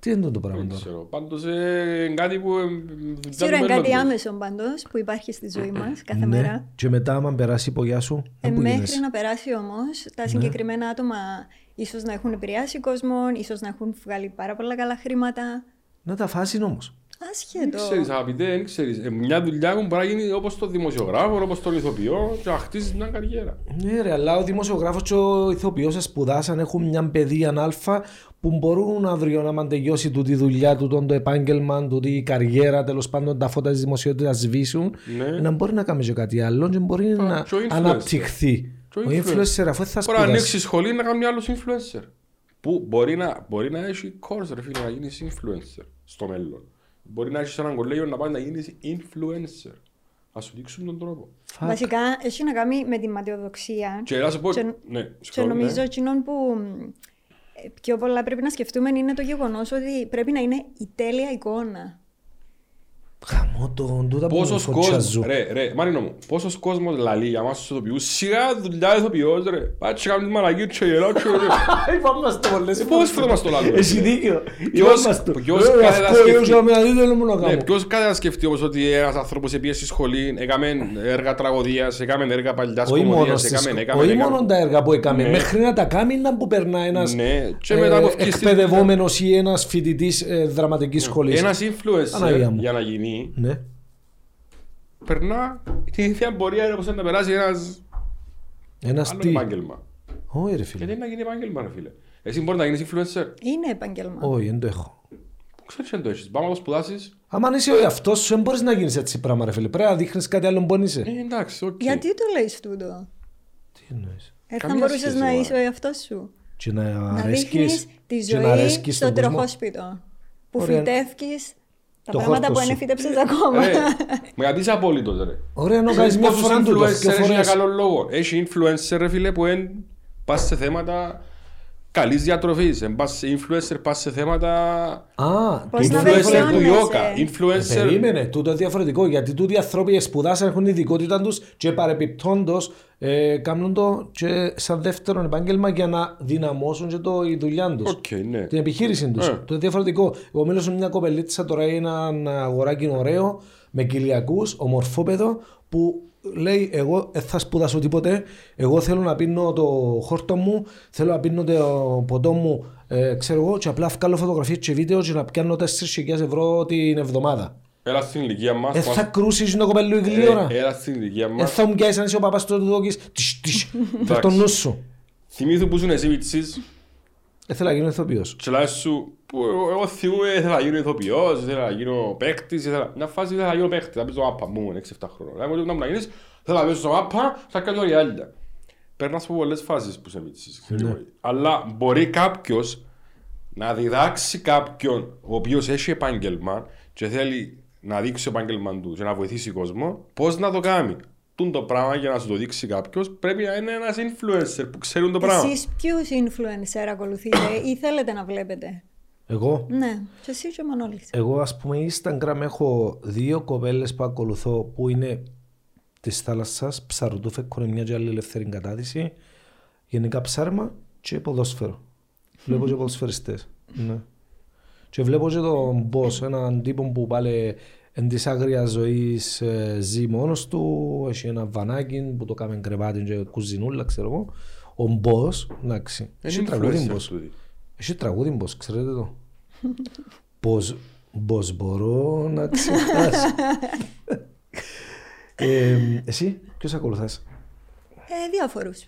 [SPEAKER 1] Τι είναι το πράγμα
[SPEAKER 3] Δεν
[SPEAKER 1] τώρα.
[SPEAKER 3] ξέρω. Πάντως ε, είναι κάτι που... ε, δουλειά του
[SPEAKER 2] Σίγουρα είναι κάτι
[SPEAKER 3] μέλλοντος.
[SPEAKER 2] άμεσο πάντως που υπάρχει στη ζωή μας
[SPEAKER 1] Ναι.
[SPEAKER 2] κάθε μέρα.
[SPEAKER 1] Και μετά άμα περάσει η πογιά σου,
[SPEAKER 2] Ε,
[SPEAKER 1] ε, που
[SPEAKER 2] μέχρι
[SPEAKER 1] γίνεσαι.
[SPEAKER 2] να περάσει όμως,
[SPEAKER 3] Ναι.
[SPEAKER 2] τα συγκεκριμένα άτομα ίσως να έχουν επηρεάσει κόσμο, ίσως να έχουν βγάλει πάρα πολλά καλά χρήματα.
[SPEAKER 1] Να τα φάσεις όμως.
[SPEAKER 3] Δεν
[SPEAKER 2] Άσχετο.
[SPEAKER 3] ξέρεις αγαπητέ, δεν ξέρεις. Ε, Μια δουλειά που μπορεί να γίνει όπως το δημοσιογράφο, όπως το ηθοποιό και να χτίζεις μια καριέρα.
[SPEAKER 1] Ναι ρε, αλλά ο δημοσιογράφος και ο ηθοποιός σπουδάσαν, έχουν μια παιδεία αλφα που μπορούν αύριο να μαν τελειώσει τούτη η δουλειά του, το επάγγελμα, τούτη η καριέρα, τέλος πάντων τα φώτα της δημοσιότητας σβήσουν,
[SPEAKER 3] Ναι.
[SPEAKER 1] να μπορεί να κάνει και κάτι άλλο και μπορεί να
[SPEAKER 3] και ο influencer.
[SPEAKER 1] αναπτυχθεί.
[SPEAKER 3] Και
[SPEAKER 1] Ο
[SPEAKER 3] ο
[SPEAKER 1] influencer αφού θα
[SPEAKER 3] Μπορεί να
[SPEAKER 1] σπουδάσει.
[SPEAKER 3] ανοίξει σχολή να κάνει άλλος influencer. Που μπορεί να, μπορεί να έχει course ρε φίλε να γίνεις influencer στο μέλλον. Μπορεί να έχεις έναν κολέγιο να πάει να γίνεις influencer. Ας σου δείξουν τον τρόπο.
[SPEAKER 1] Fuck.
[SPEAKER 2] Βασικά, έχει να κάνει με τη ματιοδοξία.
[SPEAKER 3] Και να σου πω...
[SPEAKER 2] Και-
[SPEAKER 3] Ναι,
[SPEAKER 2] Και
[SPEAKER 3] συγχωρώ,
[SPEAKER 2] νομίζω
[SPEAKER 3] ναι.
[SPEAKER 2] εκείνον που μ, ε, πιο πολλά πρέπει να σκεφτούμε είναι το γεγονός ότι πρέπει να είναι η τέλεια εικόνα.
[SPEAKER 1] Χαμό το, τούτα που μου
[SPEAKER 3] Πόσος κόσμος,
[SPEAKER 1] φωτσάζουν.
[SPEAKER 3] ρε, ρε, Μαρίνο μου, πόσος κόσμος λαλεί για μας τους ηθοποιούς, σιγά δουλειά ηθοποιός ρε, πάτσε κάνουν μαλακή και γελάω και ρε.
[SPEAKER 1] Υπάμαστε πολλές
[SPEAKER 3] Ε, πώς θα μας το λάλλον, ρε.
[SPEAKER 1] Έχει δίκιο.
[SPEAKER 3] Ποιος-
[SPEAKER 1] Υπάμαστε.
[SPEAKER 3] ποιος
[SPEAKER 1] Ε,
[SPEAKER 3] κάθε
[SPEAKER 1] αυτό
[SPEAKER 3] σκεφτεί-
[SPEAKER 1] ήρθα με αδίδελο μου να
[SPEAKER 3] Ναι,
[SPEAKER 1] κάνω.
[SPEAKER 3] ποιος κάτι να σκεφτεί όμως ότι ένας άνθρωπος επίε στη σχολή, έκαμε έργα τραγωδίας, έκαμε έργα παλιάς
[SPEAKER 1] Όχι μόνο
[SPEAKER 3] κομμωδίας,
[SPEAKER 1] στις-
[SPEAKER 3] έκαμε, έκαμε,
[SPEAKER 1] όχι
[SPEAKER 3] έκαμε.
[SPEAKER 1] μόνο τα έργα που έκαμε,
[SPEAKER 3] Ναι.
[SPEAKER 1] μέχρι να τα κάνει να που περνά ένας
[SPEAKER 3] Ναι, και
[SPEAKER 1] ε,
[SPEAKER 3] μετά που ευκείς στη
[SPEAKER 1] εκπαιδευόμενος ή ένας φοιτητής ε, δραματικής σχολής.
[SPEAKER 3] Ναι. Ένας
[SPEAKER 1] Παναγία
[SPEAKER 3] influencer
[SPEAKER 1] μου.
[SPEAKER 3] για να γίνει,
[SPEAKER 1] Ναι.
[SPEAKER 3] περνά την ίδια πορεία όπως είναι να περάσει ένας
[SPEAKER 1] Ένας
[SPEAKER 3] άλλο
[SPEAKER 1] τι.
[SPEAKER 3] επάγγελμα.
[SPEAKER 1] Όχι ρε φίλε.
[SPEAKER 3] Γιατί να γίνει επάγγελμα ρε φίλε. Εσύ μπορείς να γίνεις influencer.
[SPEAKER 2] Είναι επάγγελμα.
[SPEAKER 1] Όχι, δεν το έχω.
[SPEAKER 3] Πού Ξέρεις αν το έχεις, πάμε να το σπουδάσεις.
[SPEAKER 1] Άμα αν είσαι ο εαυτός σου, δεν μπορείς να γίνεις έτσι πράγμα ρε φίλε. Πρέπει να δείχνεις κάτι άλλο που δεν είσαι.
[SPEAKER 3] Ε, εντάξει, οκ.
[SPEAKER 2] Γιατί το λέει τούτο.
[SPEAKER 1] Τι εννοείς.
[SPEAKER 2] Ε, θα
[SPEAKER 3] Καμία
[SPEAKER 2] μπορούσες
[SPEAKER 3] σχέση,
[SPEAKER 2] να
[SPEAKER 3] μωρέ.
[SPEAKER 2] είσαι ο εαυτός σου.
[SPEAKER 1] Και να
[SPEAKER 2] Να δείχνει
[SPEAKER 1] αρέσκεις
[SPEAKER 2] τη
[SPEAKER 1] και να
[SPEAKER 2] ζωή
[SPEAKER 1] αρέσκεις
[SPEAKER 2] στο
[SPEAKER 1] στον κόσμο.
[SPEAKER 2] τροχόσπιτο. Που
[SPEAKER 1] Ωραία.
[SPEAKER 2] φυτεύει τα
[SPEAKER 1] Το
[SPEAKER 2] πράγματα
[SPEAKER 1] χόρτο
[SPEAKER 2] που
[SPEAKER 1] σου.
[SPEAKER 2] δεν φυτέψε ακόμα.
[SPEAKER 3] Ρε, με κατήσεις απόλυτος ρε.
[SPEAKER 1] Ωραία, ενώ κάνεις
[SPEAKER 3] Ξέρεις
[SPEAKER 1] μια
[SPEAKER 3] πόσους
[SPEAKER 1] φορά τούτο, δυο
[SPEAKER 3] influencer έχεις για
[SPEAKER 1] φορές.
[SPEAKER 3] καλό λόγο. Έχει influencer ρε φίλε που εν πας σε θέματα καλής διατροφής. Εν πας σε influencer πας σε θέματα...
[SPEAKER 1] Α,
[SPEAKER 2] Πώς
[SPEAKER 1] τούτο
[SPEAKER 2] να
[SPEAKER 1] είναι
[SPEAKER 3] Influencer
[SPEAKER 1] διαφορετικό.
[SPEAKER 3] του
[SPEAKER 2] βελτιώνεσαι.
[SPEAKER 3] yoga.
[SPEAKER 1] Ε,
[SPEAKER 3] Influencer
[SPEAKER 1] Περίμενε, τούτο είναι διαφορετικό γιατί τούτοι οι άνθρωποι σπουδάσαν, έχουν ειδικότητα τους και παρεπιπτόντως ε, κάνουν το και σαν δεύτερο επάγγελμα για να δυναμώσουν και το, η δουλειά τους.
[SPEAKER 3] Οκ, ναι.
[SPEAKER 1] Την επιχείρηση τους.
[SPEAKER 3] Ε.
[SPEAKER 1] Το είναι διαφορετικό. Εγώ μίλησα με μια κοπελίτσα τώρα έναν αγοράκι ωραίο με κοιλιακούς, ομορφόπεδο που λέει εγώ δεν θα σπουδάσω τίποτε εγώ θέλω να πίνω το χόρτο μου θέλω να πίνω το ποτό μου ε, ξέρω εγώ και απλά βγάλω φωτογραφίες και βίντεο και να πιάνω 4.000 ευρώ την εβδομάδα
[SPEAKER 3] Έλα στην ηλικία μας.
[SPEAKER 1] ε,
[SPEAKER 3] μας-
[SPEAKER 1] θα κρούσεις το κοπέλο η γλύωρα.
[SPEAKER 3] Ε, Έλα στην ηλικία
[SPEAKER 1] Ε,
[SPEAKER 3] μας.
[SPEAKER 1] θα μου πιάσεις αν είσαι ο παπάς του δόκης. Τισ, τισ. Φέρ' το
[SPEAKER 3] Εντάξει.
[SPEAKER 1] νου σου.
[SPEAKER 3] Θυμήθου που ήσουν εσύ πιτσής
[SPEAKER 1] Ε, θέλω να γίνω ηθοποιός.
[SPEAKER 3] και λες σου που εγώ- εγώ θυμούμαι ήθελα να γίνω ηθοποιός, ήθελα να γίνω παίκτης, ήθελα μια φάση ήθελα να γίνω παίκτης, να παίζω μάπα μου, 6-7 χρόνια. Να μου να μου να γίνεις, θέλω να παίζω μάπα, θα κάνω ριάλια. Περνάς από πολλές φάσεις που σε μίτσες.
[SPEAKER 1] Ναι.
[SPEAKER 3] Αλλά μπορεί κάποιος να διδάξει κάποιον ο οποίος έχει επάγγελμα και θέλει να δείξει το επάγγελμα του και να βοηθήσει κόσμο, πώς να το κάνει. τούν το πράγμα για να σου το δείξει κάποιος, πρέπει να είναι ένας influencer που ξέρουν το πράγμα.
[SPEAKER 2] Εσείς ποιους influencer ακολουθείτε ή θέλετε να βλέπετε.
[SPEAKER 1] Εγώ,
[SPEAKER 2] Ναι, και εσύ και ο Μανώλης.
[SPEAKER 1] εγώ ας πούμε Instagram έχω δύο κοπέλες που ακολουθώ που είναι της θάλασσας, ψαροτού φεκκόνε μια και άλλη ελεύθερη κατάδυση, γενικά ψάρμα και ποδόσφαιρο. Βλέπω και ποδοσφαιριστές. Ναι. Και βλέπω και τον Μπος, έναν τύπο που πάλι εν της άγριας ζωής ε, ζει μόνος του, έχει ένα βανάκι που το κάνει κρεβάτι και κουζινούλα, ξέρω εγώ. Ο Μπος, εντάξει, έχει τραγούδι
[SPEAKER 3] influencer
[SPEAKER 1] Μπος.
[SPEAKER 3] τούτη.
[SPEAKER 1] Έχει τραγούδι Μπος, ξέρετε το. Πώς, πώς μπορώ να ξεχάσω. ε, εσύ, ποιος ακολουθάς.
[SPEAKER 2] Ε, διάφορους.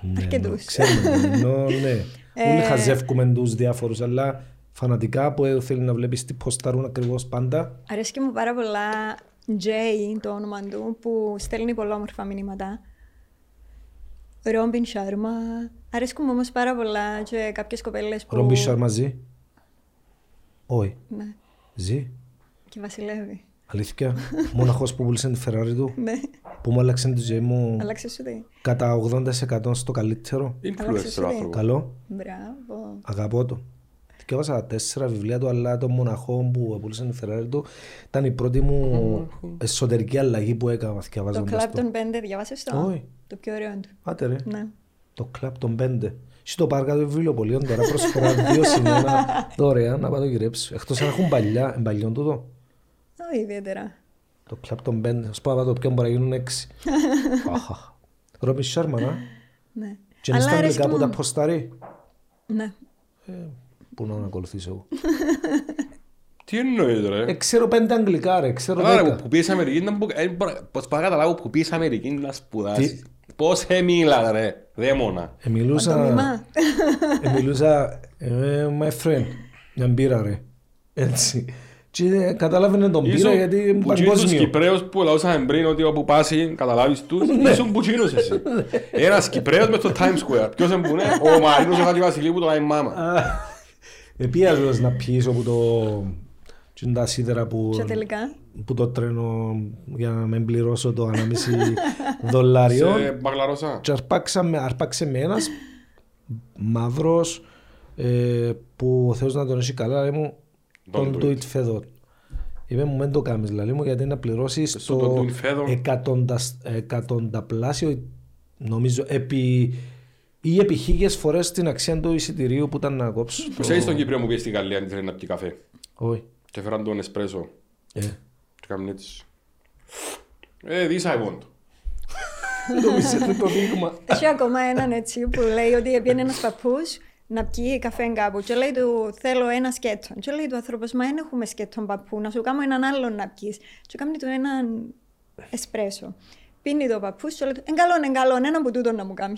[SPEAKER 1] Ναι,
[SPEAKER 2] Αρκετούς.
[SPEAKER 1] ναι, Ξέρουμε, ενώ, ναι.
[SPEAKER 2] Ε,
[SPEAKER 1] Όλοι χαζεύκουμε τους διάφορους, αλλά φανατικά που ε, θέλει να βλέπεις τι ποστάρουν ακριβώς πάντα.
[SPEAKER 2] Αρέσκει μου πάρα πολλά Jay το όνομα του που στέλνει πολλά όμορφα μηνύματα. Ρόμπιν Σάρμα. Αρέσκουν μου όμως πάρα πολλά και κάποιες κοπέλες που...
[SPEAKER 1] Ρομπί Σάρμα ζει. Όχι,
[SPEAKER 2] Ναι,
[SPEAKER 1] ζει.
[SPEAKER 2] και βασιλεύει.
[SPEAKER 1] Αλήθεια. Μόναχος που πούλησε τη Φεράρι του,
[SPEAKER 2] Ναι,
[SPEAKER 1] που μου άλλαξε τη ζωή μου
[SPEAKER 2] αλλάξε σου τι.
[SPEAKER 1] κατά 80% στο καλύτερο.
[SPEAKER 2] Αλλάξε
[SPEAKER 3] Influencer
[SPEAKER 2] σου
[SPEAKER 3] άνθρωπο.
[SPEAKER 1] Καλό.
[SPEAKER 2] Μπράβο.
[SPEAKER 1] Αγαπώ το. Διάβασα τέσσερα βιβλία του, αλλά το μοναχό που πούλησε τη Φεράρι του ήταν η πρώτη μου εσωτερική αλλαγή που έκανα.
[SPEAKER 2] Το
[SPEAKER 1] διαβάζοντας
[SPEAKER 2] κλαπ των πέντε διάβασες το.
[SPEAKER 1] Όχι.
[SPEAKER 2] Το πιο ωραίο του.
[SPEAKER 1] Άτε ρε.
[SPEAKER 2] Ναι.
[SPEAKER 1] Το κλαπ των πέντε. Στη το πάρκα του βιβλιοπολίων τώρα προσφορά δύο σημεία δωρεάν να πάω το γυρέψω. Εκτός αν έχουν παλιά, εμπαλιών τούτο.
[SPEAKER 2] Όχι ιδιαίτερα.
[SPEAKER 1] Το κλαπ των πέντε. Ας πάω να πάω το ποιον μπορεί να γίνουν έξι. Αχα. Ρόμπι Σάρμα, να.
[SPEAKER 2] Ναι.
[SPEAKER 1] Και είναι στα
[SPEAKER 2] αρέσκει
[SPEAKER 1] αγγλικά που
[SPEAKER 2] μου.
[SPEAKER 1] τα ποστάρει.
[SPEAKER 2] Ναι.
[SPEAKER 1] Πού να ακολουθήσω εγώ.
[SPEAKER 3] Τι εννοείς
[SPEAKER 1] Ε,
[SPEAKER 3] τώρα.
[SPEAKER 1] ξέρω πέντε αγγλικά ρε, ξέρω
[SPEAKER 3] Άρα που
[SPEAKER 1] δέκα.
[SPEAKER 3] πήγες Αμερική, να μπο- ε, μπορώ- πώς μπορώ να καταλάβω που πήγες Αμερική να σπουδάσεις. Πώς έμειλα ρε, δαίμονα.
[SPEAKER 1] Ε, Μιλούσα,
[SPEAKER 2] Μημά.
[SPEAKER 1] ε, μιλούσα, ε, my friend, μια μπύρα ρε. Έτσι. Και ε, καταλάβαινε τον
[SPEAKER 3] Ήσουν
[SPEAKER 1] πύρα γιατί είναι
[SPEAKER 3] που εκείνους τους
[SPEAKER 1] παγκόσμιο.
[SPEAKER 3] Κυπρέους που λαούσαμε πριν ότι όπου πάσει καταλάβεις τους,
[SPEAKER 1] Ναι.
[SPEAKER 3] ήσουν που εκείνους εσύ. Ένας Κυπρέος μες στο Times Square. Ποιος εμπουνέ, ο Μαρίνος ο Χατζη Βασιλείου που τον άει μάμα.
[SPEAKER 1] Επίαζος Ε, να πιείς όπου το... Τι είναι τα σίδερα που...
[SPEAKER 2] Και τελικά.
[SPEAKER 1] που το τρένο για να με πληρώσω το 1,5 δολάριο.
[SPEAKER 3] Σε μπαγλαρόσα.
[SPEAKER 1] Και αρπάξα με, αρπάξε με ένας μαύρος ε, που ο Θεός να τον έχει καλά, λέει μου,
[SPEAKER 3] Don't
[SPEAKER 1] don't
[SPEAKER 3] do
[SPEAKER 1] do it φεδό. Είπε μου, μην το κάνεις, λέει μου, γιατί να πληρώσεις
[SPEAKER 3] Στο
[SPEAKER 1] το
[SPEAKER 3] don't do it φεδόν.
[SPEAKER 1] εκατοντασ- εκατονταπλάσιο, νομίζω, επί, ή επί χίλιες φορές την αξία του εισιτηρίου που ήταν να κόψω.
[SPEAKER 3] Ξέρεις τον Κυπρέο μου πήγες στην Γαλλία αν ήθελε να πιει καφέ.
[SPEAKER 1] Όχι.
[SPEAKER 3] Και φέραν τον εσπρέσο.
[SPEAKER 1] Ε.
[SPEAKER 3] Και κάνουν έτσι. Ε, this I want.
[SPEAKER 1] Νομίζετε το δείγμα.
[SPEAKER 2] Έχει ακόμα έναν έτσι που λέει ότι έπιανε ένας παππούς να πιει καφέ κάπου. Και λέει του: Θέλω ένα σκέτο. Και λέει του άνθρωπος: Μα δεν έχουμε σκέτον παππού, να σου κάνω έναν άλλον να πιεις. Και κάνει του έναν εσπρέσο. Πίνει το παππούς, και λέει του: Εγκαλόν, εγκαλόν, έναν που τούτον να μου κάνεις.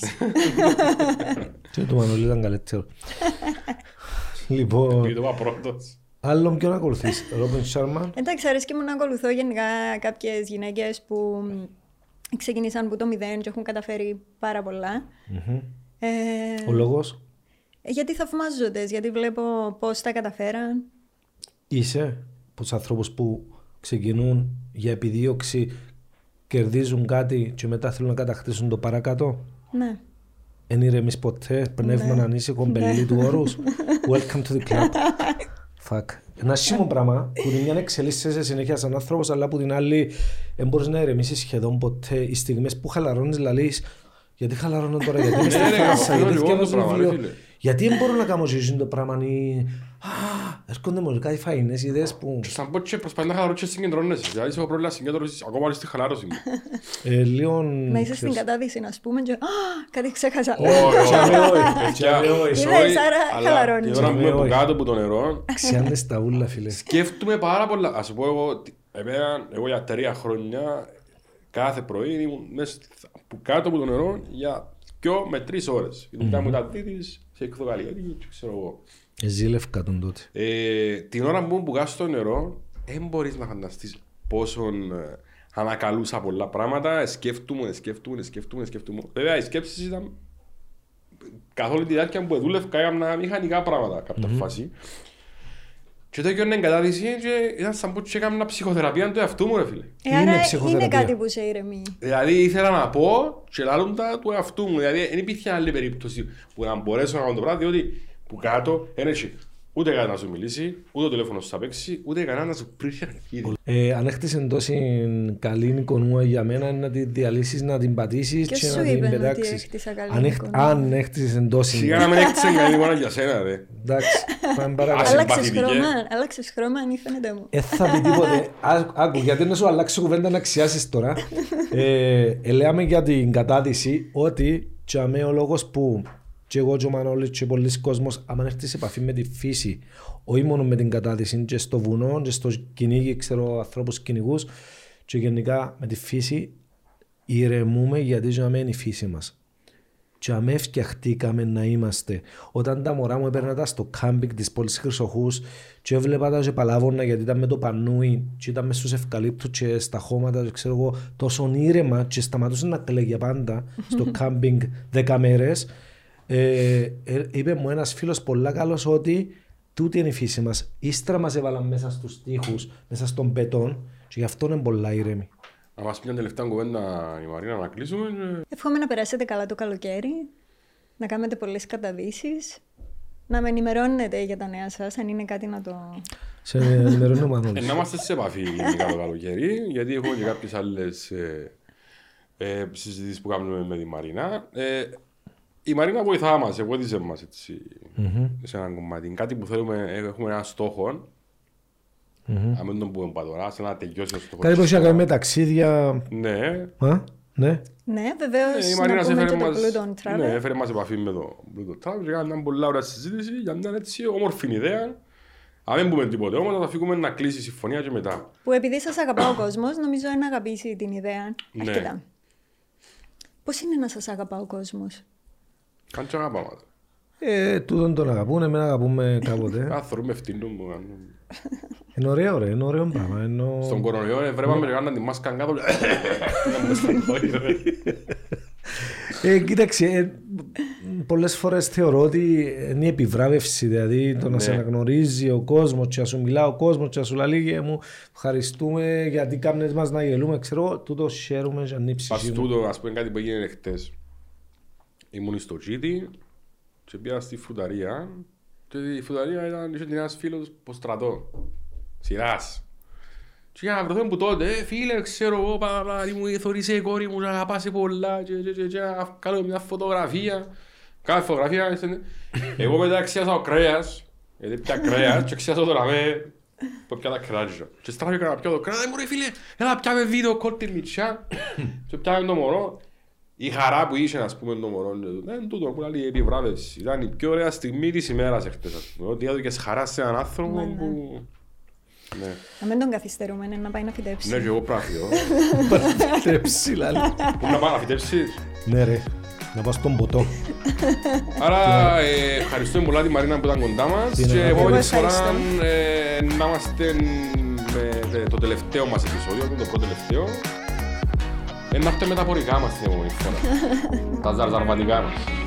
[SPEAKER 1] Τι του Μανώλη ήταν καλύτερο. λοιπόν,
[SPEAKER 3] Πήγε το πρώτος.
[SPEAKER 1] άλλον ποιον ακολουθείς, Ρόμπιν Σάρμα.
[SPEAKER 2] Εντάξει, αρέσκει μου να ακολουθώ γενικά κάποιες γυναίκες που μ, ξεκίνησαν από το μηδέν και έχουν καταφέρει πάρα πολλά. Ε,
[SPEAKER 1] Ο λόγος
[SPEAKER 2] γιατί θαυμάζονται, γιατί βλέπω πώς τα καταφέραν.
[SPEAKER 1] είσαι από τους ανθρώπους που ξεκινούν για επιδίωξη, κερδίζουν κάτι και μετά θέλουν να κατακτήσουν το παρακάτω.
[SPEAKER 2] Ναι.
[SPEAKER 1] Εν ηρεμείς ποτέ, πνεύμα να είσαι κομπελί
[SPEAKER 2] Ναι.
[SPEAKER 1] του όρους. Welcome to the club. Fuck. Ένα σήμο πράγμα που την μια εξελίσσεσαι συνέχεια σαν άνθρωπος αλλά που την άλλη δεν μπορείς να ηρεμήσεις σχεδόν ποτέ. Οι στιγμές που χαλαρώνεις λαλείς γιατί χαλαρώνω τώρα, γιατί είμαι στη
[SPEAKER 3] Ναι, ρε,
[SPEAKER 1] φάσα,
[SPEAKER 3] καφέ,
[SPEAKER 1] γιατί
[SPEAKER 3] λοιπόν, το
[SPEAKER 1] διαβάζω
[SPEAKER 3] πράγμα, ρε,
[SPEAKER 1] βιβλίο.
[SPEAKER 3] φίλε.
[SPEAKER 1] Γιατί δεν μπορώ να κάνω ζωή το πράγμα ή... «Ας, Έρχονται μου κάτι φαϊνές ιδέες που...
[SPEAKER 3] Και σαν πω και προσπαθεί να χαλαρώ και συγκεντρώνεσαι. Δηλαδή έχω πρόβλημα συγκέντρωσης, ακόμα και στη χαλάρωση μου.
[SPEAKER 1] Ε, Λίον...
[SPEAKER 2] Να είσαι στην κατάδυση, να πούμε, και «Α, κάτι ξέχασα.
[SPEAKER 3] Όχι, όχι,
[SPEAKER 1] Τζαβέ, όχι.
[SPEAKER 3] όχι.
[SPEAKER 2] Είδες, άρα χαλαρώνεις.
[SPEAKER 3] Την ώρα που
[SPEAKER 1] Τζαβέ,
[SPEAKER 3] είμαι από
[SPEAKER 1] όχι.
[SPEAKER 3] κάτω από το νερό,
[SPEAKER 1] Ξιάνες τα ούλα φίλε.
[SPEAKER 3] σκέφτομαι πάρα πολλά. Ας σου πω εγώ, τι- εμένα, εγώ για τρία χρόνια, κάθε πρωί ήμουν μέσα στη- από κάτω από το νερό για δυο με τρεις ώρες. Η δουλειά μου ήταν τίτης, σε εκδοκαλλιέργεια και ξέρω εγώ.
[SPEAKER 1] Ε, Ζήλευκα τον τότε.
[SPEAKER 3] Ε, την ώρα που μπουκά στο νερό, δεν μπορείς να φανταστείς πόσον ε, ανακαλούσα πολλά πράγματα. Σκέφτομαι, σκέφτομαι, σκέφτομαι, σκέφτομαι. Βέβαια, οι σκέψεις ήταν καθόλου τη διάρκεια που δούλευκα, έκανα μηχανικά πράγματα κάποια φάση. Και το έκανα εγκατάδυση και ήταν σαν που έκανα μια ψυχοθεραπεία του εαυτού μου ρε φίλε.
[SPEAKER 2] Ε,
[SPEAKER 1] Είναι
[SPEAKER 2] άρα είναι
[SPEAKER 1] ψυχοθεραπεία.
[SPEAKER 2] κάτι που σε ηρεμεί.
[SPEAKER 3] Δηλαδή ήθελα να πω και λάλλον τα του εαυτού μου. Δηλαδή δεν υπήρχε άλλη περίπτωση που να μπορέσω να κάνω το πράγμα διότι που κάτω δεν έχει ούτε κανένας να σου μιλήσει, ούτε το τηλέφωνο σου θα παίξει, ούτε κανένας να σου πει «Ρε,
[SPEAKER 1] Ε, αν έχτισε τόση καλή οικονομία για μένα είναι να τη διαλύσεις, να την πατήσεις
[SPEAKER 2] Ποιος
[SPEAKER 1] και
[SPEAKER 2] σου
[SPEAKER 1] να
[SPEAKER 2] είπε
[SPEAKER 1] την
[SPEAKER 2] ότι
[SPEAKER 1] πετάξεις.
[SPEAKER 2] έχτισα καλή
[SPEAKER 1] Αν, έχ,
[SPEAKER 2] οικονομία?
[SPEAKER 1] αν έχτισε τόση.
[SPEAKER 3] Σιγά να μην έκτισε καλή μόνο για σένα ρε.
[SPEAKER 1] Εντάξει, πάμε
[SPEAKER 3] Ας-
[SPEAKER 1] παρακάτω.
[SPEAKER 2] Άλλαξε
[SPEAKER 3] συμπαθητικέ.
[SPEAKER 2] χρώμα, άλλαξες χρώμα, αν φαίνεται μου.
[SPEAKER 1] Ε, θα πει τίποτε. Άκου, άκου, γιατί να σου αλλάξει κουβέντα να αξιάσεις τώρα. Ε, ε, λέμε για την κατάδυση ότι τσαμέ ο λόγος που και εγώ και ο Μανώλης και πολλοί κόσμος άμα έρθεις σε επαφή με τη φύση όχι μόνο με την κατάδυση και στο βουνό και στο κυνήγι ξέρω ανθρώπους κυνηγούς και γενικά με τη φύση ηρεμούμε γιατί τσαμέ είναι η φύση μας και αμέ φτιαχτήκαμε να είμαστε. Όταν τα μωρά μου έπαιρνα τα στο κάμπινγκ της πόλης Χρυσοχούς, και έβλεπα τα και παλάβωνα γιατί ήταν με το πανούι, και ήταν μες στους ευκαλύπτους και στα χώματα, και ξέρω εγώ, τόσο ήρεμα, και σταματούσε να κλαίγει για πάντα στο κάμπινγκ 10 μέρες. Ε, ε, είπε μου ένας φίλος πολλά καλός ότι τούτη είναι η φύση μας. Ύστερα μας έβαλαν μέσα στους τοίχους, μέσα στον πετόν, και γι' αυτό είναι πολλά ήρεμοι.
[SPEAKER 3] Να μας πει μια τελευταία κουβέντα η Μαρίνα να κλείσουμε ε. και-
[SPEAKER 2] Εύχομαι να περάσετε καλά το καλοκαίρι, να κάνετε πολλές καταδύσεις, να με ενημερώνετε για τα νέα σας, αν είναι κάτι να το...
[SPEAKER 1] Σε ενημερώνω
[SPEAKER 3] Ε,
[SPEAKER 1] Μανώλης.
[SPEAKER 3] Να είμαστε σε επαφή γενικά το καλοκαίρι, γιατί έχουμε και κάποιες άλλες ε, ε, συζητήσεις που κάνουμε με τη Μαρίνα. Ε, η Μαρίνα βοηθά μας, ε, βοήθησε μας έτσι, σε ένα κομμάτι. Κάτι που θέλουμε, ε, έχουμε ένα στόχο,
[SPEAKER 1] Μμμ.
[SPEAKER 3] αν μην τον πούμε πατωρά, σε να τελειώσει ο στόχος.
[SPEAKER 1] Κάτι που έχει να κάνει με ταξίδια.
[SPEAKER 3] Ναι,
[SPEAKER 1] Α, ναι.
[SPEAKER 2] Ναι, βεβαίως.
[SPEAKER 3] Ε, η
[SPEAKER 2] να
[SPEAKER 3] Μαρίνα
[SPEAKER 2] πούμε και
[SPEAKER 3] έφερε
[SPEAKER 2] το
[SPEAKER 3] μας,
[SPEAKER 2] Pluton Travel.
[SPEAKER 3] ναι, έφερε μας επαφή με το Pluton Travel και κάναμε μια πολλά ωραία συζήτηση για μια έτσι όμορφη ιδέα. Αν δεν πούμε τίποτε όμως, να τα αφήσουμε να κλείσει η συμφωνία και μετά.
[SPEAKER 2] Που επειδή σας αγαπά ο κόσμος, νομίζω να αγαπήσει την ιδέα.
[SPEAKER 3] Ναι.
[SPEAKER 2] Αρκετά. Πώς είναι να σας αγαπά ο κόσμος,
[SPEAKER 3] Κάνε και αγαπάμε.
[SPEAKER 1] Ε, τούτον τον αγαπούν, εμένα αγαπούμε κάποτε.
[SPEAKER 3] Καθόλου με φτύνουν μου. κάνουν.
[SPEAKER 1] είναι ωραίο, ρε, είναι ωραίο πράγμα. Ενώ...
[SPEAKER 3] Στον κορονοϊό ε, βρέπαμε και κάναν τη μάσκα κάτω.
[SPEAKER 1] Ε, κοίταξε, ε, πολλές φορές θεωρώ ότι είναι η επιβράβευση. Δηλαδή το να σε
[SPEAKER 3] Ναι.
[SPEAKER 1] αναγνωρίζει ο κόσμος, και να σου μιλά ο κόσμος, και να σου λέει «Ε, μου ευχαριστούμε γιατί κάμνες μας να γελούμε. Ξέρω, εγώ, τούτο χαίρομαι για ανήψη.
[SPEAKER 3] Ας τούτο, ας πούμε κάτι που έγινε χτες. Ήμουν στο Τζίτι και πήγα στη φρουταρία και η φρουταρία ήταν είχε ένας φίλος που στρατό. Σειράς. Και για να βρεθούμε που τότε, «Ε, φίλε, ξέρω εγώ, πα, πα, τι μου θωρείσαι η κόρη μου, να αγαπάσαι πολλά, και, και, και, και, να κάνω μια φωτογραφία. Κάθε φωτογραφία, έτσι, εγώ μετά ξέασα ο κρέας, γιατί πια κρέας, και ξέασα το ραμέ, που πια τα κράτησα. Και στράφηκα να πιω το κρέας, «Ε, μου ρε φίλε, έλα πιάμε βίντεο κόλ τη λιτσιά, και πιάμε το μωρό. Η χαρά που είχε, ας πούμε, το μωρό, και τούτο. δεν τούτο, που λέει η επιβράβευση. Ήταν η πιο ωραία στιγμή της ημέρας εχθές, ας πούμε, ότι έδωκες χαρά σε έναν
[SPEAKER 2] Ναι,
[SPEAKER 3] άνθρωπο
[SPEAKER 2] ναι.
[SPEAKER 3] που... Ναι.
[SPEAKER 2] Να μην τον καθυστερούμε, ναι, να πάει να φυτέψει.
[SPEAKER 3] Ναι, και εγώ πράγμα.
[SPEAKER 1] Τρέψει, λάλη.
[SPEAKER 3] Πού να πάω να φυτέψεις.
[SPEAKER 1] Ναι, ρε, να πάω στον ποτό.
[SPEAKER 3] Άρα, ε, ευχαριστούμε πολλά τη Μαρίνα που ήταν κοντά μας.
[SPEAKER 1] Την
[SPEAKER 3] Και
[SPEAKER 1] αγάπη.
[SPEAKER 3] επόμενη
[SPEAKER 2] Εγώ
[SPEAKER 3] φορά
[SPEAKER 2] ευχαριστώ.
[SPEAKER 3] ε, να είμαστε με ε, το τελευταίο μας επεισόδιο, το πρώτο τελευταίο. Ε, να έρθετε με τα πορικά μα την επόμενη φορά. τα ζαρζαρβατικά μας.